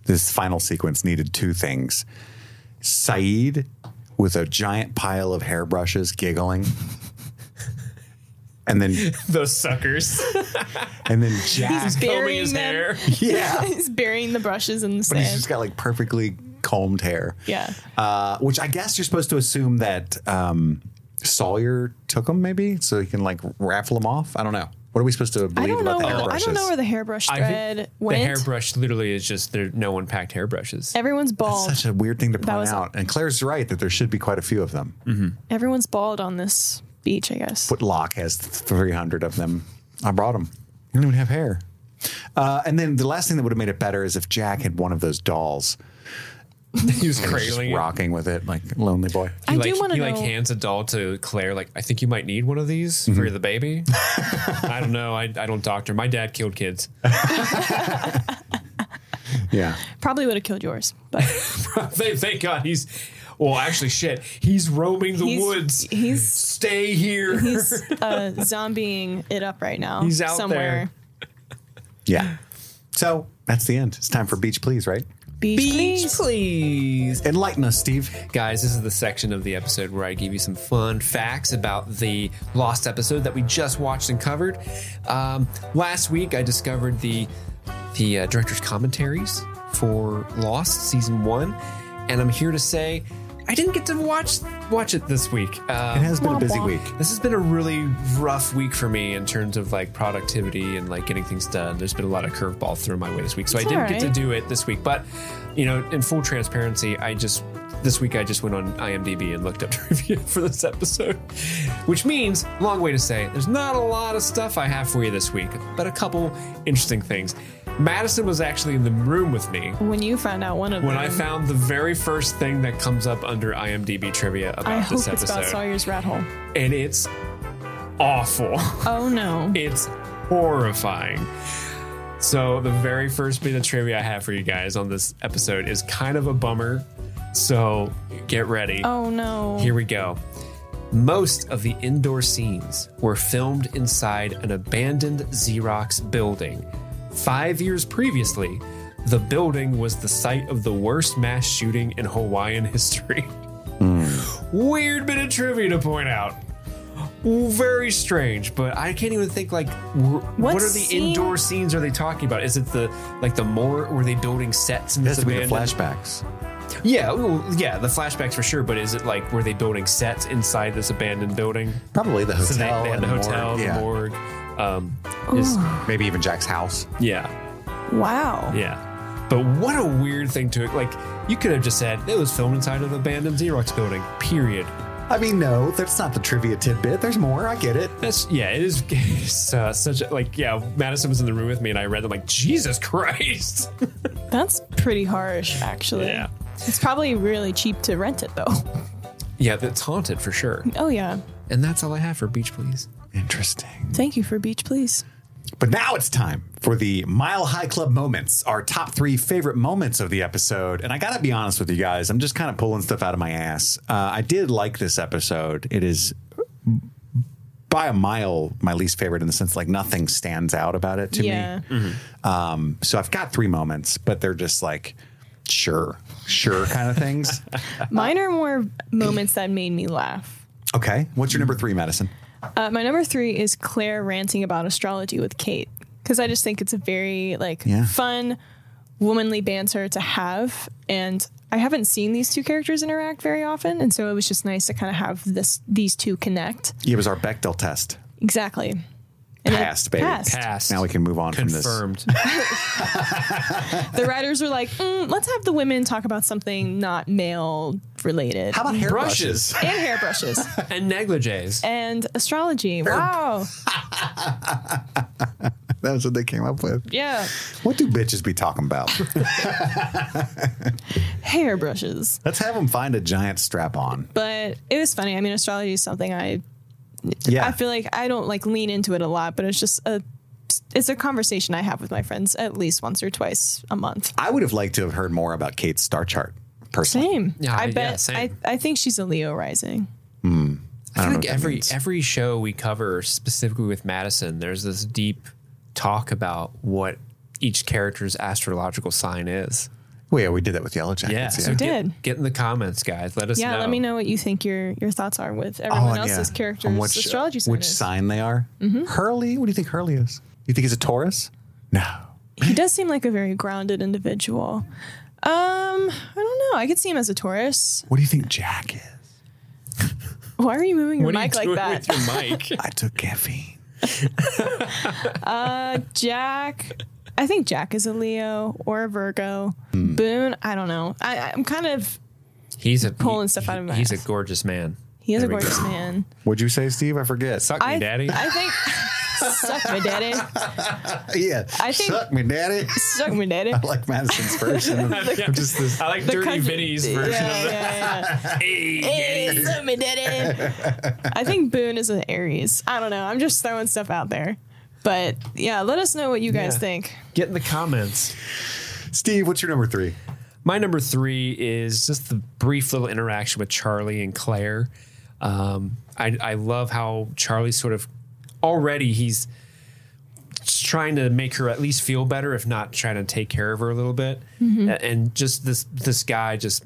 Speaker 1: this final sequence needed two things. Saeed with a giant pile of hairbrushes giggling. And then
Speaker 3: those suckers
Speaker 1: and then Jack.
Speaker 2: He's
Speaker 3: combing
Speaker 2: burying
Speaker 3: his
Speaker 2: them.
Speaker 3: hair.
Speaker 1: Yeah.
Speaker 2: He's burying the brushes in the
Speaker 1: But he's
Speaker 2: sand.
Speaker 1: just got like perfectly combed hair.
Speaker 2: Yeah.
Speaker 1: Uh, which I guess you're supposed to assume that um, Sawyer took them, maybe, so he can like raffle them off. I don't know. What are we supposed to
Speaker 2: I
Speaker 1: believe
Speaker 2: don't
Speaker 1: about
Speaker 2: know.
Speaker 1: the
Speaker 2: I
Speaker 1: hairbrushes?
Speaker 2: don't know where the hairbrush
Speaker 3: I think
Speaker 2: thread
Speaker 3: the
Speaker 2: went.
Speaker 3: hairbrush literally is just there. No one packed hairbrushes.
Speaker 2: Everyone's bald.
Speaker 1: Such a weird thing to point
Speaker 2: was- Mm.
Speaker 1: out. And Claire's right that there should be quite a few of them.
Speaker 2: Everyone's bald on this beach, I guess.
Speaker 1: Footlock has 300 of them. I brought them. You don't even have hair. Uh, and then the last thing that would have made it better is if Jack had one of those dolls
Speaker 3: he was
Speaker 1: and was just
Speaker 3: cradling. it.
Speaker 1: rocking with it like lonely boy.
Speaker 2: I
Speaker 3: He
Speaker 2: do
Speaker 3: like,
Speaker 2: want to
Speaker 3: he
Speaker 2: know.
Speaker 3: like hands a doll to Claire. Like, I think you might need one of these for the baby. I don't know. I, I don't doctor. My dad killed kids.
Speaker 1: Yeah.
Speaker 2: probably would have killed yours, but
Speaker 3: thank, thank God he's. Well, actually, shit. He's roaming the
Speaker 2: he's
Speaker 3: woods.
Speaker 2: he's
Speaker 3: Stay here.
Speaker 2: he's uh, zombying it up right now.
Speaker 3: He's out
Speaker 2: somewhere.
Speaker 1: Yeah. So that's the end. It's time for Beach Please, right?
Speaker 2: Beach, please.
Speaker 3: please.
Speaker 1: Enlighten us, Steve.
Speaker 3: Guys, this is the section of the episode where I give you some fun facts about the lost episode that we just watched and covered. Um, last week, I discovered the the uh, director's commentaries for Lost season one, and I'm here to say I didn't get to watch watch it this week. Um,
Speaker 1: It has been a busy
Speaker 2: Womp
Speaker 1: week.
Speaker 2: womp.
Speaker 3: this has been a really rough week for me in terms of like productivity and like getting things done. There's been a lot of curveball thrown my way this week, so I didn't
Speaker 2: all
Speaker 3: get to
Speaker 2: right.
Speaker 3: do it this week. But you know, in full transparency, I just This week I just went on IMDb and looked up trivia for this episode, which means, long way to say, there's not a lot of stuff I have for you this week, but a couple interesting things. Madison was actually in the room with me
Speaker 2: When you found out one of
Speaker 3: when
Speaker 2: them,
Speaker 3: I found the very first thing that comes up under IMDb trivia about
Speaker 2: I hope
Speaker 3: this
Speaker 2: it's
Speaker 3: episode,
Speaker 2: about Sawyer's rat hole.
Speaker 3: and it's awful.
Speaker 2: Oh no.
Speaker 3: It's horrifying. So, the very first bit of trivia I have for you guys on this episode is kind of a bummer. So, get ready.
Speaker 2: Oh no.
Speaker 3: Here we go. Most of the indoor scenes were filmed inside an abandoned Xerox building. Five years previously, the building was the site of the worst mass shooting in Hawaiian history.
Speaker 1: Hmm.
Speaker 3: Weird bit of trivia to point out. Very strange, but I can't even think like wh- what, are the
Speaker 2: scene?
Speaker 3: indoor scenes are they talking about? Is it the like the more were they building sets in
Speaker 1: It
Speaker 3: this
Speaker 1: has to be the
Speaker 3: abandoned-
Speaker 1: flashbacks.
Speaker 3: yeah, well, yeah, the flashbacks for sure. But is it like were they building sets inside this abandoned building?
Speaker 1: Probably the hotel.
Speaker 3: So they, they
Speaker 1: and
Speaker 3: had the
Speaker 1: morgue.
Speaker 3: hotel,
Speaker 1: yeah.
Speaker 3: the morgue. Um, is,
Speaker 1: Maybe even Jack's house.
Speaker 3: yeah,
Speaker 2: Wow.
Speaker 3: yeah. But what a weird thing to like. You could have just said it was filmed inside of the abandoned Xerox building. Period.
Speaker 1: I mean, no, that's not the trivia tidbit. There's more. I get it.
Speaker 3: That's yeah. It is it's, uh, such a, like yeah. Madison was in the room with me, and I read them like Jesus Christ.
Speaker 2: That's pretty harsh, actually.
Speaker 3: Yeah.
Speaker 2: It's probably really cheap to rent it though.
Speaker 3: yeah, that's haunted for sure.
Speaker 2: Oh yeah.
Speaker 3: And that's all I have for Beach Please.
Speaker 1: Interesting.
Speaker 2: Thank you for Beach Please.
Speaker 1: But now it's time for the Mile High Club moments, our top three favorite moments of the episode. And I got to be honest with you guys, I'm just kind of pulling stuff out of my ass. Uh, I did like this episode. It is by a mile my least favorite in the sense like nothing stands out about it to
Speaker 2: Yeah.
Speaker 1: me.
Speaker 3: Mm-hmm.
Speaker 1: Um, so I've got three moments, but they're just like, sure, sure kind of things.
Speaker 2: Mine are more moments that made me laugh.
Speaker 1: okay. What's your number three, Madison?
Speaker 2: Uh, my number three is Claire ranting about astrology with Kate because I just think it's a very like
Speaker 1: Yeah.
Speaker 2: fun, womanly banter to have, and I haven't seen these two characters interact very often, and so it was just nice to kind of have this these two connect.
Speaker 1: It was our Bechdel test.
Speaker 2: Exactly. And it
Speaker 1: Passed, baby.
Speaker 2: passed.
Speaker 3: Pass.
Speaker 1: Now we can move on from
Speaker 3: confirmed.
Speaker 2: The writers were like, mm, let's have the women talk about something not male related.
Speaker 1: this. How about hairbrushes?
Speaker 3: Brushes
Speaker 2: and hairbrushes
Speaker 3: and negligees.
Speaker 2: and astrology. Wow.
Speaker 1: That's what they came up with.
Speaker 2: Yeah.
Speaker 1: What do bitches be talking about?
Speaker 2: Hairbrushes.
Speaker 1: Let's have them find a giant strap on.
Speaker 2: But it was funny. I mean, astrology is something I
Speaker 1: Yeah.
Speaker 2: I feel like I don't like lean into it a lot, but it's just a it's a conversation I have with my friends at least once or twice a month.
Speaker 1: I would have liked to have heard more about Kate's star chart personally.
Speaker 2: Same.
Speaker 3: Yeah,
Speaker 2: I
Speaker 3: yeah,
Speaker 2: bet
Speaker 3: same.
Speaker 2: I, I think she's a Leo rising.
Speaker 3: I feel
Speaker 1: don't know
Speaker 3: like
Speaker 1: what that
Speaker 3: every
Speaker 1: means.
Speaker 3: every show we cover, specifically with Madison, there's this deep talk about what each character's astrological sign is.
Speaker 1: Well, yeah, we did that with Yellow Jackets.
Speaker 3: so
Speaker 2: We
Speaker 3: get,
Speaker 2: did.
Speaker 3: Get in the comments, guys. Let us
Speaker 2: Yeah,
Speaker 3: know.
Speaker 2: let me know what you think your your thoughts are with everyone
Speaker 1: Oh, yeah.
Speaker 2: else's characters
Speaker 1: On
Speaker 3: uh,
Speaker 2: astrology Mm-hmm. sign.
Speaker 1: Which
Speaker 2: is.
Speaker 1: sign they are? Hurley? What do you think Hurley is? You think he's a Taurus? No.
Speaker 2: He does seem like a very grounded individual. Um, I don't know. I could see him as a Taurus.
Speaker 1: What do you think Jack is?
Speaker 2: Why are you moving your
Speaker 3: What are you
Speaker 2: mic like
Speaker 3: doing
Speaker 2: that?
Speaker 3: with your mic?
Speaker 1: I took caffeine.
Speaker 2: Jack. I think Jack is a Leo or a Virgo.
Speaker 3: Hmm.
Speaker 2: Boone, I don't know. I, I'm kind of
Speaker 3: He's a
Speaker 2: Pulling stuff out of my
Speaker 3: He's
Speaker 2: ass.
Speaker 3: a gorgeous man.
Speaker 2: he is
Speaker 3: There
Speaker 2: a
Speaker 3: we go.
Speaker 2: gorgeous man.
Speaker 1: What'd you say, Steve? I forget.
Speaker 3: Suck
Speaker 2: I
Speaker 3: me, daddy.
Speaker 2: I think suck my daddy.
Speaker 1: Uh, yeah.
Speaker 2: I think-
Speaker 1: Suck me, daddy.
Speaker 2: Suck my daddy.
Speaker 1: I like Madison's version. of-
Speaker 3: Yeah.
Speaker 1: I'm just this.
Speaker 3: I like
Speaker 2: The
Speaker 3: Dirty
Speaker 2: country-
Speaker 3: Vinny's version
Speaker 2: yeah, yeah,
Speaker 3: of
Speaker 2: yeah.
Speaker 3: that. Hey,
Speaker 2: Hey, suck my daddy. I think Boone is an Aries. I don't know. I'm just throwing stuff out there. But yeah, let us know what you guys
Speaker 3: Yeah.
Speaker 2: think.
Speaker 3: Get in the comments.
Speaker 1: Steve, what's your number three?
Speaker 3: My number three is just the brief little interaction with Charlie and Claire. Um, I, I love how Charlie sort of already he's trying to make her at least feel better, if not trying to take care of her a little bit. A- And just this this guy just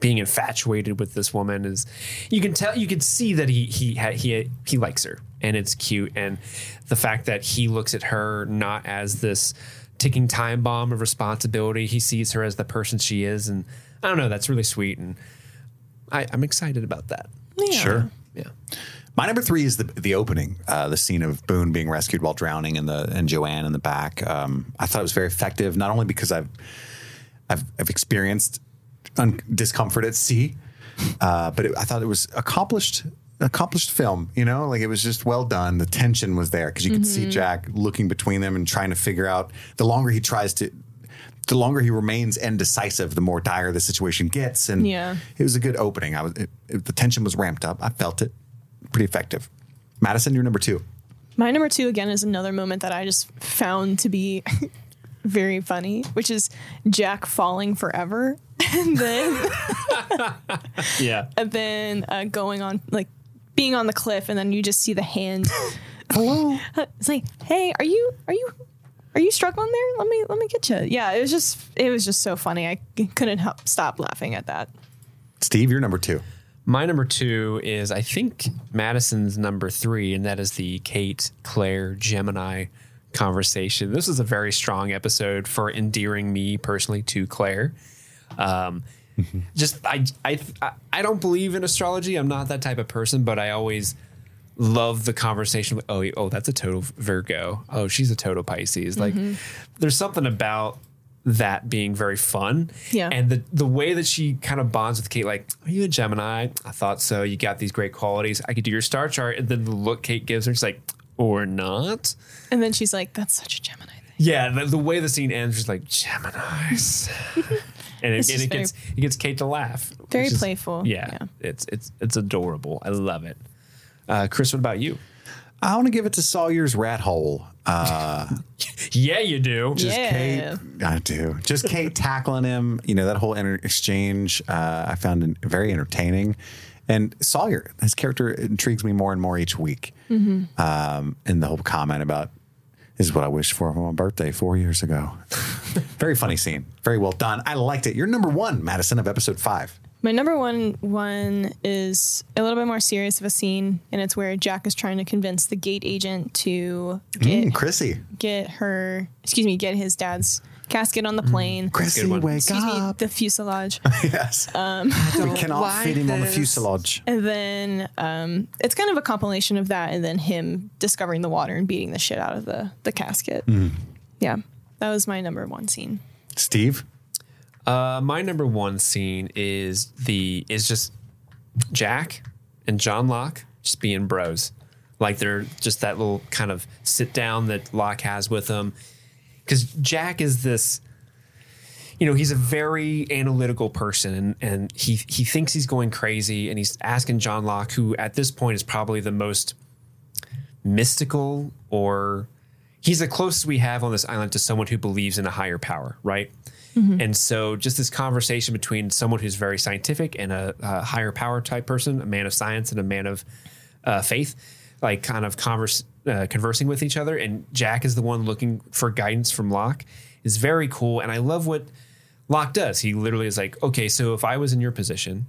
Speaker 3: being infatuated with this woman is you can tell you can see that he he ha- he he likes her and it's cute and the fact that he looks at her not as this ticking time bomb of responsibility he sees her as the person she is and I don't know that's really sweet and I, I'm excited about that
Speaker 2: Yeah.
Speaker 1: Sure.
Speaker 3: yeah
Speaker 1: My number three is the the opening, uh, the scene of Boone being rescued while drowning, and the and Joanne in the back. Um, I thought it was very effective, not only because I've I've, I've experienced un- discomfort at sea. Uh, but it, I thought it was accomplished, accomplished film. You know, like it was just well done. The tension was there because you could see Jack looking between them and trying to figure out. The longer he tries to, the longer he remains indecisive, the more dire the situation gets. And
Speaker 2: Yeah.
Speaker 1: it was a good opening. I was it, it- the tension was ramped up. I felt it, pretty effective. Madison, you're number two.
Speaker 2: My number two again is another moment that I just found to be very funny, which is Jack falling forever, and then
Speaker 3: Yeah.
Speaker 2: and then uh, going on like being on the cliff, and then you just see the hand.
Speaker 1: Hello.
Speaker 2: It's like, hey, are you are you are you struck on there? Let me let me get you. Yeah, it was just it was just so funny. I c- couldn't help stop laughing at that.
Speaker 1: Steve, you're number two.
Speaker 3: My number two is I think Madison's number three, and that is the Kate, Claire, Gemini conversation. This is a very strong episode for endearing me personally to Claire. Um, just I, I I- I don't believe in astrology. I'm not that type of person, but I always love the conversation. With, oh, oh, that's a total Virgo. Oh, she's a total Pisces. Like, there's something about that being very fun.
Speaker 2: Yeah.
Speaker 3: and the the way that she kind of bonds with Kate, like, are you a Gemini? I thought so. You got these great qualities. I could do your star chart, and then the look Kate gives her, she's like, or not.
Speaker 2: And then she's like, that's such a Gemini thing.
Speaker 3: Yeah, the, the way the scene ends is like Gemini's, and it,
Speaker 2: It's
Speaker 3: and
Speaker 2: just
Speaker 3: it
Speaker 2: very-
Speaker 3: gets it gets Kate to laugh.
Speaker 2: Very
Speaker 3: which is-
Speaker 2: playful,
Speaker 3: Yeah,
Speaker 2: yeah.
Speaker 3: it's it's it's adorable. I love it. Uh, Chris, what about you?
Speaker 1: I want to give it to Sawyer's Rat Hole.
Speaker 3: Yeah, you do.
Speaker 1: Just
Speaker 2: Yeah.
Speaker 1: Kate, I do. Just Kate tackling him. You know that whole inter- exchange. Uh, I found it very entertaining. And Sawyer, his character intrigues me more and more each week.
Speaker 2: Mm-hmm.
Speaker 1: Um, and the whole comment about this is what I wished for for my birthday four years ago. very funny scene. Very well done. I liked it. You're number one, Madison, of episode five.
Speaker 2: My number one one is a little bit more serious of a scene, and it's where Jack is trying to convince the gate agent to get
Speaker 1: Mm, Chrissy.
Speaker 2: get her, excuse me, get his dad's casket on the plane.
Speaker 1: Chrissy,
Speaker 3: Good one.
Speaker 1: wake
Speaker 2: Excuse me,
Speaker 1: Mm.
Speaker 2: Um,
Speaker 1: up.
Speaker 2: the fuselage.
Speaker 1: yes. we cannot fit him on the fuselage.
Speaker 2: And then um, it's kind of a compilation of that, and then him discovering the water and beating the shit out of the the casket.
Speaker 1: Mm.
Speaker 2: Yeah, that was my number one scene.
Speaker 1: Steve?
Speaker 3: Uh, my number one scene is the is just Jack and John Locke just being bros. Like they're just that little kind of sit down that Locke has with him. Because Jack is this, you know, he's a very analytical person and, and he he thinks he's going crazy and he's asking John Locke, who at this point is probably the most mystical or he's the closest we have on this island to someone who believes in a higher power, right? And so just this conversation between someone who's very scientific and a, a higher power type person, a man of science and a man of uh, faith, like kind of converse, uh, conversing with each other. And Jack is the one looking for guidance from Locke is very cool. And I love what Locke does. He literally is like, okay, so if I was in your position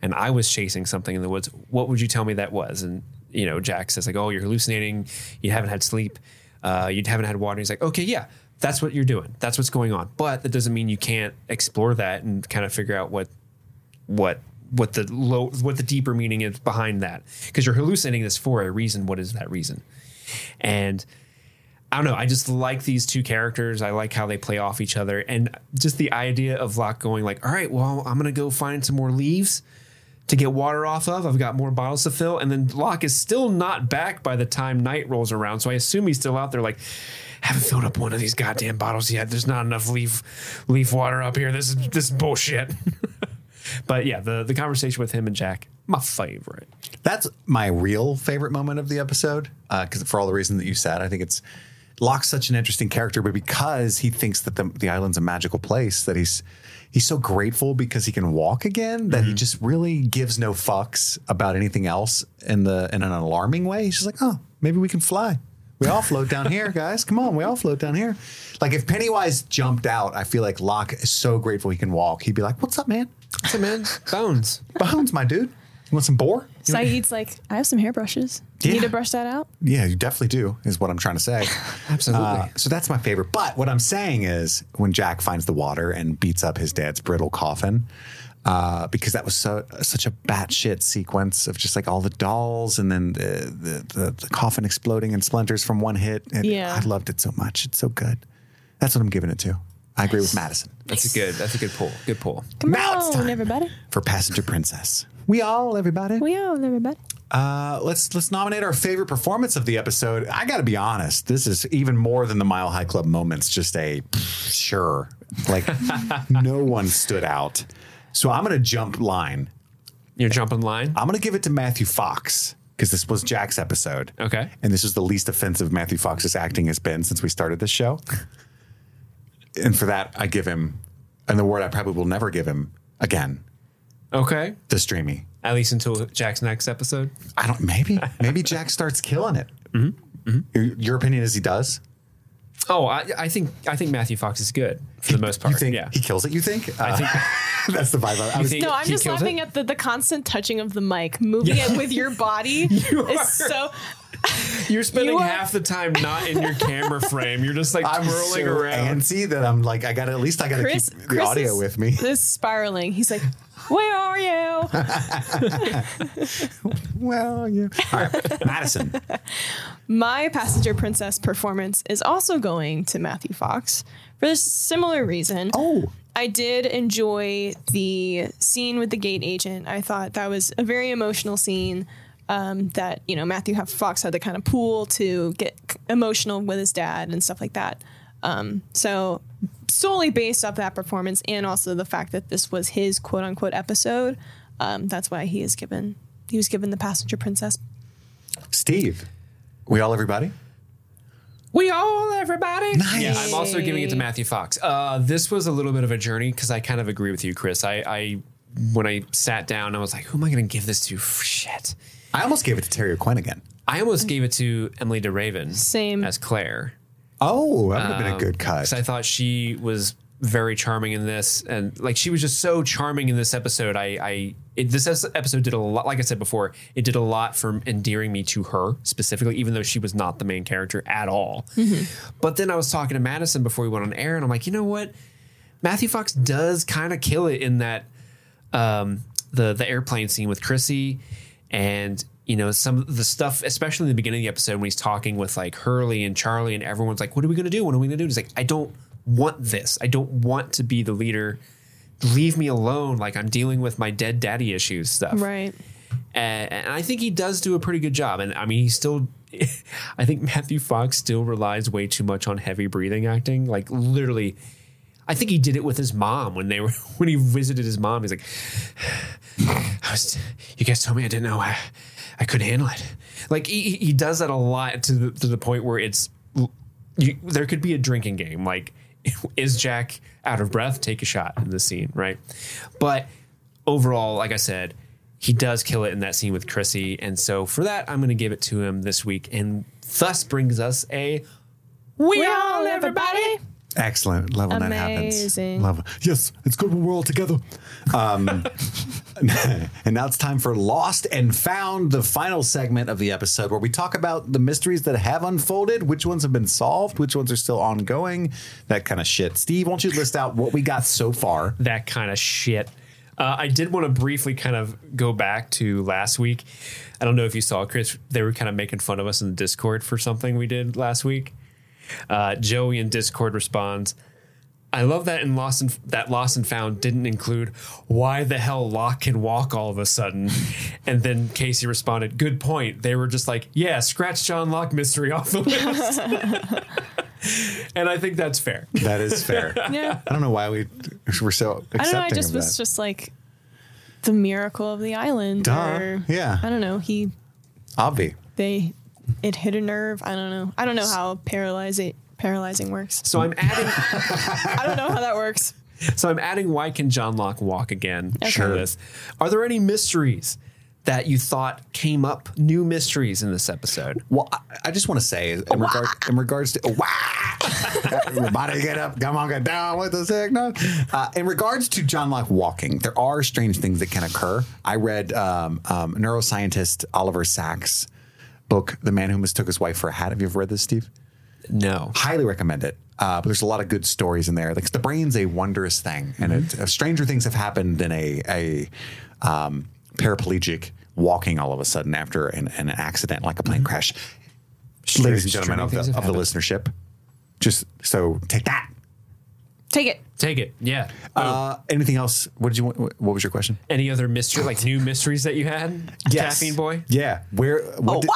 Speaker 3: and I was chasing something in the woods, what would you tell me that was? And you know, Jack says like, oh, you're hallucinating. You haven't had sleep. Uh, you haven't had water. He's like, okay, yeah, that's what you're doing. That's what's going on. But that doesn't mean you can't explore that and kind of figure out what what what the low what the deeper meaning is behind that because you're hallucinating this for a reason what is that reason and i don't know i just like these two characters i like how they play off each other and just the idea of locke going like all right well i'm gonna go find some more leaves to get water off of i've got more bottles to fill and then locke is still not back by the time night rolls around so i assume he's still out there like haven't filled up one of these goddamn bottles yet there's not enough leaf leaf water up here this is this is bullshit but yeah, the the conversation with him and Jack, my favorite.
Speaker 1: That's my real favorite moment of the episode because for all the reasons that you said, I think it's Locke's such an interesting character, but because he thinks that the, the island's a magical place, that he's he's so grateful because he can walk again that he just really gives no fucks about anything else in the in an alarming way. He's just like, oh, maybe we can fly. We all float down here, guys. Come on, we all float down here. Like if Pennywise jumped out, I feel like Locke is so grateful he can walk. He'd be like, "What's up, man?
Speaker 3: What's up, man? Bones.
Speaker 1: Bones, my dude. You want some boar?"
Speaker 2: Saeed's like, I have some hairbrushes. You Need
Speaker 1: Yeah.
Speaker 2: to brush that out?
Speaker 1: Yeah, you definitely do, is what I'm trying to say.
Speaker 3: Absolutely.
Speaker 1: Uh, so that's my favorite. But what I'm saying is when Jack finds the water and beats up his dad's brittle coffin, uh, because that was so, such a batshit sequence of just like all the dolls and then the, the, the, the coffin exploding in splinters from one hit. And
Speaker 2: Yeah.
Speaker 1: I loved it so much. It's so good. That's what I'm giving it to. I agree with Madison.
Speaker 3: That's a good. That's a good pull. Good pull.
Speaker 2: Come
Speaker 1: Now it's time.
Speaker 2: on, everybody.
Speaker 1: For Passenger Princess. We all, everybody.
Speaker 2: We all, everybody.
Speaker 1: Uh, let's let's nominate our favorite performance of the episode. I got to be honest, this is even more than the Mile High Club moments. Just a pff, sure, like no one stood out. So I'm gonna jump line.
Speaker 3: You're jumping line.
Speaker 1: I'm gonna give it to Matthew Fox because this was Jack's episode.
Speaker 3: Okay.
Speaker 1: and this is the least offensive Matthew Fox's acting has been since we started this show. and for that, I give him, and the word I probably will never give him again,
Speaker 3: Okay.
Speaker 1: the streamy.
Speaker 3: At least until Jack's next episode.
Speaker 1: I don't. Maybe maybe Jack starts killing it.
Speaker 3: Mm-hmm.
Speaker 1: Your, your opinion is he does.
Speaker 3: Oh, I, I think I think Matthew Fox is good for the most part.
Speaker 1: You think
Speaker 3: yeah.
Speaker 1: he kills it? You think? Uh,
Speaker 3: I think
Speaker 1: that's the vibe. I, I was,
Speaker 3: think-
Speaker 2: No, I'm
Speaker 3: He
Speaker 2: just
Speaker 3: kills
Speaker 2: laughing
Speaker 3: it?
Speaker 2: at the, the constant touching of the mic, moving it with your body.
Speaker 3: are.
Speaker 2: is so
Speaker 3: you're spending
Speaker 2: You are-
Speaker 3: half the time not in your camera frame. You're just like
Speaker 1: I'm so
Speaker 3: twirling around.
Speaker 1: antsy that I'm like I got to at least I got to keep
Speaker 2: Chris.
Speaker 1: the
Speaker 2: Chris
Speaker 1: audio
Speaker 2: is-
Speaker 1: with me.
Speaker 2: Is spiraling. He's like, "Where are you?"
Speaker 1: Well, yeah. All right, Madison.
Speaker 2: My Passenger Princess performance is also going to Matthew Fox for this similar reason.
Speaker 1: Oh,
Speaker 2: I did enjoy the scene with the gate agent. I thought that was a very emotional scene. Um, that you know, Matthew Ha- Fox had to kind of pool to get c- emotional with his dad and stuff like that. Um, so solely based off that performance and also the fact that this was his quote unquote episode, um, that's why he is given he was given the passenger princess.
Speaker 1: Steve. We all everybody.
Speaker 3: We all, everybody.
Speaker 1: Nice.
Speaker 3: Yeah, I'm also giving it to Matthew Fox. Uh, this was a little bit of a journey because I kind of agree with you, Chris. I, I when I sat down, I was like, who am I going to give this to? Shit.
Speaker 1: I almost gave it to Terry O'Quinn
Speaker 3: I almost gave it to Emily DeRaven.
Speaker 2: Same.
Speaker 3: as Claire.
Speaker 1: Oh, that would have been
Speaker 3: Um,
Speaker 1: a good cut.
Speaker 3: because I thought she was very charming in this, and like she was just so charming in this episode. I, I, it, this es- episode did a lot. Like I said before, it did a lot for endearing me to her specifically, even though she was not the main character at all.
Speaker 1: Mm-hmm.
Speaker 3: But then I was talking to Madison before we went on air, and I'm like, you know what? Matthew Fox does kind of kill it in that um, the the airplane scene with Chrissy, and you know some of the stuff, especially in the beginning of the episode when he's talking with like Hurley and Charlie, and everyone's like, "What are we gonna do? What are we gonna do?" And he's like, "I don't want this. I don't want to be the leader. Leave me alone. Like I'm dealing with my dead daddy issues stuff."
Speaker 2: Right.
Speaker 3: and, and I think he does do a pretty good job. And I mean, he still, I think Matthew Fox still relies way too much on heavy breathing acting. Like literally, I think he did it with his mom when they were when he visited his mom. He's like, I was, you guys told me I didn't know I, I couldn't handle it. Like he, he- he does that a lot to the, to the point where it's you, there could be a drinking game. Like, is Jack out of breath? Take a shot in the scene, right? But overall, like I said, he does kill it in that scene with Chrissy, and so for that, I'm going to give it to him this week, and thus brings us a we, all everybody.
Speaker 1: Excellent. Love when that
Speaker 2: Amazing.
Speaker 1: happens. Love. Yes, it's good when we're all together. Um, and now it's time for Lost and Found, the final segment of the episode where we talk about the mysteries that have unfolded, which ones have been solved, which ones are still ongoing, that kind of shit. Steve, won't you list out what we got so far?
Speaker 3: that kind of shit. Uh, I did want to briefly kind of go back to last week. I don't know if you saw Chris. They were kind of making fun of us in the Discord for something we did last week. Uh, Joey in Discord responds, "I love that in Lost and that Lost and Found didn't include why the hell Locke can walk all of a sudden." and then Casey responded, "Good point." They were just like, "Yeah, scratch John Locke mystery off the list." and I think that's fair.
Speaker 1: That is fair.
Speaker 2: Yeah.
Speaker 1: I don't know why we were so accepting
Speaker 2: I don't know. I just
Speaker 1: of
Speaker 2: was
Speaker 1: that.
Speaker 2: just like the miracle of the island.
Speaker 1: Duh,
Speaker 2: or-
Speaker 1: yeah.
Speaker 2: I don't know. He
Speaker 1: Obvi.
Speaker 2: they it hit a nerve. I don't know. I don't know how paralyzing paralyzing works.
Speaker 3: So I'm adding.
Speaker 2: I don't know how that works.
Speaker 3: So I'm adding why can John Locke walk again? to
Speaker 1: Sure.
Speaker 3: this. Are there any mysteries that you thought came up? New mysteries in this episode?
Speaker 1: Well, I, I just want to say in, regard, in regards to wah, everybody get up, come on, get down with the signal. Uh, in regards to John Locke walking, there are strange things that can occur. I read um, um, neuroscientist Oliver Sacks' book, "The Man Who Mistook His Wife for a Hat." Have you ever read this, Steve?
Speaker 3: No.
Speaker 1: Highly recommend it. Uh, but there's a lot of good stories in there. Like the brain's a wondrous thing, and
Speaker 3: Mm-hmm.
Speaker 1: it, uh, stranger things have happened than a a um, paraplegic walking all of a sudden after an, an accident, like a plane crash. Ladies and gentlemen of
Speaker 3: Mm-hmm. things
Speaker 1: the,
Speaker 3: have
Speaker 1: of the listenership, just so take that,
Speaker 2: Take it.
Speaker 3: Take it. Yeah. Oh.
Speaker 1: Uh, anything else? What did you want? What was your question?
Speaker 3: Any other mystery, like new mysteries that you had?
Speaker 1: Yes.
Speaker 3: Caffeine Boy? Oh,
Speaker 1: Yeah. Where? What, did,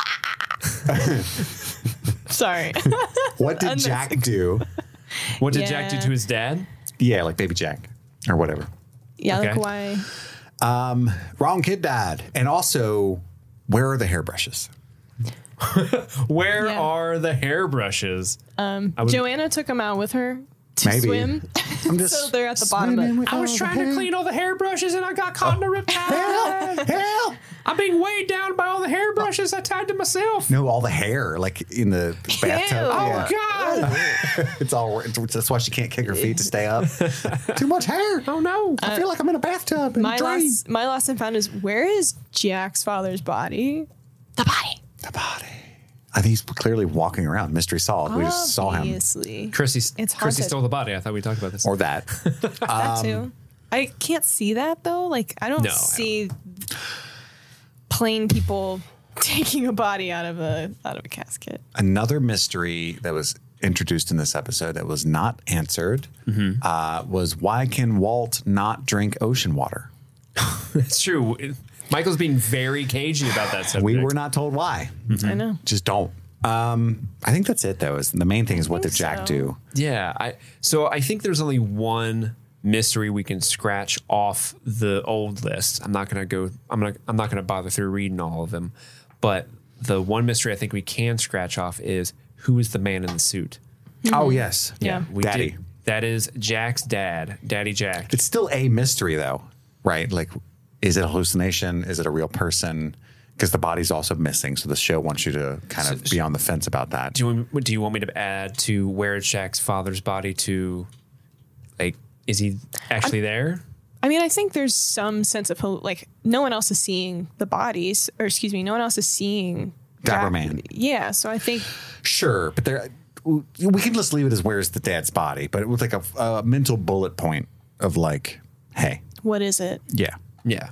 Speaker 2: Sorry.
Speaker 1: what did Jack do?
Speaker 3: What did Jack do
Speaker 2: Yeah.
Speaker 3: to his dad?
Speaker 1: Yeah, like baby Jack or whatever.
Speaker 2: yeah, like
Speaker 3: Okay.
Speaker 2: why?
Speaker 1: Wrong kid died. And also, where are the hairbrushes?
Speaker 3: Where
Speaker 2: Yeah.
Speaker 3: are the hairbrushes? Um, I was,
Speaker 2: Joanna took him out with her to
Speaker 1: Maybe.
Speaker 2: swim.
Speaker 1: I'm just
Speaker 2: So they're at the bottom of-
Speaker 1: swimming with
Speaker 3: I was
Speaker 1: all Oh, the
Speaker 3: trying to
Speaker 1: hair. Oh,
Speaker 3: clean all the hairbrushes and I got caught in a riptide.
Speaker 1: Help! Help!
Speaker 3: I'm being weighed down by all the hairbrushes I tied to myself.
Speaker 1: No, all the hair, like in the bathtub.
Speaker 2: Ew.
Speaker 3: Oh
Speaker 1: Yeah.
Speaker 3: God!
Speaker 1: It's all. It's, that's why she can't kick her feet to stay up. Too much hair.
Speaker 3: Oh no!
Speaker 1: I feel like I'm in a bathtub. And
Speaker 2: My last, my last and found is where is Jack's father's body? The body.
Speaker 1: The body. I think he's clearly walking around. Mystery solved. We just saw him.
Speaker 2: Obviously.
Speaker 3: Chrissy,
Speaker 2: It's
Speaker 3: Chrissy
Speaker 2: haunted.
Speaker 3: stole the body. I thought we talked about this.
Speaker 1: Or that.
Speaker 2: That too. I can't see that though. Like I don't
Speaker 3: Um, No, I don't.
Speaker 2: see plain people taking a body out of a out of a casket.
Speaker 1: Another mystery that was introduced in this episode that was not answered
Speaker 2: Mm-hmm.
Speaker 1: uh, was why can Walt not drink ocean water?
Speaker 3: That's true. Michael's being very cagey about that subject.
Speaker 1: We were not told why.
Speaker 3: Mm.
Speaker 2: I know.
Speaker 1: Just don't. Um, I think that's it though. Is the main thing is what did
Speaker 2: think
Speaker 1: Jack
Speaker 2: so.
Speaker 1: do?
Speaker 3: Yeah, I so I think there's only one mystery we can scratch off the old list. I'm not gonna go. I'm gonna. I'm not gonna bother through reading all of them. But the one mystery I think we can scratch off is who is the man in the suit?
Speaker 1: Oh yes,
Speaker 2: Mm-hmm. Yeah.
Speaker 3: We
Speaker 1: Daddy.
Speaker 3: did- that is Jack's dad, Daddy Jack.
Speaker 1: It's still a mystery though, right? Like, is it a hallucination? Is it a real person? Because the body's also missing, so the show wants you to kind of be on the fence about that.
Speaker 3: Do you, want- do you want me to add to where is Jack's father's body to? Like, is he actually there?
Speaker 2: I mean, I think there's some sense of hol- like no one else is seeing the bodies, or excuse me, no one else is seeing
Speaker 1: Dapper
Speaker 2: Jack-
Speaker 1: Man.
Speaker 2: Yeah, so I think
Speaker 1: Sure, but there we can just leave it as where's the dad's body, but with like a, a mental bullet point of like, hey,
Speaker 2: what is it?
Speaker 1: yeah,
Speaker 3: Yeah.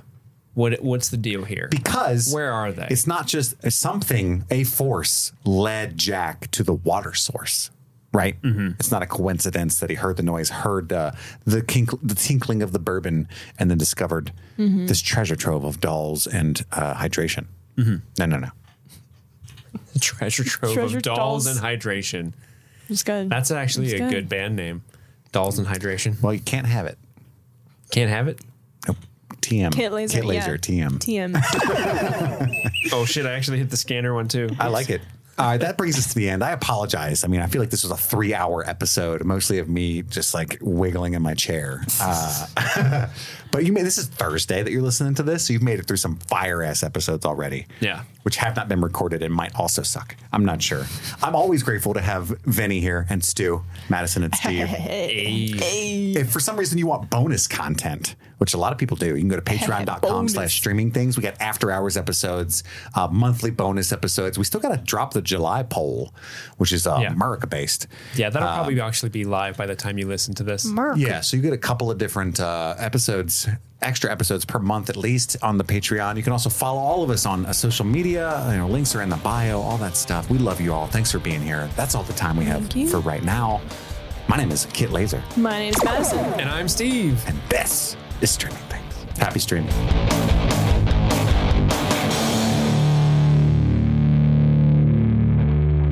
Speaker 3: What What's the deal here?
Speaker 1: because
Speaker 3: Where are they?
Speaker 1: It's not just it's something. A force led Jack to the water source. Right,
Speaker 3: Mm-hmm.
Speaker 1: it's not a coincidence that he heard the noise, heard uh, the kink- the tinkling of the bourbon, and then discovered
Speaker 2: Mm-hmm.
Speaker 1: this treasure trove of dolls and uh, hydration.
Speaker 3: Mm-hmm.
Speaker 1: No, no, no.
Speaker 3: treasure trove
Speaker 2: Treasure
Speaker 3: of
Speaker 2: dolls.
Speaker 3: dolls, and hydration.
Speaker 2: Just gonna
Speaker 3: That's actually
Speaker 2: That's
Speaker 3: a
Speaker 2: good.
Speaker 3: good band name. Dolls and hydration.
Speaker 1: Well, you can't have it.
Speaker 3: Can't have it.
Speaker 1: Nope. TM.
Speaker 2: Kit Laser,
Speaker 1: Kit laser.
Speaker 2: yeah.
Speaker 1: TM.
Speaker 2: TM.
Speaker 3: Oh shit! I actually hit the scanner one too.
Speaker 1: I like it. All right, that brings us to the end. I apologize. I mean, I feel like this was a three hour episode, mostly of me just like wiggling in my chair. Uh, but you made this is Thursday that you're listening to this. So you've made it through some fire ass episodes already.
Speaker 3: Yeah.
Speaker 1: Which have not been recorded and might also suck. I'm not sure. I'm always grateful to have Vinny here and Stu, Madison and Steve. If for some reason you want bonus content, which a lot of people do, you can go to patreon.com
Speaker 2: Bonus.
Speaker 1: slash streaming things. We got after hours episodes, uh, monthly bonus episodes. We still got to drop the July poll, which is uh,
Speaker 3: Yeah.
Speaker 1: America based.
Speaker 3: Yeah,
Speaker 2: Um,
Speaker 3: that'll probably actually be live by the time you listen to this.
Speaker 2: Merc.
Speaker 1: Yeah, so you get a couple of different uh, episodes, extra episodes per month at least on the Patreon. You can also follow all of us on uh, social media. You know, links are in the bio, all that stuff. We love you all. Thanks for being here. That's all the time we have
Speaker 2: Thank you.
Speaker 1: for right now. My name is Kit Laser,
Speaker 2: My name's Madison.
Speaker 3: And I'm Steve.
Speaker 2: uh,
Speaker 1: and this is Streaming Things. Happy streaming.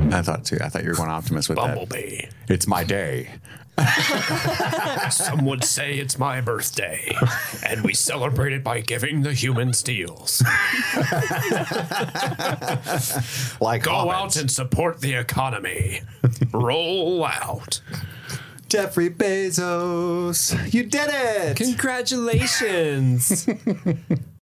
Speaker 1: I thought too. I thought you were going Optimus with
Speaker 3: Bumblebee.
Speaker 1: that. It's my day.
Speaker 3: Some would say it's my birthday, and we celebrate it by giving the human steals.
Speaker 1: Like
Speaker 3: Go
Speaker 1: Hobbits.
Speaker 3: out and support the economy. Roll out.
Speaker 1: Jeffrey Bezos. You did it.
Speaker 3: Congratulations.